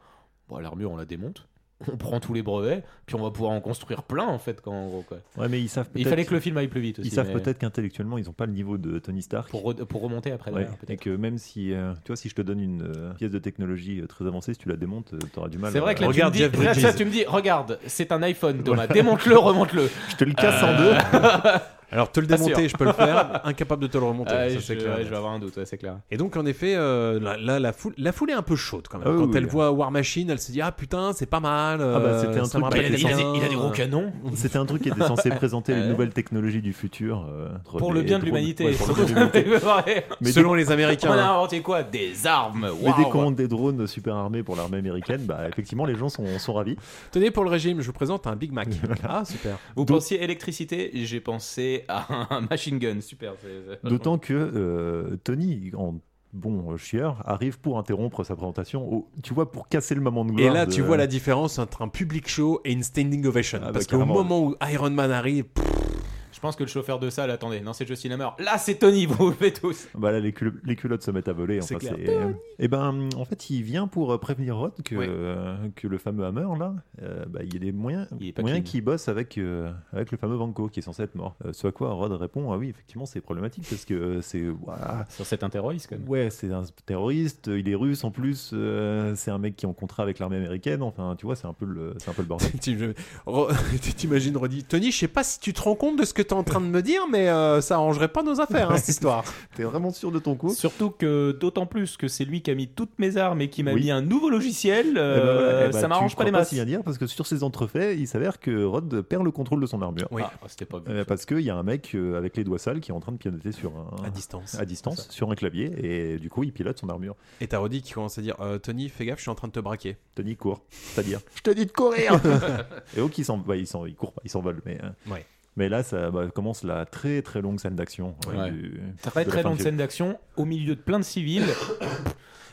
Speaker 16: Bon, l'armure, on la démonte. On prend tous les brevets, puis on va pouvoir en construire plein en fait, quand, en gros quoi.
Speaker 12: Ouais, mais ils savent
Speaker 16: Il
Speaker 12: peut-être-
Speaker 16: fallait que le film aille plus vite aussi.
Speaker 12: Ils savent
Speaker 16: mais-
Speaker 12: peut-être qu'intellectuellement, ils n'ont pas le niveau de Tony Stark.
Speaker 16: Pour, re- pour remonter après.
Speaker 12: Ouais,
Speaker 16: derrière,
Speaker 12: et que même si, euh, tu vois, si je te donne une euh, pièce de technologie euh, très avancée, si tu la démontes, tu auras du mal. euh,
Speaker 16: C'est vrai que là,
Speaker 12: la
Speaker 16: tu me dis, là, ça, tu me dis, regarde, c'est un iPhone, Thomas, démonte-le, remonte-le.
Speaker 12: Je te le casse en deux.
Speaker 2: Alors, te le
Speaker 16: Pas sûr.
Speaker 2: démonter, je peux le faire. Incapable de te le remonter.
Speaker 16: Ouais,
Speaker 2: ça,
Speaker 16: Euh, je,
Speaker 2: c'est clair.
Speaker 16: ouais, je vais avoir un doute, ouais, c'est clair.
Speaker 2: Et donc, en effet, euh, là, là, la, foule, la foule est un peu chaude quand même.
Speaker 16: Ah oui,
Speaker 2: quand
Speaker 16: oui,
Speaker 2: elle
Speaker 16: oui.
Speaker 2: voit War Machine, elle se dit Ah putain, c'est pas mal.
Speaker 12: Ah bah,
Speaker 2: euh,
Speaker 12: c'était un
Speaker 2: ça me
Speaker 12: truc
Speaker 2: rappelle
Speaker 12: qui était
Speaker 2: quelqu'un.
Speaker 12: censé- il a des gros
Speaker 16: canons.
Speaker 12: C'était un truc qui était censé présenter les
Speaker 2: Ouais.
Speaker 12: nouvelles technologies du futur. euh, entre
Speaker 16: Pour le
Speaker 12: les
Speaker 16: bien de
Speaker 12: drones.
Speaker 16: l'humanité.
Speaker 12: Ouais, pour le bien de l'humanité. Mais
Speaker 2: Selon
Speaker 12: dès-
Speaker 2: les Américains.
Speaker 16: On a inventé quoi Des armes.
Speaker 12: hein. Mais dès
Speaker 16: waouh.
Speaker 12: qu'on commande des drones super armés pour l'armée américaine, bah effectivement les gens sont, sont ravis.
Speaker 2: Tenez, pour le régime, je vous présente un Big Mac. Ah, super.
Speaker 16: Vous pensiez électricité, j'ai pensé à un machine gun. Super. c'est- c'est-
Speaker 12: D'autant que euh, Tony, en bon euh, chieur, arrive pour interrompre sa présentation, au- tu vois, pour casser le moment de gloire.
Speaker 2: Et là, tu
Speaker 12: de-
Speaker 2: vois la différence entre un public show et une standing ovation.
Speaker 12: bah,
Speaker 2: parce qu'au
Speaker 12: carrément.
Speaker 2: moment où Iron Man arrive, pff,
Speaker 16: Je pense que le chauffeur de salle, attendez, non, c'est Justin Hammer. Là, c'est Tony, vous le faites tous.
Speaker 12: Bah là, les, cul- les culottes se mettent à voler.
Speaker 16: C'est
Speaker 12: enfin,
Speaker 16: clair.
Speaker 12: c'est- Et ben, en fait, il vient pour euh, prévenir Rod que, euh, que le fameux Hammer, là, euh, bah, il y a des moyens,
Speaker 16: pas
Speaker 12: moyens
Speaker 16: clean.
Speaker 12: qui bossent avec, euh, avec le fameux Vanko qui est censé être mort. Euh, ce à quoi Rod répond Ah oui, effectivement, c'est problématique parce que euh, c'est. Voilà.
Speaker 16: Sur cet terroriste, quand même.
Speaker 12: Ouais, c'est un terroriste, il est russe en plus, euh, c'est un mec qui est en contrat avec l'armée américaine, enfin, tu vois, c'est un peu le, c'est un peu le bordel.
Speaker 2: tu- Ro- t'imagines Roddy. Tony, je sais pas si tu te rends compte de ce que t'es en train de me dire, mais euh, ça arrangerait pas nos affaires, hein, cette histoire.
Speaker 12: T'es vraiment sûr de ton coup
Speaker 16: Surtout que, d'autant plus que c'est lui qui a mis toutes mes armes et qui m'a
Speaker 12: Oui.
Speaker 16: mis un nouveau logiciel, euh,
Speaker 12: Eh ben voilà, eh ben,
Speaker 16: ça m'arrange
Speaker 12: tu crois
Speaker 16: pas les masses.
Speaker 12: s'il y a à dire parce que sur ces entrefaits, il s'avère que Rod perd le contrôle de son armure.
Speaker 16: Oui. Ah, c'était pas vu.
Speaker 12: Euh, parce qu'il y a un mec euh, avec les doigts sales qui est en train de pianoter sur un.
Speaker 2: À distance.
Speaker 12: À distance, sur un clavier, et du coup, il pilote son armure.
Speaker 2: Et t'as Roddy qui commence à dire euh, Tony, fais gaffe, je suis en train de te braquer.
Speaker 12: Tony court. C'est-à-dire.
Speaker 2: Je te dis de courir
Speaker 12: et donc, il s'en bah, il s'en- il court pas, il s'envole, mais. euh,
Speaker 2: Ouais.
Speaker 12: Mais là, ça bah, commence la très très longue scène d'action. euh,
Speaker 16: Ouais.
Speaker 12: du-
Speaker 16: Très
Speaker 12: de la
Speaker 16: très
Speaker 12: fin
Speaker 16: longue
Speaker 12: du
Speaker 16: scène
Speaker 12: film.
Speaker 16: d'action au milieu de plein de civils.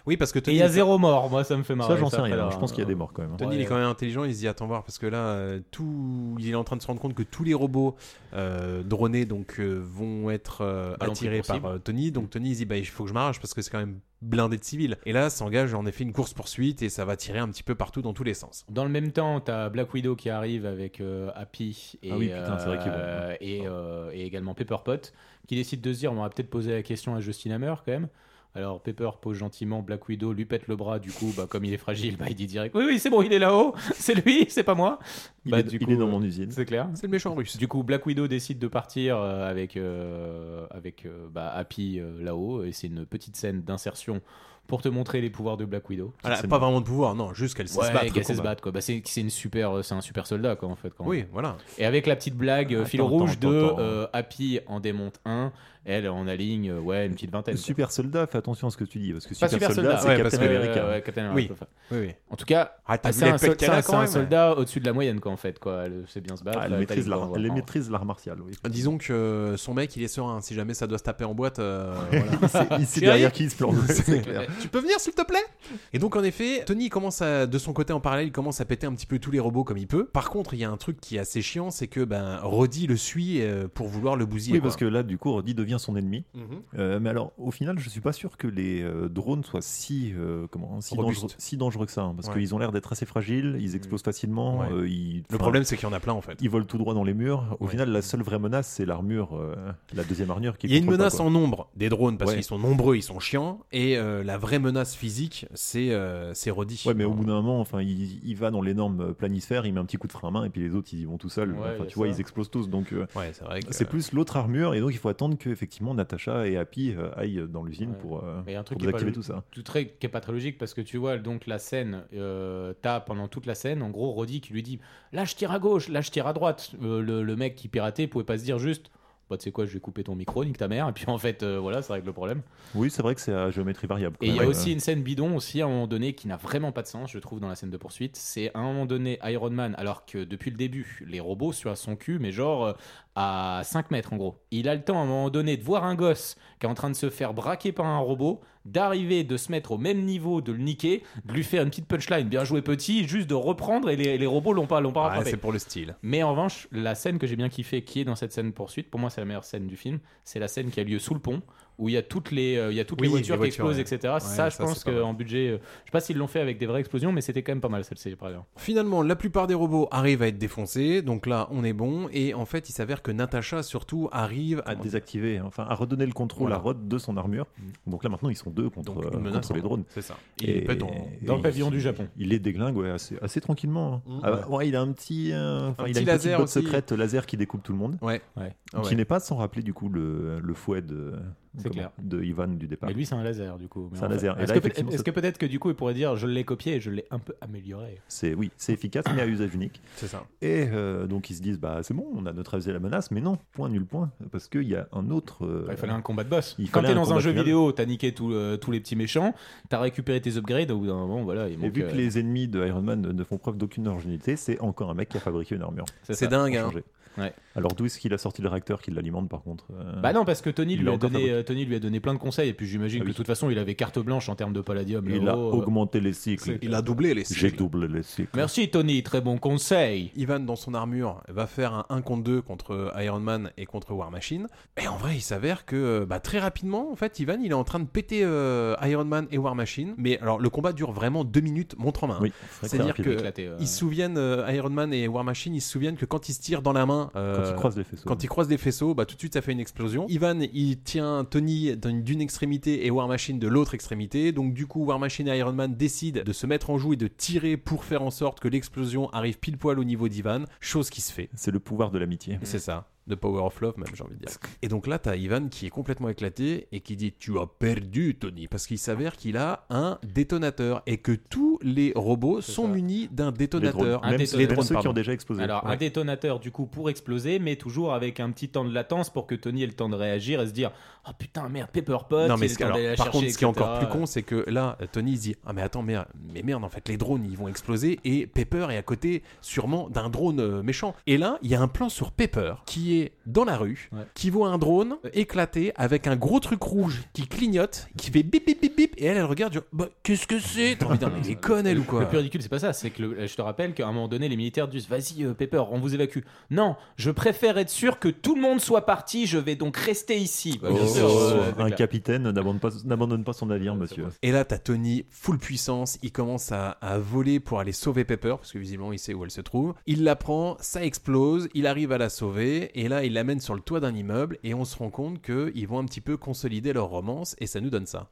Speaker 2: Oui, parce que
Speaker 16: Et
Speaker 2: Tony.
Speaker 16: il y a zéro mort, moi ça me fait marrer.
Speaker 12: Ça, j'en sais
Speaker 16: après,
Speaker 12: rien.
Speaker 16: là.
Speaker 12: Je pense qu'il y a des morts quand même. hein.
Speaker 2: Tony, il est quand même intelligent, il se dit attends voir parce que là, euh, tout, il est en train de se rendre compte que tous les robots euh, dronés donc euh, vont être euh,
Speaker 16: Ballon
Speaker 2: attirés
Speaker 16: plus
Speaker 2: par
Speaker 16: possible.
Speaker 2: euh, Tony.
Speaker 16: Mm.
Speaker 2: Donc Tony il se dit bah il faut que je m'arrache parce que c'est quand même blindé de civils. Et là, s'engage en effet une course poursuite et ça va tirer un petit peu partout dans tous les sens.
Speaker 16: Dans le même temps, t'as Black Widow qui arrive avec euh, Happy et,
Speaker 12: Ah oui, putain, c'est vrai qu'il Oh. est bon.
Speaker 16: euh, et, euh, et également Pepperpot qui décide de se dire on va peut-être poser la question à Justin Hammer quand même. Alors Pepper pose gentiment, Black Widow lui pète le bras, du coup, bah, comme il est fragile, bah, il dit direct Oui, oui, c'est bon, il est là-haut, c'est lui, c'est pas moi.
Speaker 12: Il,
Speaker 16: Bah,
Speaker 12: est,
Speaker 16: du
Speaker 12: il
Speaker 16: coup,
Speaker 12: est dans
Speaker 16: euh,
Speaker 12: mon usine.
Speaker 16: C'est clair.
Speaker 2: C'est le méchant russe.
Speaker 16: Du coup, Black Widow décide de partir euh, avec, euh, avec euh, bah, Happy euh, là-haut, et c'est une petite scène d'insertion pour te montrer les pouvoirs de Black Widow.
Speaker 2: Voilà, pas vraiment de pouvoir, non, juste qu'elle sait
Speaker 16: Ouais,
Speaker 2: se battre.
Speaker 16: qu'elle
Speaker 2: au
Speaker 16: sait se
Speaker 2: combat.
Speaker 16: battre, quoi. Bah, c'est c'est une super, c'est un super soldat quoi en fait. Quand
Speaker 2: Oui, voilà.
Speaker 16: Et avec la petite blague euh, fil
Speaker 12: Attends,
Speaker 16: rouge
Speaker 12: attends,
Speaker 16: de
Speaker 12: attends.
Speaker 16: euh, Happy en démonte 1, elle en aligne euh, ouais une petite vingtaine. quoi.
Speaker 12: Super soldat, fais attention à ce que tu dis parce que
Speaker 16: Pas
Speaker 12: super, soldat, c'est
Speaker 16: ouais, parce
Speaker 12: Captain
Speaker 16: que,
Speaker 12: America.
Speaker 16: euh, ouais, Captain
Speaker 2: Oui.
Speaker 16: America.
Speaker 2: Oui, oui.
Speaker 16: En tout cas,
Speaker 2: Ah, t'as
Speaker 16: c'est
Speaker 2: vu les
Speaker 16: un, sol-
Speaker 2: pecs qu'elle a
Speaker 16: c'est
Speaker 2: quand
Speaker 16: un
Speaker 2: même.
Speaker 16: soldat au-dessus de la moyenne quoi en fait quoi. Elle sait bien se battre.
Speaker 12: Ah, elle
Speaker 16: euh,
Speaker 12: maîtrise
Speaker 16: t'as les
Speaker 12: l'art-
Speaker 16: pouvoirs,
Speaker 12: elle
Speaker 16: vraiment.
Speaker 12: maîtrise l'art martial, oui.
Speaker 2: Disons que euh, son mec, il est serein. Si jamais ça doit se taper en boîte, euh, voilà.
Speaker 12: Il sait- il sait
Speaker 2: Chérie,
Speaker 12: derrière qui il se plante, c'est clair.
Speaker 2: Tu peux venir, s'il te plaît Et donc, en effet, Tony commence à, de son côté en parallèle, il commence à péter un petit peu tous les robots comme il peut. Par contre, il y a un truc qui est assez chiant, c'est que ben Roddy le suit euh, pour vouloir le bousiller.
Speaker 12: Oui,
Speaker 2: quoi.
Speaker 12: parce que là, du coup, Roddy devient son ennemi.
Speaker 2: Mhm.
Speaker 12: Euh, mais alors, au final, je suis pas sûr que les euh, drones soient si, euh, comment, si,
Speaker 2: Robustes.
Speaker 12: dangereux, si dangereux que ça, hein, parce
Speaker 2: Ouais.
Speaker 12: qu'ils ont l'air d'être assez fragiles,
Speaker 16: Mm.
Speaker 12: ils explosent facilement.
Speaker 2: Ouais.
Speaker 12: euh, ils-
Speaker 2: le
Speaker 12: enfin,
Speaker 2: problème, c'est qu'il y en a plein en fait.
Speaker 12: ils volent tout droit dans les murs. Au
Speaker 2: Ouais.
Speaker 12: final, la seule vraie menace, c'est l'armure, euh, la deuxième armure qui.
Speaker 2: Il y a une
Speaker 12: contrôle pas,
Speaker 2: menace
Speaker 12: quoi.
Speaker 2: en nombre des drones parce
Speaker 12: Ouais.
Speaker 2: qu'ils sont nombreux, ils sont chiants, et euh, la vraie menace physique, c'est euh, c'est Roddy.
Speaker 12: Ouais, mais au bout d'un moment, enfin, il, il va dans l'énorme euh, planisphère, il met un petit coup de frein à main, et puis les autres, ils y vont tout seuls.
Speaker 16: Ouais,
Speaker 12: Enfin,
Speaker 16: il y a
Speaker 12: tu vois,
Speaker 16: ça.
Speaker 12: ils explosent tous. Donc, euh,
Speaker 2: Ouais, c'est vrai que-
Speaker 12: c'est plus l'autre armure, et donc il faut attendre que effectivement Natasha et Happy euh, aillent dans l'usine
Speaker 16: Ouais.
Speaker 12: pour, euh,
Speaker 16: Mais il y a un truc
Speaker 12: pour
Speaker 16: qui est, pas,
Speaker 12: désactiver
Speaker 16: lo-
Speaker 12: tout ça.
Speaker 16: tout très- qui est pas très logique parce que tu vois, donc la scène, euh, t'as pendant toute la scène, en gros, Roddy qui lui dit Là, je tire à gauche, là, je tire à droite. Euh, le, le mec qui piratait pouvait pas se dire juste bah tu sais quoi, je vais couper ton micro, nique ta mère, et puis en fait, euh, voilà, ça règle le problème.
Speaker 12: Oui, c'est vrai que c'est à géométrie variable.
Speaker 16: Et il y a
Speaker 12: Ouais.
Speaker 16: aussi une scène bidon aussi à un moment donné qui n'a vraiment pas de sens, je trouve, dans la scène de poursuite. C'est à un moment donné Iron Man, alors que depuis le début, les robots sur son cul, mais genre euh, à 5 mètres en gros. Il a le temps à un moment donné de voir un gosse qui est en train de se faire braquer par un robot, d'arriver, de se mettre au même niveau, de le niquer, de lui faire une petite punchline, bien joué petit, juste de reprendre et les, les robots l'ont pas, l'ont pas
Speaker 2: Ouais,
Speaker 16: rattrapé.
Speaker 2: c'est pour le style.
Speaker 16: Mais en revanche, la scène que j'ai bien kiffée, qui est dans cette scène poursuite, pour moi c'est la meilleure scène du film, c'est la scène qui a lieu sous le pont, où il y a toutes les, euh, il y a toutes
Speaker 2: Oui,
Speaker 16: les voitures
Speaker 2: les
Speaker 16: qui explosent,
Speaker 2: voitures,
Speaker 16: etc.
Speaker 2: ouais.
Speaker 16: ça,
Speaker 2: Ouais,
Speaker 16: je
Speaker 2: ça,
Speaker 16: pense
Speaker 2: c'est pas mal.
Speaker 16: qu'en budget, euh, je sais pas s'ils l'ont fait avec des vraies explosions, mais c'était quand même pas mal celle-ci, par exemple.
Speaker 2: Finalement, la plupart des robots arrivent à être défoncés, donc là, on est bon. Et en fait, il s'avère que Natacha, surtout, arrive à
Speaker 12: désactiver, hein, enfin à redonner le contrôle
Speaker 2: Voilà. Mm.
Speaker 12: à Rod de son armure. Donc là maintenant ils sont deux contre,
Speaker 2: Donc, une
Speaker 12: euh,
Speaker 2: menace Mm.
Speaker 12: contre les
Speaker 2: en-
Speaker 12: drones.
Speaker 2: c'est ça. Il est pas dans-
Speaker 16: dans le
Speaker 12: il-
Speaker 16: pavillon du Japon.
Speaker 12: Il les déglingue ouais, assez, assez tranquillement. hein.
Speaker 2: Mm.
Speaker 12: Ah bah, ouais, il a un petit, euh, enfin,
Speaker 2: Un
Speaker 12: il
Speaker 2: petit
Speaker 12: a une
Speaker 2: laser
Speaker 12: petite botte
Speaker 2: aussi.
Speaker 12: secrète laser qui découpe tout le monde.
Speaker 2: Ouais.
Speaker 16: Ouais.
Speaker 2: Ah ouais.
Speaker 12: Qui n'est pas sans rappeler du coup le, le fouet de,
Speaker 16: C'est
Speaker 12: comment-
Speaker 16: clair.
Speaker 12: de Ivan du départ.
Speaker 16: Mais lui, c'est un laser, du coup. Mais
Speaker 12: C'est un
Speaker 16: en fait-
Speaker 12: laser. Et
Speaker 16: Est-ce
Speaker 12: là,
Speaker 16: que peut-
Speaker 12: effectivement,
Speaker 16: est-ce
Speaker 12: ça-
Speaker 16: que peut-être que du coup, il pourrait dire, je l'ai copié et je l'ai un peu amélioré.
Speaker 12: C'est oui, c'est efficace mais à usage unique.
Speaker 2: C'est ça.
Speaker 12: Et euh, donc ils se disent bah c'est bon, on a neutralisé la menace, mais non, point nul point, parce qu'il y a un autre. euh,
Speaker 16: il fallait un combat de boss.
Speaker 12: il
Speaker 16: Quand
Speaker 12: fallait
Speaker 16: t'es dans un
Speaker 12: combat
Speaker 16: jeu
Speaker 12: final.
Speaker 16: vidéo, t'as niqué tout, euh, tous les petits méchants, t'as récupéré tes upgrades, au bout d'un moment, voilà. Il
Speaker 12: Et
Speaker 16: manque,
Speaker 12: vu que
Speaker 16: euh,
Speaker 12: les ennemis de Iron Man ne- ne font preuve d'aucune originalité, c'est encore un mec qui a fabriqué une armure.
Speaker 16: C'est C'est ça. dingue,
Speaker 12: Pour
Speaker 16: hein.
Speaker 12: changer.
Speaker 16: Ouais.
Speaker 12: Alors d'où est-ce qu'il a sorti le réacteur qui l'alimente par contre
Speaker 2: Hein.
Speaker 12: euh,
Speaker 16: Bah non, parce que Tony
Speaker 12: il
Speaker 16: lui,
Speaker 12: l'a
Speaker 16: a
Speaker 12: encore
Speaker 16: donné,
Speaker 12: fabriqué.
Speaker 16: euh, Tony lui a donné plein de conseils, et puis
Speaker 2: Ah
Speaker 16: j'imagine que de toute façon, il avait carte blanche en termes de palladium.
Speaker 12: Il
Speaker 16: là-haut,
Speaker 12: a
Speaker 16: euh.
Speaker 12: augmenté les cycles.
Speaker 16: c'est- Il a doublé les
Speaker 12: J'ai
Speaker 16: cycles.
Speaker 12: doublé les cycles.
Speaker 16: Merci Tony, très bon conseil.
Speaker 2: Ivan, dans son armure, va faire un 1 contre 2 contre euh, Iron Man et contre War Machine. Et en vrai, il s'avère que bah, très rapidement, en fait, Ivan, il est en train de péter euh, Iron Man et War Machine. Mais alors, le combat dure vraiment 2 minutes, montre en
Speaker 16: hein.
Speaker 2: main.
Speaker 12: Oui, très
Speaker 2: C'est-à-dire
Speaker 12: rapide.
Speaker 2: que
Speaker 12: Éclaté, ouais.
Speaker 2: ils se souviennent, euh, Iron Man et War Machine, ils se souviennent que quand ils se tirent dans la main. euh,
Speaker 12: Quand ils croisent les faisceaux.
Speaker 2: Quand ils croisent des faisceaux, bah, tout de suite, ça fait une explosion. Ivan, il tient Tony d'une d'une extrémité et War Machine de l'autre extrémité. Donc, du coup, War Machine et Iron Man décident de se mettre en joue et de tirer pour faire en sorte que l'explosion arrive pile poil au niveau d'Ivan. Chose qui se fait.
Speaker 12: C'est le pouvoir de l'amitié.
Speaker 2: C'est ça. The power of love, même, j'ai envie de dire. Et donc là, t'as Ivan qui est complètement éclaté et qui dit Tu as perdu, Tony. Parce qu'il s'avère qu'il a un détonateur et que tous les robots sont munis d'un détonateur.
Speaker 12: drones. Même ceux- même ceux qui
Speaker 2: pardon.
Speaker 12: ont déjà explosé.
Speaker 16: Alors, un
Speaker 12: Ouais.
Speaker 16: détonateur, du coup, pour exploser, mais toujours avec un petit temps de latence pour que Tony ait le temps de réagir et se dire Oh putain, merde, Pepper Pot,
Speaker 2: Non, mais
Speaker 16: il est
Speaker 2: ce-
Speaker 16: temps
Speaker 2: alors,
Speaker 16: d'aller la
Speaker 2: par
Speaker 16: chercher,
Speaker 2: contre, ce qui est
Speaker 16: etc.
Speaker 2: encore plus con, c'est que là, Tony il se dit Ah, mais attends, merde, mais merde, en fait, les drones, ils vont exploser et Pepper est à côté, sûrement, d'un drone euh, méchant. Et là, il y a un plan sur Pepper qui est dans la rue, qui voit un drone éclater avec un gros truc rouge qui clignote, qui fait bip bip bip bip, et elle, elle regarde, genre, bah, qu'est-ce que c'est T'as envie de dire, mais elle est conne, elle ou quoi
Speaker 16: Le plus ridicule, c'est pas ça, c'est que le- je te rappelle qu'à un moment donné, les militaires disent Vas-y, euh, Pepper, on vous évacue. Non, je préfère être sûr que tout le monde soit parti, je vais donc rester ici. Bah, bien
Speaker 12: Oh,
Speaker 16: sûr, euh,
Speaker 12: un
Speaker 16: d'accord.
Speaker 12: capitaine n'abandonne pas, n'abandonne pas son navire, monsieur.
Speaker 2: Et là, t'as Tony, full puissance, il commence à, à voler pour aller sauver Pepper, parce que visiblement, il sait où elle se trouve. Il la prend, ça explose, il arrive à la sauver, et là, il l'amène sur le toit d'un immeuble, et on se rend compte qu'ils vont un petit peu consolider leur romance, et ça nous donne ça.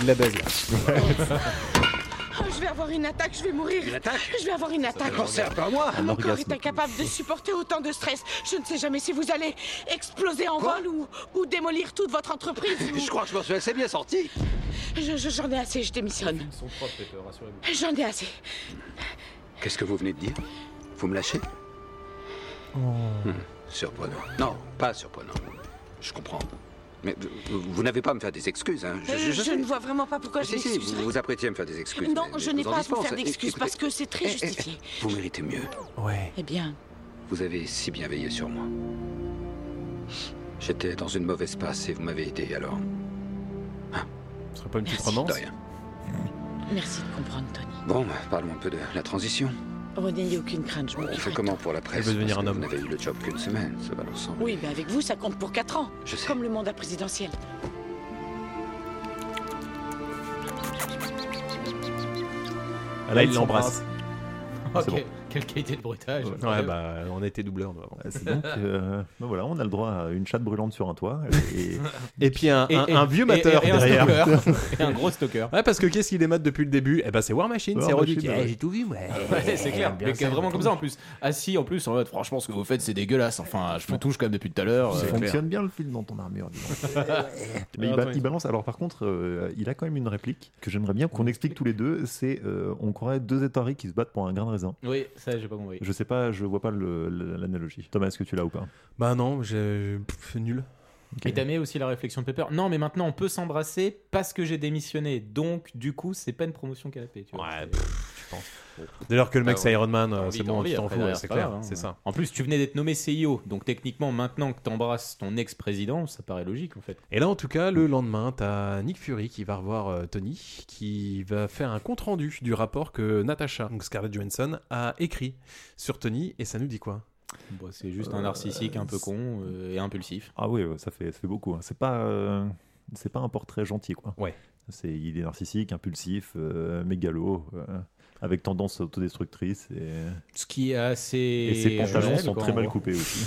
Speaker 2: Il la baise, là.
Speaker 17: Oh, je vais avoir une attaque, je vais mourir. Une attaque Je vais avoir une attaque.
Speaker 5: concerne Ah, pas moi. Un
Speaker 17: Mon corps est
Speaker 5: orgasme.
Speaker 17: incapable de supporter autant de stress. Je ne sais jamais si vous allez exploser en vol ou, ou démolir toute votre entreprise. ou-
Speaker 5: Je crois que je m'en suis assez bien sorti.
Speaker 17: Je- je- J'en ai assez, je démissionne. J'en ai assez.
Speaker 13: Qu'est-ce que vous venez de dire Vous me lâchez
Speaker 2: Oh.
Speaker 13: Hmm, Surprenant. Non, pas surprenant. Je comprends. Mais vous, vous- vous n'avez pas à me faire des excuses. Hein.
Speaker 17: Euh, Je, ne vois vraiment pas pourquoi je
Speaker 13: si, si, vous
Speaker 17: m'excuserais.
Speaker 13: vous apprêtez à me faire des excuses.
Speaker 17: Non,
Speaker 13: mais- mais
Speaker 17: je n'ai
Speaker 13: vous en
Speaker 17: pas à vous
Speaker 13: dispense.
Speaker 17: faire
Speaker 13: Éc-
Speaker 17: d'excuses
Speaker 13: écoutez,
Speaker 17: parce que c'est très
Speaker 13: eh, eh,
Speaker 17: justifié.
Speaker 13: Vous méritez mieux.
Speaker 2: Ouais.
Speaker 17: Eh bien,
Speaker 13: Vous avez si bien veillé sur moi. J'étais dans une mauvaise passe et vous m'avez aidé, alors. Hein?
Speaker 2: Ce serait pas une petite
Speaker 13: Merci.
Speaker 2: romance
Speaker 13: De rien.
Speaker 17: merci de comprendre, Tony.
Speaker 13: Bon, bah, parlons un peu de la transition.
Speaker 17: Oh, n'ayez aucune crainte, je
Speaker 13: On
Speaker 17: m'occupe.
Speaker 13: fait comment pour la presse
Speaker 2: veut devenir
Speaker 13: Parce
Speaker 2: un
Speaker 13: que
Speaker 2: homme.
Speaker 13: Vous n'avez eu le job qu'une semaine, ça va l'ensemble.
Speaker 17: Oui, mais avec vous, ça compte pour 4 ans.
Speaker 13: Je sais.
Speaker 17: Comme le mandat présidentiel.
Speaker 2: Ah, Là, il l'embrasse.
Speaker 16: Ok,
Speaker 2: C'est bon.
Speaker 16: quelle qualité de bruitage.
Speaker 2: Ouais, bah, on était doubleurs, nous, avant.
Speaker 12: C'est donc, euh, ben voilà, on a le droit à une chatte brûlante sur un toit. Et,
Speaker 2: Et puis un, un- un vieux mateur
Speaker 12: mateur
Speaker 2: derrière.
Speaker 16: stalker.
Speaker 2: Ouais, parce que qu'est-ce qu'il est mat depuis le début Eh ben, c'est War Machine,
Speaker 16: War
Speaker 2: c'est Rodic.
Speaker 16: Machine, ouais.
Speaker 2: Eh, J'ai tout vu, moi.
Speaker 16: Ouais, c'est clair,
Speaker 2: Bien
Speaker 16: mais que
Speaker 2: ça,
Speaker 16: vraiment
Speaker 2: bien
Speaker 16: comme ça en plus. Assis en plus en mode franchement ce que vous faites c'est dégueulasse. Enfin, je me touche quand même depuis tout à l'heure.
Speaker 12: Ça
Speaker 16: euh,
Speaker 12: fonctionne bien le fil dans ton armure. dis donc. Mais il, ba- il balance. Alors par contre, euh, il a quand même une réplique que j'aimerais bien qu'on explique tous les deux. C'est euh, on croirait deux États qui se battent pour un grain de raisin.
Speaker 16: Oui, Ça, j'ai pas compris.
Speaker 12: Je sais pas, je vois pas le- le- l'analogie. Thomas, est-ce que tu l'as ou pas
Speaker 2: Bah non, j'ai pff, nul.
Speaker 16: Et Damien aussi la réflexion de Pepper. Non, mais maintenant on peut s'embrasser parce que j'ai démissionné. Donc, du coup, c'est pas une promotion canapé. Tu vois, ouais,
Speaker 2: je pense. Dès lors que le mec
Speaker 16: Ah
Speaker 2: c'est
Speaker 16: ouais.
Speaker 2: Iron Man,
Speaker 16: T'as
Speaker 2: euh,
Speaker 16: envie,
Speaker 2: c'est
Speaker 16: t'as
Speaker 2: bon,
Speaker 16: envie,
Speaker 2: tu t'en
Speaker 16: après,
Speaker 2: fous, ouais,
Speaker 16: derrière,
Speaker 2: c'est
Speaker 16: pas
Speaker 2: clair,
Speaker 16: grave, hein.
Speaker 2: c'est ça.
Speaker 16: En plus, tu venais d'être nommé CIO. Donc, techniquement, maintenant que t'embrasses ton ex-président, ça paraît logique en fait.
Speaker 2: Et là, en tout cas, le lendemain, t'as Nick Fury qui va revoir euh, Tony, qui va faire un compte rendu du rapport que Natasha, donc Scarlett Johansson, a écrit sur Tony, et ça nous dit quoi
Speaker 16: Bon, c'est juste un narcissique un peu con euh, et impulsif.
Speaker 12: Ah oui, ouais, ça fait, ça fait beaucoup. hein. C'est pas, euh, c'est pas un portrait gentil, quoi.
Speaker 2: Ouais.
Speaker 12: C'est, il est narcissique, impulsif, euh, mégalo, euh, avec tendance autodestructrice. Et,
Speaker 16: Ce qui est assez.
Speaker 12: et ses pantalons
Speaker 16: réel,
Speaker 12: sont
Speaker 16: quoi,
Speaker 12: très
Speaker 16: en
Speaker 12: mal
Speaker 16: gros.
Speaker 12: coupés aussi.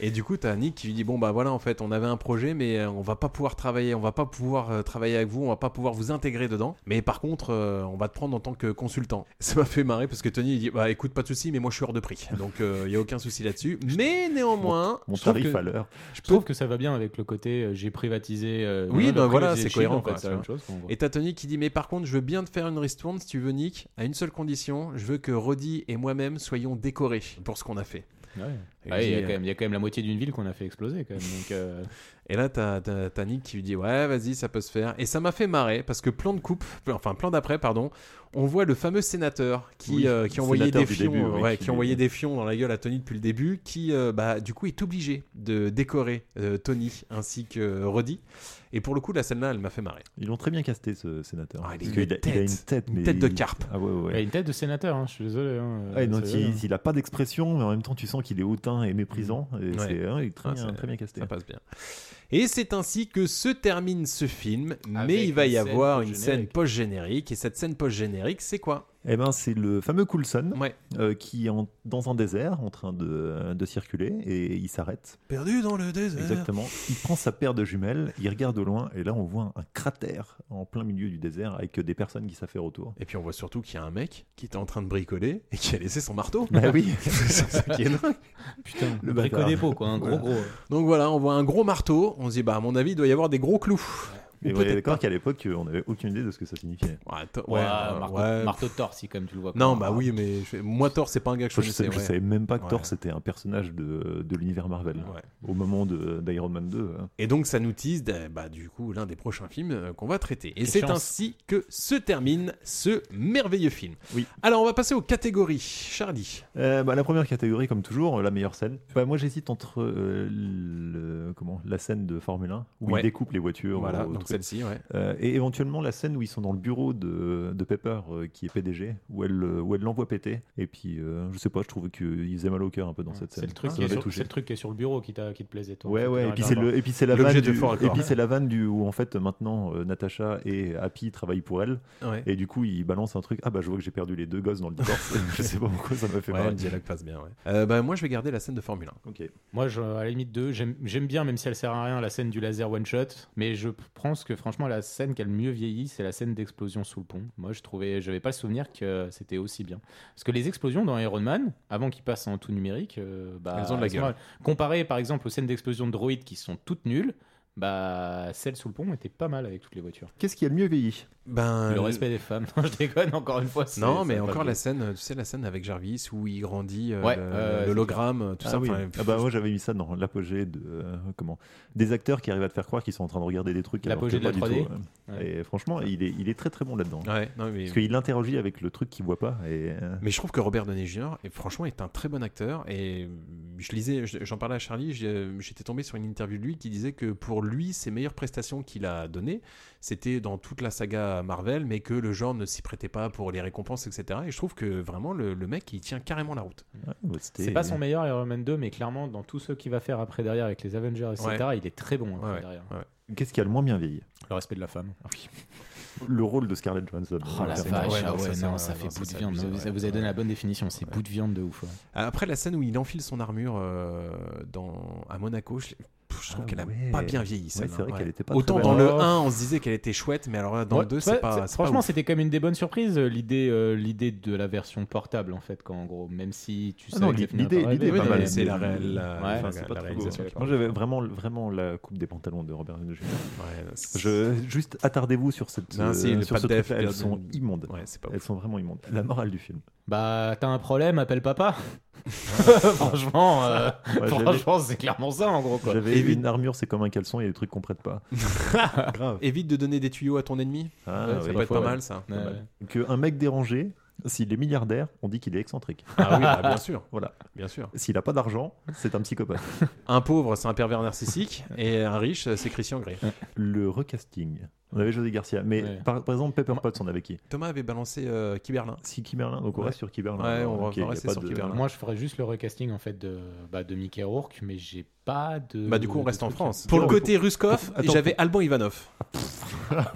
Speaker 2: Et du coup, t'as Nick qui lui dit Bon, bah voilà, en fait, on avait un projet, mais euh, on va pas pouvoir travailler, on va pas pouvoir euh, travailler avec vous, on va pas pouvoir vous intégrer dedans. Mais par contre, euh, on va te prendre en tant que consultant. Ça m'a fait marrer parce que Tony, il dit Bah écoute, pas de souci, mais moi je suis hors de prix. Donc, euh, il y a aucun souci là-dessus. Mais néanmoins,
Speaker 12: Mon
Speaker 2: je trouve
Speaker 12: tarif hein.
Speaker 2: que-
Speaker 12: à l'heure.
Speaker 16: Je trouve que ça va bien avec le côté euh, j'ai privatisé. euh,
Speaker 2: Oui,
Speaker 16: j'ai
Speaker 2: ben voilà,
Speaker 16: privatisé
Speaker 2: c'est
Speaker 16: Shield,
Speaker 2: cohérent.
Speaker 16: en fait,
Speaker 2: quoi,
Speaker 16: c'est
Speaker 2: tu
Speaker 16: la même
Speaker 2: vois.
Speaker 16: chose. quoi, en gros.
Speaker 2: et t'as Tony qui dit Mais par contre, je veux bien te faire une ristourne si tu veux, Nick, à une seule condition je veux que Roddy et moi-même soyons décorés pour ce qu'on a fait.
Speaker 16: Ouais.
Speaker 2: Et
Speaker 16: Ouais, il y, a
Speaker 2: j'ai-
Speaker 16: quand même- il y a quand même la moitié d'une ville qu'on a fait exploser. Quand même, donc, euh,
Speaker 2: Et là, t'as t'as- t'as Nick qui lui dit Ouais, vas-y, ça peut se faire. Et ça m'a fait marrer parce que plan de coupe, enfin plan d'après, pardon, on voit le fameux sénateur qui,
Speaker 12: Oui,
Speaker 2: euh, qui envoyait
Speaker 12: sénateur
Speaker 2: des
Speaker 12: du
Speaker 2: fions,
Speaker 12: début,
Speaker 2: euh,
Speaker 12: oui,
Speaker 2: ouais,
Speaker 12: qui
Speaker 2: qui
Speaker 12: lui-
Speaker 2: envoyait des fions dans la gueule à Tony depuis le début, qui euh, bah, du coup est obligé de décorer euh, Tony ainsi que Roddy. Et pour le coup, la scène-là, elle m'a fait marrer.
Speaker 12: Ils l'ont très bien casté, ce sénateur.
Speaker 2: Ah, il a
Speaker 12: Parce
Speaker 2: une
Speaker 12: qu'il a, il a une
Speaker 2: tête,
Speaker 12: tête,
Speaker 2: une
Speaker 12: mais
Speaker 2: tête de
Speaker 12: il-
Speaker 2: carpe.
Speaker 12: Ah ouais, ouais, ouais.
Speaker 16: bah, il a une tête de sénateur, hein, je suis désolé. hein, euh,
Speaker 12: Ouais, donc
Speaker 16: c'est-
Speaker 12: il, il a pas d'expression, mais en même temps, tu sens qu'il est hautain et méprisant. Et
Speaker 2: Ouais.
Speaker 12: c'est, hein, il est très,
Speaker 2: Ah,
Speaker 12: bien,
Speaker 2: c'est-
Speaker 12: très bien casté.
Speaker 2: Ça passe bien. Et c'est ainsi que se termine ce film, mais
Speaker 16: Avec
Speaker 2: il va
Speaker 16: une
Speaker 2: y
Speaker 16: scène
Speaker 2: avoir une scène
Speaker 16: post-générique.
Speaker 2: post-générique. Et cette scène post-générique, c'est quoi
Speaker 12: Eh ben, c'est le fameux Coulson
Speaker 2: Ouais.
Speaker 12: euh, qui est en- dans un désert en train de, de circuler et il s'arrête.
Speaker 2: Perdu dans le désert.
Speaker 12: Exactement. Il prend sa paire de jumelles, il regarde au loin et là on voit un, un cratère en plein milieu du désert avec des personnes qui s'affairent autour.
Speaker 2: Et puis on voit surtout qu'il y a un mec qui était en train de bricoler et qui a laissé son marteau.
Speaker 12: Bah oui.
Speaker 2: c'est ça qui est dingue.
Speaker 16: Putain,
Speaker 12: Le
Speaker 16: le brico
Speaker 12: bâtard.
Speaker 16: dépôt, quoi, un gros
Speaker 12: Voilà.
Speaker 16: gros.
Speaker 2: Donc voilà, on voit un gros marteau. On se dit, bah à mon avis, il doit y avoir des gros clous. Ou
Speaker 12: Et vous êtes
Speaker 2: peut-être
Speaker 12: d'accord
Speaker 2: pas.
Speaker 12: qu'à l'époque on n'avait aucune idée de ce que ça signifiait.
Speaker 2: Ouais, to-
Speaker 16: Ouais,
Speaker 2: ouais,
Speaker 16: euh, marteau,
Speaker 2: ouais.
Speaker 16: marteau Ah. de torse, si, comme tu le vois.
Speaker 2: Non,
Speaker 16: quoi.
Speaker 2: bah oui, mais je- moi, Thor, c'est pas un gars que je
Speaker 12: Je, sais-
Speaker 2: connaissais.
Speaker 12: je
Speaker 2: ouais.
Speaker 12: savais même pas que Thor
Speaker 2: Ouais.
Speaker 12: c'était un personnage de, de l'univers Marvel
Speaker 2: Ouais.
Speaker 12: au moment de- d'Iron Man 2. hein.
Speaker 2: Et donc ça nous tease euh, bah, du coup l'un des prochains films euh, qu'on va traiter. Et
Speaker 16: Quelle
Speaker 2: c'est
Speaker 16: chance.
Speaker 2: ainsi que se termine ce merveilleux film.
Speaker 12: Oui.
Speaker 2: Alors on va passer aux catégories. Charlie.
Speaker 12: Euh, bah, la première catégorie, comme toujours, euh, la meilleure scène. Bah, moi, j'hésite entre euh, le- comment, la scène de Formule 1 où
Speaker 2: Ouais.
Speaker 12: ils découpent les voitures,
Speaker 2: Voilà,
Speaker 12: au- au
Speaker 2: donc
Speaker 12: truc.
Speaker 2: celle-ci, ouais.
Speaker 12: Euh, et éventuellement la scène où ils sont dans le bureau de, de Pepper, euh, qui est PDG, où elle euh, où elle l'envoie péter. Et puis, euh, je sais pas, je trouve qu'ils faisaient mal au cœur un peu dans cette scène.
Speaker 16: C'est le, truc
Speaker 12: Ça
Speaker 16: qui est
Speaker 12: m'avait
Speaker 16: sur-
Speaker 12: touché.
Speaker 16: c'est le truc qui est sur le bureau qui, t'a- qui te plaisait, toi. en
Speaker 12: Ouais,
Speaker 16: fait,
Speaker 12: ouais,
Speaker 16: dans
Speaker 12: et puis
Speaker 16: la
Speaker 12: c'est
Speaker 16: barre.
Speaker 12: le, et puis c'est la
Speaker 2: L'objet
Speaker 12: vanne
Speaker 2: de
Speaker 12: du,
Speaker 2: Fort
Speaker 12: et
Speaker 2: Accord.
Speaker 12: puis c'est la vanne du, où en fait maintenant euh, Natasha et Happy travaillent pour elle,
Speaker 2: Ouais.
Speaker 12: et du coup ils balancent un truc. Ah bah je vois que j'ai perdu les deux gosses dans le divorce. je sais pas pourquoi ça m'a fait
Speaker 2: Ouais,
Speaker 12: mal.
Speaker 2: le dialogue passe bien. Ouais. Euh, bah, moi je vais garder la scène de Formule 1.
Speaker 16: Moi, je, à la limite 2, j'aime j'aime bien, même si elle sert à rien, la scène du laser one shot. Mais je pense que franchement, la scène qui a le mieux vieilli, c'est la scène d'explosion sous le pont. Moi, je trouvais, j'avais pas le souvenir que c'était aussi bien. Parce que les explosions dans Iron Man, avant qu'ils passent en tout numérique, euh, bah,
Speaker 2: Elles ont de la
Speaker 16: sont-
Speaker 2: gueule.
Speaker 16: Comparé par exemple aux scènes d'explosion de droïdes qui sont toutes nulles, bah, celle sous le pont était pas mal avec toutes les voitures.
Speaker 12: Qu'est-ce qui a le mieux vieilli
Speaker 2: Ben,
Speaker 16: le respect des femmes. Non, je déconne encore une fois. c'est-
Speaker 2: Non,
Speaker 16: ça
Speaker 2: mais
Speaker 16: a pas
Speaker 2: encore
Speaker 16: de-
Speaker 2: la scène, tu sais, la scène avec Jarvis où il grandit, euh,
Speaker 16: Ouais,
Speaker 2: le-
Speaker 16: euh, c'est
Speaker 2: l'hologramme, tout
Speaker 12: ah,
Speaker 2: ça.
Speaker 12: oui.
Speaker 2: enfin,
Speaker 12: Ah bah moi j'avais mis ça dans l'apogée de euh, comment des acteurs qui arrivent à te faire croire qu'ils sont en train de regarder des trucs alors
Speaker 16: L'apogée
Speaker 12: que pas
Speaker 16: de la
Speaker 12: du
Speaker 16: 3D.
Speaker 12: tout, ouais. et franchement il est, il est très très bon là-dedans
Speaker 2: Ouais, non, mais-
Speaker 12: parce qu'il interrogie avec le truc qu'il voit pas et euh,
Speaker 2: Mais je trouve que Robert Downey Jr. est franchement est un très bon acteur et je lisais, je- j'en parlais à Charlie, j'ai- j'étais tombé sur une interview de lui qui disait que pour lui ses meilleures prestations qu'il a données c'était dans toute la saga Marvel, mais que le genre ne s'y prêtait pas pour les récompenses etc. Et je trouve que vraiment le, le mec il tient carrément la route.
Speaker 12: ouais, bah, c'était-
Speaker 16: C'est pas son meilleur Iron Man 2, mais clairement, dans tout ce qu'il va faire après derrière avec les Avengers, etc.,
Speaker 2: Ouais.
Speaker 16: il est très bon après
Speaker 2: Ouais, ouais,
Speaker 16: derrière.
Speaker 2: ouais.
Speaker 12: qu'est-ce qui a le moins bien vieilli
Speaker 16: Le respect de la femme.
Speaker 2: Ah
Speaker 12: le rôle de Scarlett Johansson
Speaker 16: Oh la
Speaker 12: Clairement.
Speaker 16: vache,
Speaker 2: ouais,
Speaker 16: ah
Speaker 2: non,
Speaker 16: ouais,
Speaker 2: ça, c'est
Speaker 16: non,
Speaker 2: un-
Speaker 16: ça fait
Speaker 2: non,
Speaker 16: bout
Speaker 2: c'est
Speaker 16: de viande.
Speaker 2: abusé,
Speaker 16: Vous-
Speaker 2: ouais.
Speaker 16: Vous avez donné la bonne définition, c'est bout de viande de ouf. ouais.
Speaker 2: Après la scène où il enfile son armure euh, dans à Monaco, je, l'ai- pff, je trouve qu'elle a pas bien vieilli.
Speaker 12: Ah
Speaker 2: celle-là,
Speaker 12: Ouais,
Speaker 2: hein.
Speaker 12: c'est vrai
Speaker 2: ouais.
Speaker 12: qu'elle était pas
Speaker 2: Autant
Speaker 12: très
Speaker 2: dans
Speaker 12: belle.
Speaker 2: le 1, on se disait qu'elle était chouette, mais alors là, dans
Speaker 16: Ouais,
Speaker 2: le 2,
Speaker 16: ouais,
Speaker 2: c'est pas. c'est pas
Speaker 16: Franchement,
Speaker 2: ouf.
Speaker 16: c'était quand même une des bonnes surprises, euh, l'idée euh, l'idée de la version portable, en fait, quand, en gros, même si tu
Speaker 12: Ah
Speaker 16: sais
Speaker 12: non, l'idée l'idée est pas mal.
Speaker 2: c'est la ré-
Speaker 12: réelle
Speaker 2: la- enfin, c'est pas
Speaker 12: pas
Speaker 2: la
Speaker 12: très beau.
Speaker 2: réalisation qui
Speaker 12: Moi,
Speaker 2: parle.
Speaker 12: j'avais vraiment, vraiment la coupe des pantalons de Robert Downey Jr. Je, juste attardez-vous sur cette.
Speaker 2: Non, si,
Speaker 12: euh,
Speaker 2: le
Speaker 12: sur
Speaker 2: pas
Speaker 12: ce
Speaker 2: de def,
Speaker 12: truc-là,
Speaker 2: bien-
Speaker 12: Elles sont immondes. Elles sont vraiment immondes. La morale du film.
Speaker 16: Bah, t'as un problème, appelle papa. franchement, euh,
Speaker 12: Ouais, j'avais-
Speaker 16: franchement c'est clairement ça, en gros. Quoi.
Speaker 12: J'avais une armure, c'est comme un caleçon, il y a des trucs qu'on prête pas. Grave.
Speaker 2: Évite de donner des tuyaux à ton ennemi. bah, Ouais,
Speaker 12: Ah, ouais,
Speaker 2: ça peut être
Speaker 12: parfois,
Speaker 2: pas
Speaker 12: ouais.
Speaker 2: mal, ça.
Speaker 12: Pas mal. Que un mec dérangé, s'il est milliardaire, on dit qu'il est excentrique.
Speaker 2: Ah oui, bah, bien sûr.
Speaker 12: Voilà.
Speaker 2: Bien sûr.
Speaker 12: S'il a pas d'argent, c'est un psychopathe.
Speaker 2: Un pauvre, c'est un pervers narcissique, et un riche, c'est Christian Grey.
Speaker 12: Le recasting. On avait José Garcia, mais
Speaker 2: Ouais.
Speaker 12: par, par exemple Pepper Potts, on avait qui
Speaker 2: Thomas avait balancé euh, Kiberlin.
Speaker 12: Si Kiberlin, donc on
Speaker 2: Ouais.
Speaker 12: reste sur Kiberlin.
Speaker 2: Ouais, on va-
Speaker 12: Ok,
Speaker 2: on va
Speaker 12: y a
Speaker 2: rester
Speaker 12: pas
Speaker 2: sur
Speaker 12: de-
Speaker 2: Kiberlin.
Speaker 16: Moi, je ferais juste le recasting, en fait, de, bah, de Mickey Rourke, mais j'ai pas de.
Speaker 2: Bah, du coup, on
Speaker 16: de
Speaker 2: reste en
Speaker 16: truc.
Speaker 2: France. Pour le côté Ruskov,
Speaker 16: attends,
Speaker 2: j'avais Alban Ivanov.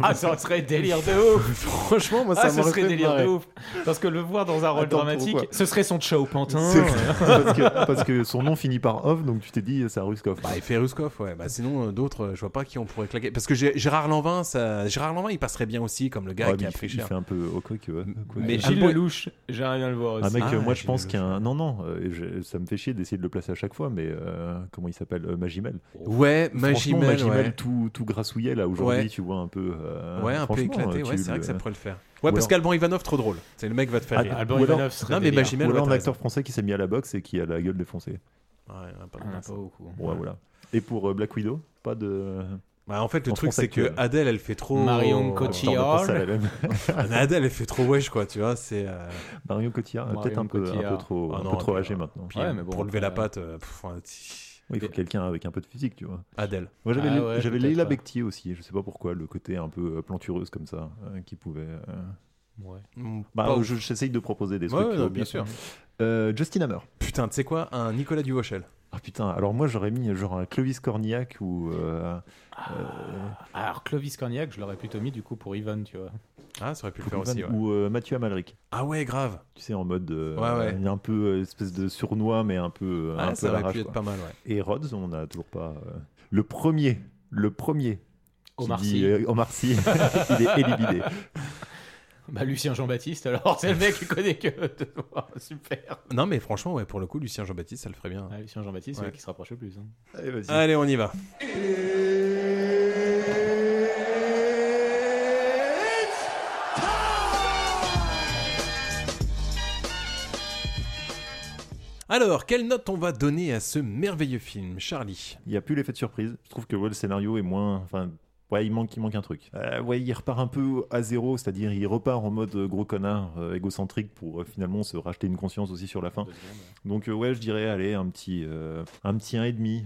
Speaker 16: Ah, ça serait délire de ouf!
Speaker 2: Franchement, moi, ça
Speaker 16: ah, ce
Speaker 2: m'aurait
Speaker 16: serait
Speaker 2: fait
Speaker 16: délire
Speaker 2: marrer.
Speaker 16: de ouf! Parce que le voir dans un rôle
Speaker 12: Attends,
Speaker 16: dramatique,
Speaker 12: pourquoi
Speaker 16: ce serait son tchao pantin!
Speaker 12: C'est- parce, que, parce que son nom finit par Ov, donc tu t'es dit c'est un Ruskov.
Speaker 2: Bah, il fait Ruskov, ouais. Bah, sinon, euh, d'autres, euh, je vois pas qui on pourrait claquer. Parce que Gé- Gérard Lanvin, ça... Gérard Lanvin, il passerait bien aussi comme le gars
Speaker 12: Ouais,
Speaker 2: qui
Speaker 12: mais
Speaker 2: a
Speaker 12: il, fait-
Speaker 2: pris
Speaker 12: il
Speaker 2: cher.
Speaker 12: fait un peu au coq. ouais. Quoi.
Speaker 2: Ah, Mais
Speaker 16: Gilles
Speaker 2: Alban-
Speaker 16: Lelouch, j'aimerais bien le voir aussi.
Speaker 12: Ah mec,
Speaker 2: Ah,
Speaker 12: euh, moi je
Speaker 2: Gilles
Speaker 12: pense qu'un non non, euh, je- ça me fait chier d'essayer de le placer à chaque fois, mais euh, comment il s'appelle euh, Magimel.
Speaker 2: Ouais,
Speaker 12: Franchement,
Speaker 2: Magimel, ouais.
Speaker 12: tout tout grassouillet là aujourd'hui,
Speaker 2: Ouais.
Speaker 12: tu vois un peu. euh,
Speaker 2: ouais, un peu
Speaker 12: franchement,
Speaker 2: éclaté,
Speaker 12: euh,
Speaker 2: ouais,
Speaker 12: tu
Speaker 2: c'est vrai
Speaker 12: le-
Speaker 2: que ça pourrait le faire.
Speaker 12: Ou
Speaker 2: Ouais, parce
Speaker 12: alors-
Speaker 2: qu'Alban Ivanov, trop drôle. C'est le mec va te faire
Speaker 12: Ah,
Speaker 2: rire.
Speaker 12: Alban Ou alors- Ivanov
Speaker 16: serait
Speaker 2: Non, mais
Speaker 16: délire.
Speaker 2: Magimel,
Speaker 12: Ou alors
Speaker 2: ouais,
Speaker 12: un
Speaker 2: t'as
Speaker 12: acteur français qui s'est mis à la boxe et qui a la gueule défoncée.
Speaker 2: raison. Ouais, pas
Speaker 16: Ah,
Speaker 2: mal, ça.
Speaker 16: pas beaucoup.
Speaker 12: Ouais, voilà. Et pour euh, Black Widow, pas de.
Speaker 2: Bah, en fait, le
Speaker 12: en
Speaker 2: truc,
Speaker 12: France
Speaker 2: c'est que
Speaker 12: actuelle.
Speaker 2: Adèle, elle fait trop. euh,
Speaker 16: Marion
Speaker 12: Ah, Attends, on pense à la
Speaker 16: Cotillard.
Speaker 12: même.
Speaker 2: Adèle, elle fait trop wesh, quoi, tu vois. C'est. euh,
Speaker 12: Marion Cotillard,
Speaker 16: Marion
Speaker 12: peut-être un peu, un
Speaker 16: Cotillard.
Speaker 12: peu trop,
Speaker 2: Ah
Speaker 12: un
Speaker 2: non,
Speaker 12: peu trop
Speaker 2: puis,
Speaker 12: âgé
Speaker 2: euh,
Speaker 12: maintenant.
Speaker 2: puis,
Speaker 16: Ouais,
Speaker 2: euh,
Speaker 16: mais bon,
Speaker 2: pour lever la
Speaker 16: euh,
Speaker 2: patte, euh, pff, un petit-
Speaker 12: Oui, il faut quelqu'un avec un peu de physique, tu vois.
Speaker 2: Adèle.
Speaker 12: Moi j'avais
Speaker 16: Ah
Speaker 12: Lé-
Speaker 16: ouais,
Speaker 12: j'avais
Speaker 16: peut-être,
Speaker 12: Leila
Speaker 16: ouais.
Speaker 12: Bekti aussi, je sais pas pourquoi, le côté un peu euh, plantureuse comme ça, euh, qui pouvait. euh,
Speaker 16: Ouais.
Speaker 2: Mm,
Speaker 12: Bah,
Speaker 2: pas ouf.
Speaker 12: je- j'essaye de proposer des
Speaker 2: Ouais,
Speaker 12: trucs.
Speaker 2: ouais,
Speaker 12: euh,
Speaker 2: non, bien sûr.
Speaker 12: Euh, Justin Hammer.
Speaker 2: Putain, tu sais quoi, un Nicolas Duvauchel.
Speaker 12: Ah putain, alors moi j'aurais mis genre un Clovis Cornillac ou. euh,
Speaker 2: Ah,
Speaker 12: euh,
Speaker 16: Ah, Alors, Clovis Cornillac, je l'aurais plutôt mis du coup pour Yvonne, tu vois.
Speaker 2: Ah, ça aurait pu le
Speaker 12: Kobe
Speaker 2: faire aussi,
Speaker 12: Bryant
Speaker 2: ouais.
Speaker 12: Ou euh, Mathieu Amalric.
Speaker 2: Ah ouais, grave.
Speaker 12: Tu sais, en mode. euh,
Speaker 2: Ouais, ouais.
Speaker 12: Il y a un peu euh, espèce de sournois, mais un peu. euh,
Speaker 2: Ah,
Speaker 12: un peu
Speaker 2: ça
Speaker 12: à
Speaker 2: aurait
Speaker 12: la
Speaker 2: pu
Speaker 12: rage,
Speaker 2: être
Speaker 12: quoi.
Speaker 2: pas mal, ouais.
Speaker 12: Et Rhodes, on n'a toujours pas. euh, Le premier. Le premier. qui
Speaker 16: Omar
Speaker 12: dit,
Speaker 16: Sy.
Speaker 12: euh, Omar Sy. il est éliminé.
Speaker 16: Bah, Lucien Jean-Baptiste, alors, c'est le mec qui connaît que. Super!
Speaker 2: Non, mais franchement, ouais, pour le coup, Lucien Jean-Baptiste, ça le ferait bien.
Speaker 16: Ah, Lucien Jean-Baptiste, c'est
Speaker 2: Ouais.
Speaker 16: le mec qui se rapproche le plus. hein.
Speaker 12: Allez, vas-y.
Speaker 2: Allez, on y va. Alors, quelle note on va donner à ce merveilleux film, Charlie
Speaker 12: Il n'y a plus l'effet de surprise. Je trouve que ouais, le scénario est moins. Enfin, ouais, il manque, il manque un truc. Euh, ouais, il repart un peu à zéro, c'est-à-dire il repart en mode euh, gros connard, euh, égocentrique, pour euh, finalement se racheter une conscience aussi sur la fin. Donc euh, ouais, je dirais allez un petit, euh, un petit un et demi.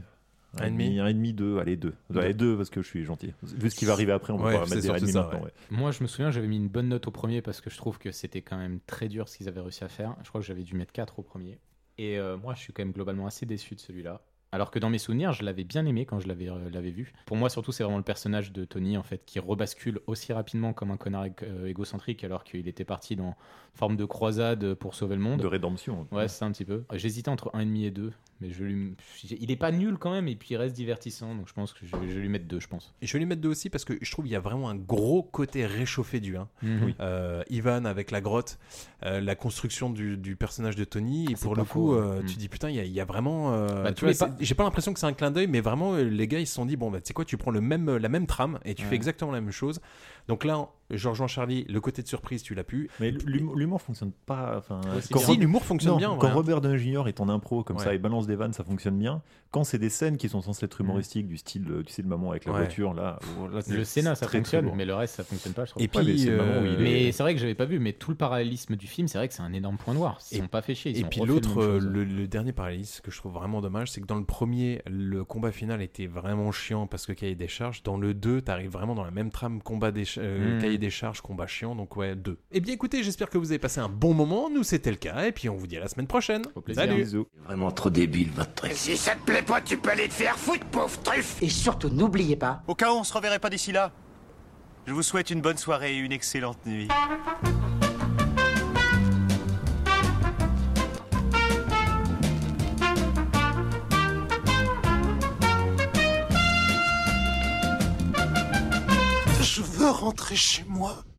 Speaker 2: Un et demi.
Speaker 12: un et demi deux, allez deux,
Speaker 2: Deux.
Speaker 12: allez deux parce que je suis gentil. Vu ce qui va arriver après, on va
Speaker 2: Ouais,
Speaker 12: pas
Speaker 2: c'est
Speaker 12: mettre des un et
Speaker 2: surtout
Speaker 12: demi
Speaker 2: ça,
Speaker 12: maintenant.
Speaker 2: ouais.
Speaker 12: ouais.
Speaker 16: Moi, je me souviens, j'avais mis une bonne note au premier parce que je trouve que c'était quand même très dur ce qu'ils avaient réussi à faire. Je crois que j'avais dû mettre 4 au premier. Et euh, moi, je suis quand même globalement assez déçu de celui-là. Alors que dans mes souvenirs, je l'avais bien aimé quand je l'avais euh, l'avais vu. Pour moi, surtout, c'est vraiment le personnage de Tony en fait qui rebascule aussi rapidement comme un connard ég- euh, égocentrique alors qu'il était parti dans une forme de croisade pour sauver le monde.
Speaker 12: De rédemption.
Speaker 16: Ouais, c'est ça un petit peu. J'hésitais entre 1,5 et 2, mais je lui... il est pas nul quand même, et puis il reste divertissant, donc je pense que je vais, je vais lui mettre 2, je pense.
Speaker 2: Et je vais lui mettre deux aussi parce que je trouve qu'il y a vraiment un gros côté réchauffé du 1.
Speaker 16: Mhm. Oui.
Speaker 2: Euh, Ivan avec la grotte, euh, la construction du, du personnage de Tony, et
Speaker 16: Ah, C'est
Speaker 2: pour
Speaker 16: pas
Speaker 2: le coup,
Speaker 16: faux, ouais.
Speaker 2: euh, tu
Speaker 16: Mm.
Speaker 2: dis putain, il y a, il y a vraiment. euh,
Speaker 16: Bah,
Speaker 2: tu
Speaker 16: tous
Speaker 2: vois,
Speaker 16: les pas-
Speaker 2: c'est- J'ai pas l'impression que c'est un clin d'œil, mais vraiment, euh, les gars, ils se sont dit bon, bah, tu sais quoi, tu prends le même, euh, la même trame et tu
Speaker 16: Ouais.
Speaker 2: fais exactement la même chose. Donc là, Georges Jean Charlie, le côté de surprise, tu l'as pu.
Speaker 12: Mais l'humour l'humour fonctionne pas. Enfin,
Speaker 16: Aussi bien.
Speaker 2: Si, l'humour fonctionne
Speaker 12: Non,
Speaker 2: bien. en
Speaker 12: Quand
Speaker 2: vrai, hein.
Speaker 12: Robert Downey Jr. est en impro comme
Speaker 2: Ouais.
Speaker 12: ça et balance des vannes, ça fonctionne bien. Quand c'est des scènes qui sont censées être humoristiques, du style, euh, tu sais, le maman avec la
Speaker 2: Mm. Ouais.
Speaker 12: voiture, là, oh, là, c'est-
Speaker 16: Le Sénat, ça
Speaker 12: c'est très, très
Speaker 16: fonctionne,
Speaker 12: lourd.
Speaker 16: mais le reste, ça fonctionne pas, je trouve.
Speaker 2: Et
Speaker 12: Ouais, mais
Speaker 2: puis,
Speaker 12: c'est le moment où
Speaker 2: euh,
Speaker 12: il est-
Speaker 16: Mais c'est vrai que j'avais pas vu, mais tout le parallélisme du film, c'est vrai que c'est un énorme point noir. Ils
Speaker 2: Et-
Speaker 16: sont pas fait chier. ils
Speaker 2: Et
Speaker 16: ont
Speaker 2: puis
Speaker 16: refait la même
Speaker 2: l'autre, euh,
Speaker 16: chose. hein.
Speaker 2: le, le dernier parallélisme que je trouve vraiment dommage, c'est que dans le premier, le combat final était vraiment chiant parce que cahier des charges. Dans le 2, t'arrives vraiment dans la même trame combat des ch- euh,
Speaker 16: Mm.
Speaker 2: cahier des charges, combat chiant, donc ouais, 2. Eh bien écoutez, j'espère que vous avez passé un bon moment. Nous, c'était le cas, et puis on vous dit à la semaine prochaine.
Speaker 16: Au plaisir.
Speaker 2: Salut
Speaker 12: Bisous.
Speaker 4: Vraiment trop débile, votre truc.
Speaker 3: Si ça te plaît pas, tu peux aller te faire foutre, pauvre truffe
Speaker 18: Et surtout, n'oubliez pas.
Speaker 19: Au cas où on se reverrait pas d'ici là, je vous souhaite une bonne soirée et une excellente nuit.
Speaker 18: Thank you. Je veux rentrer chez moi.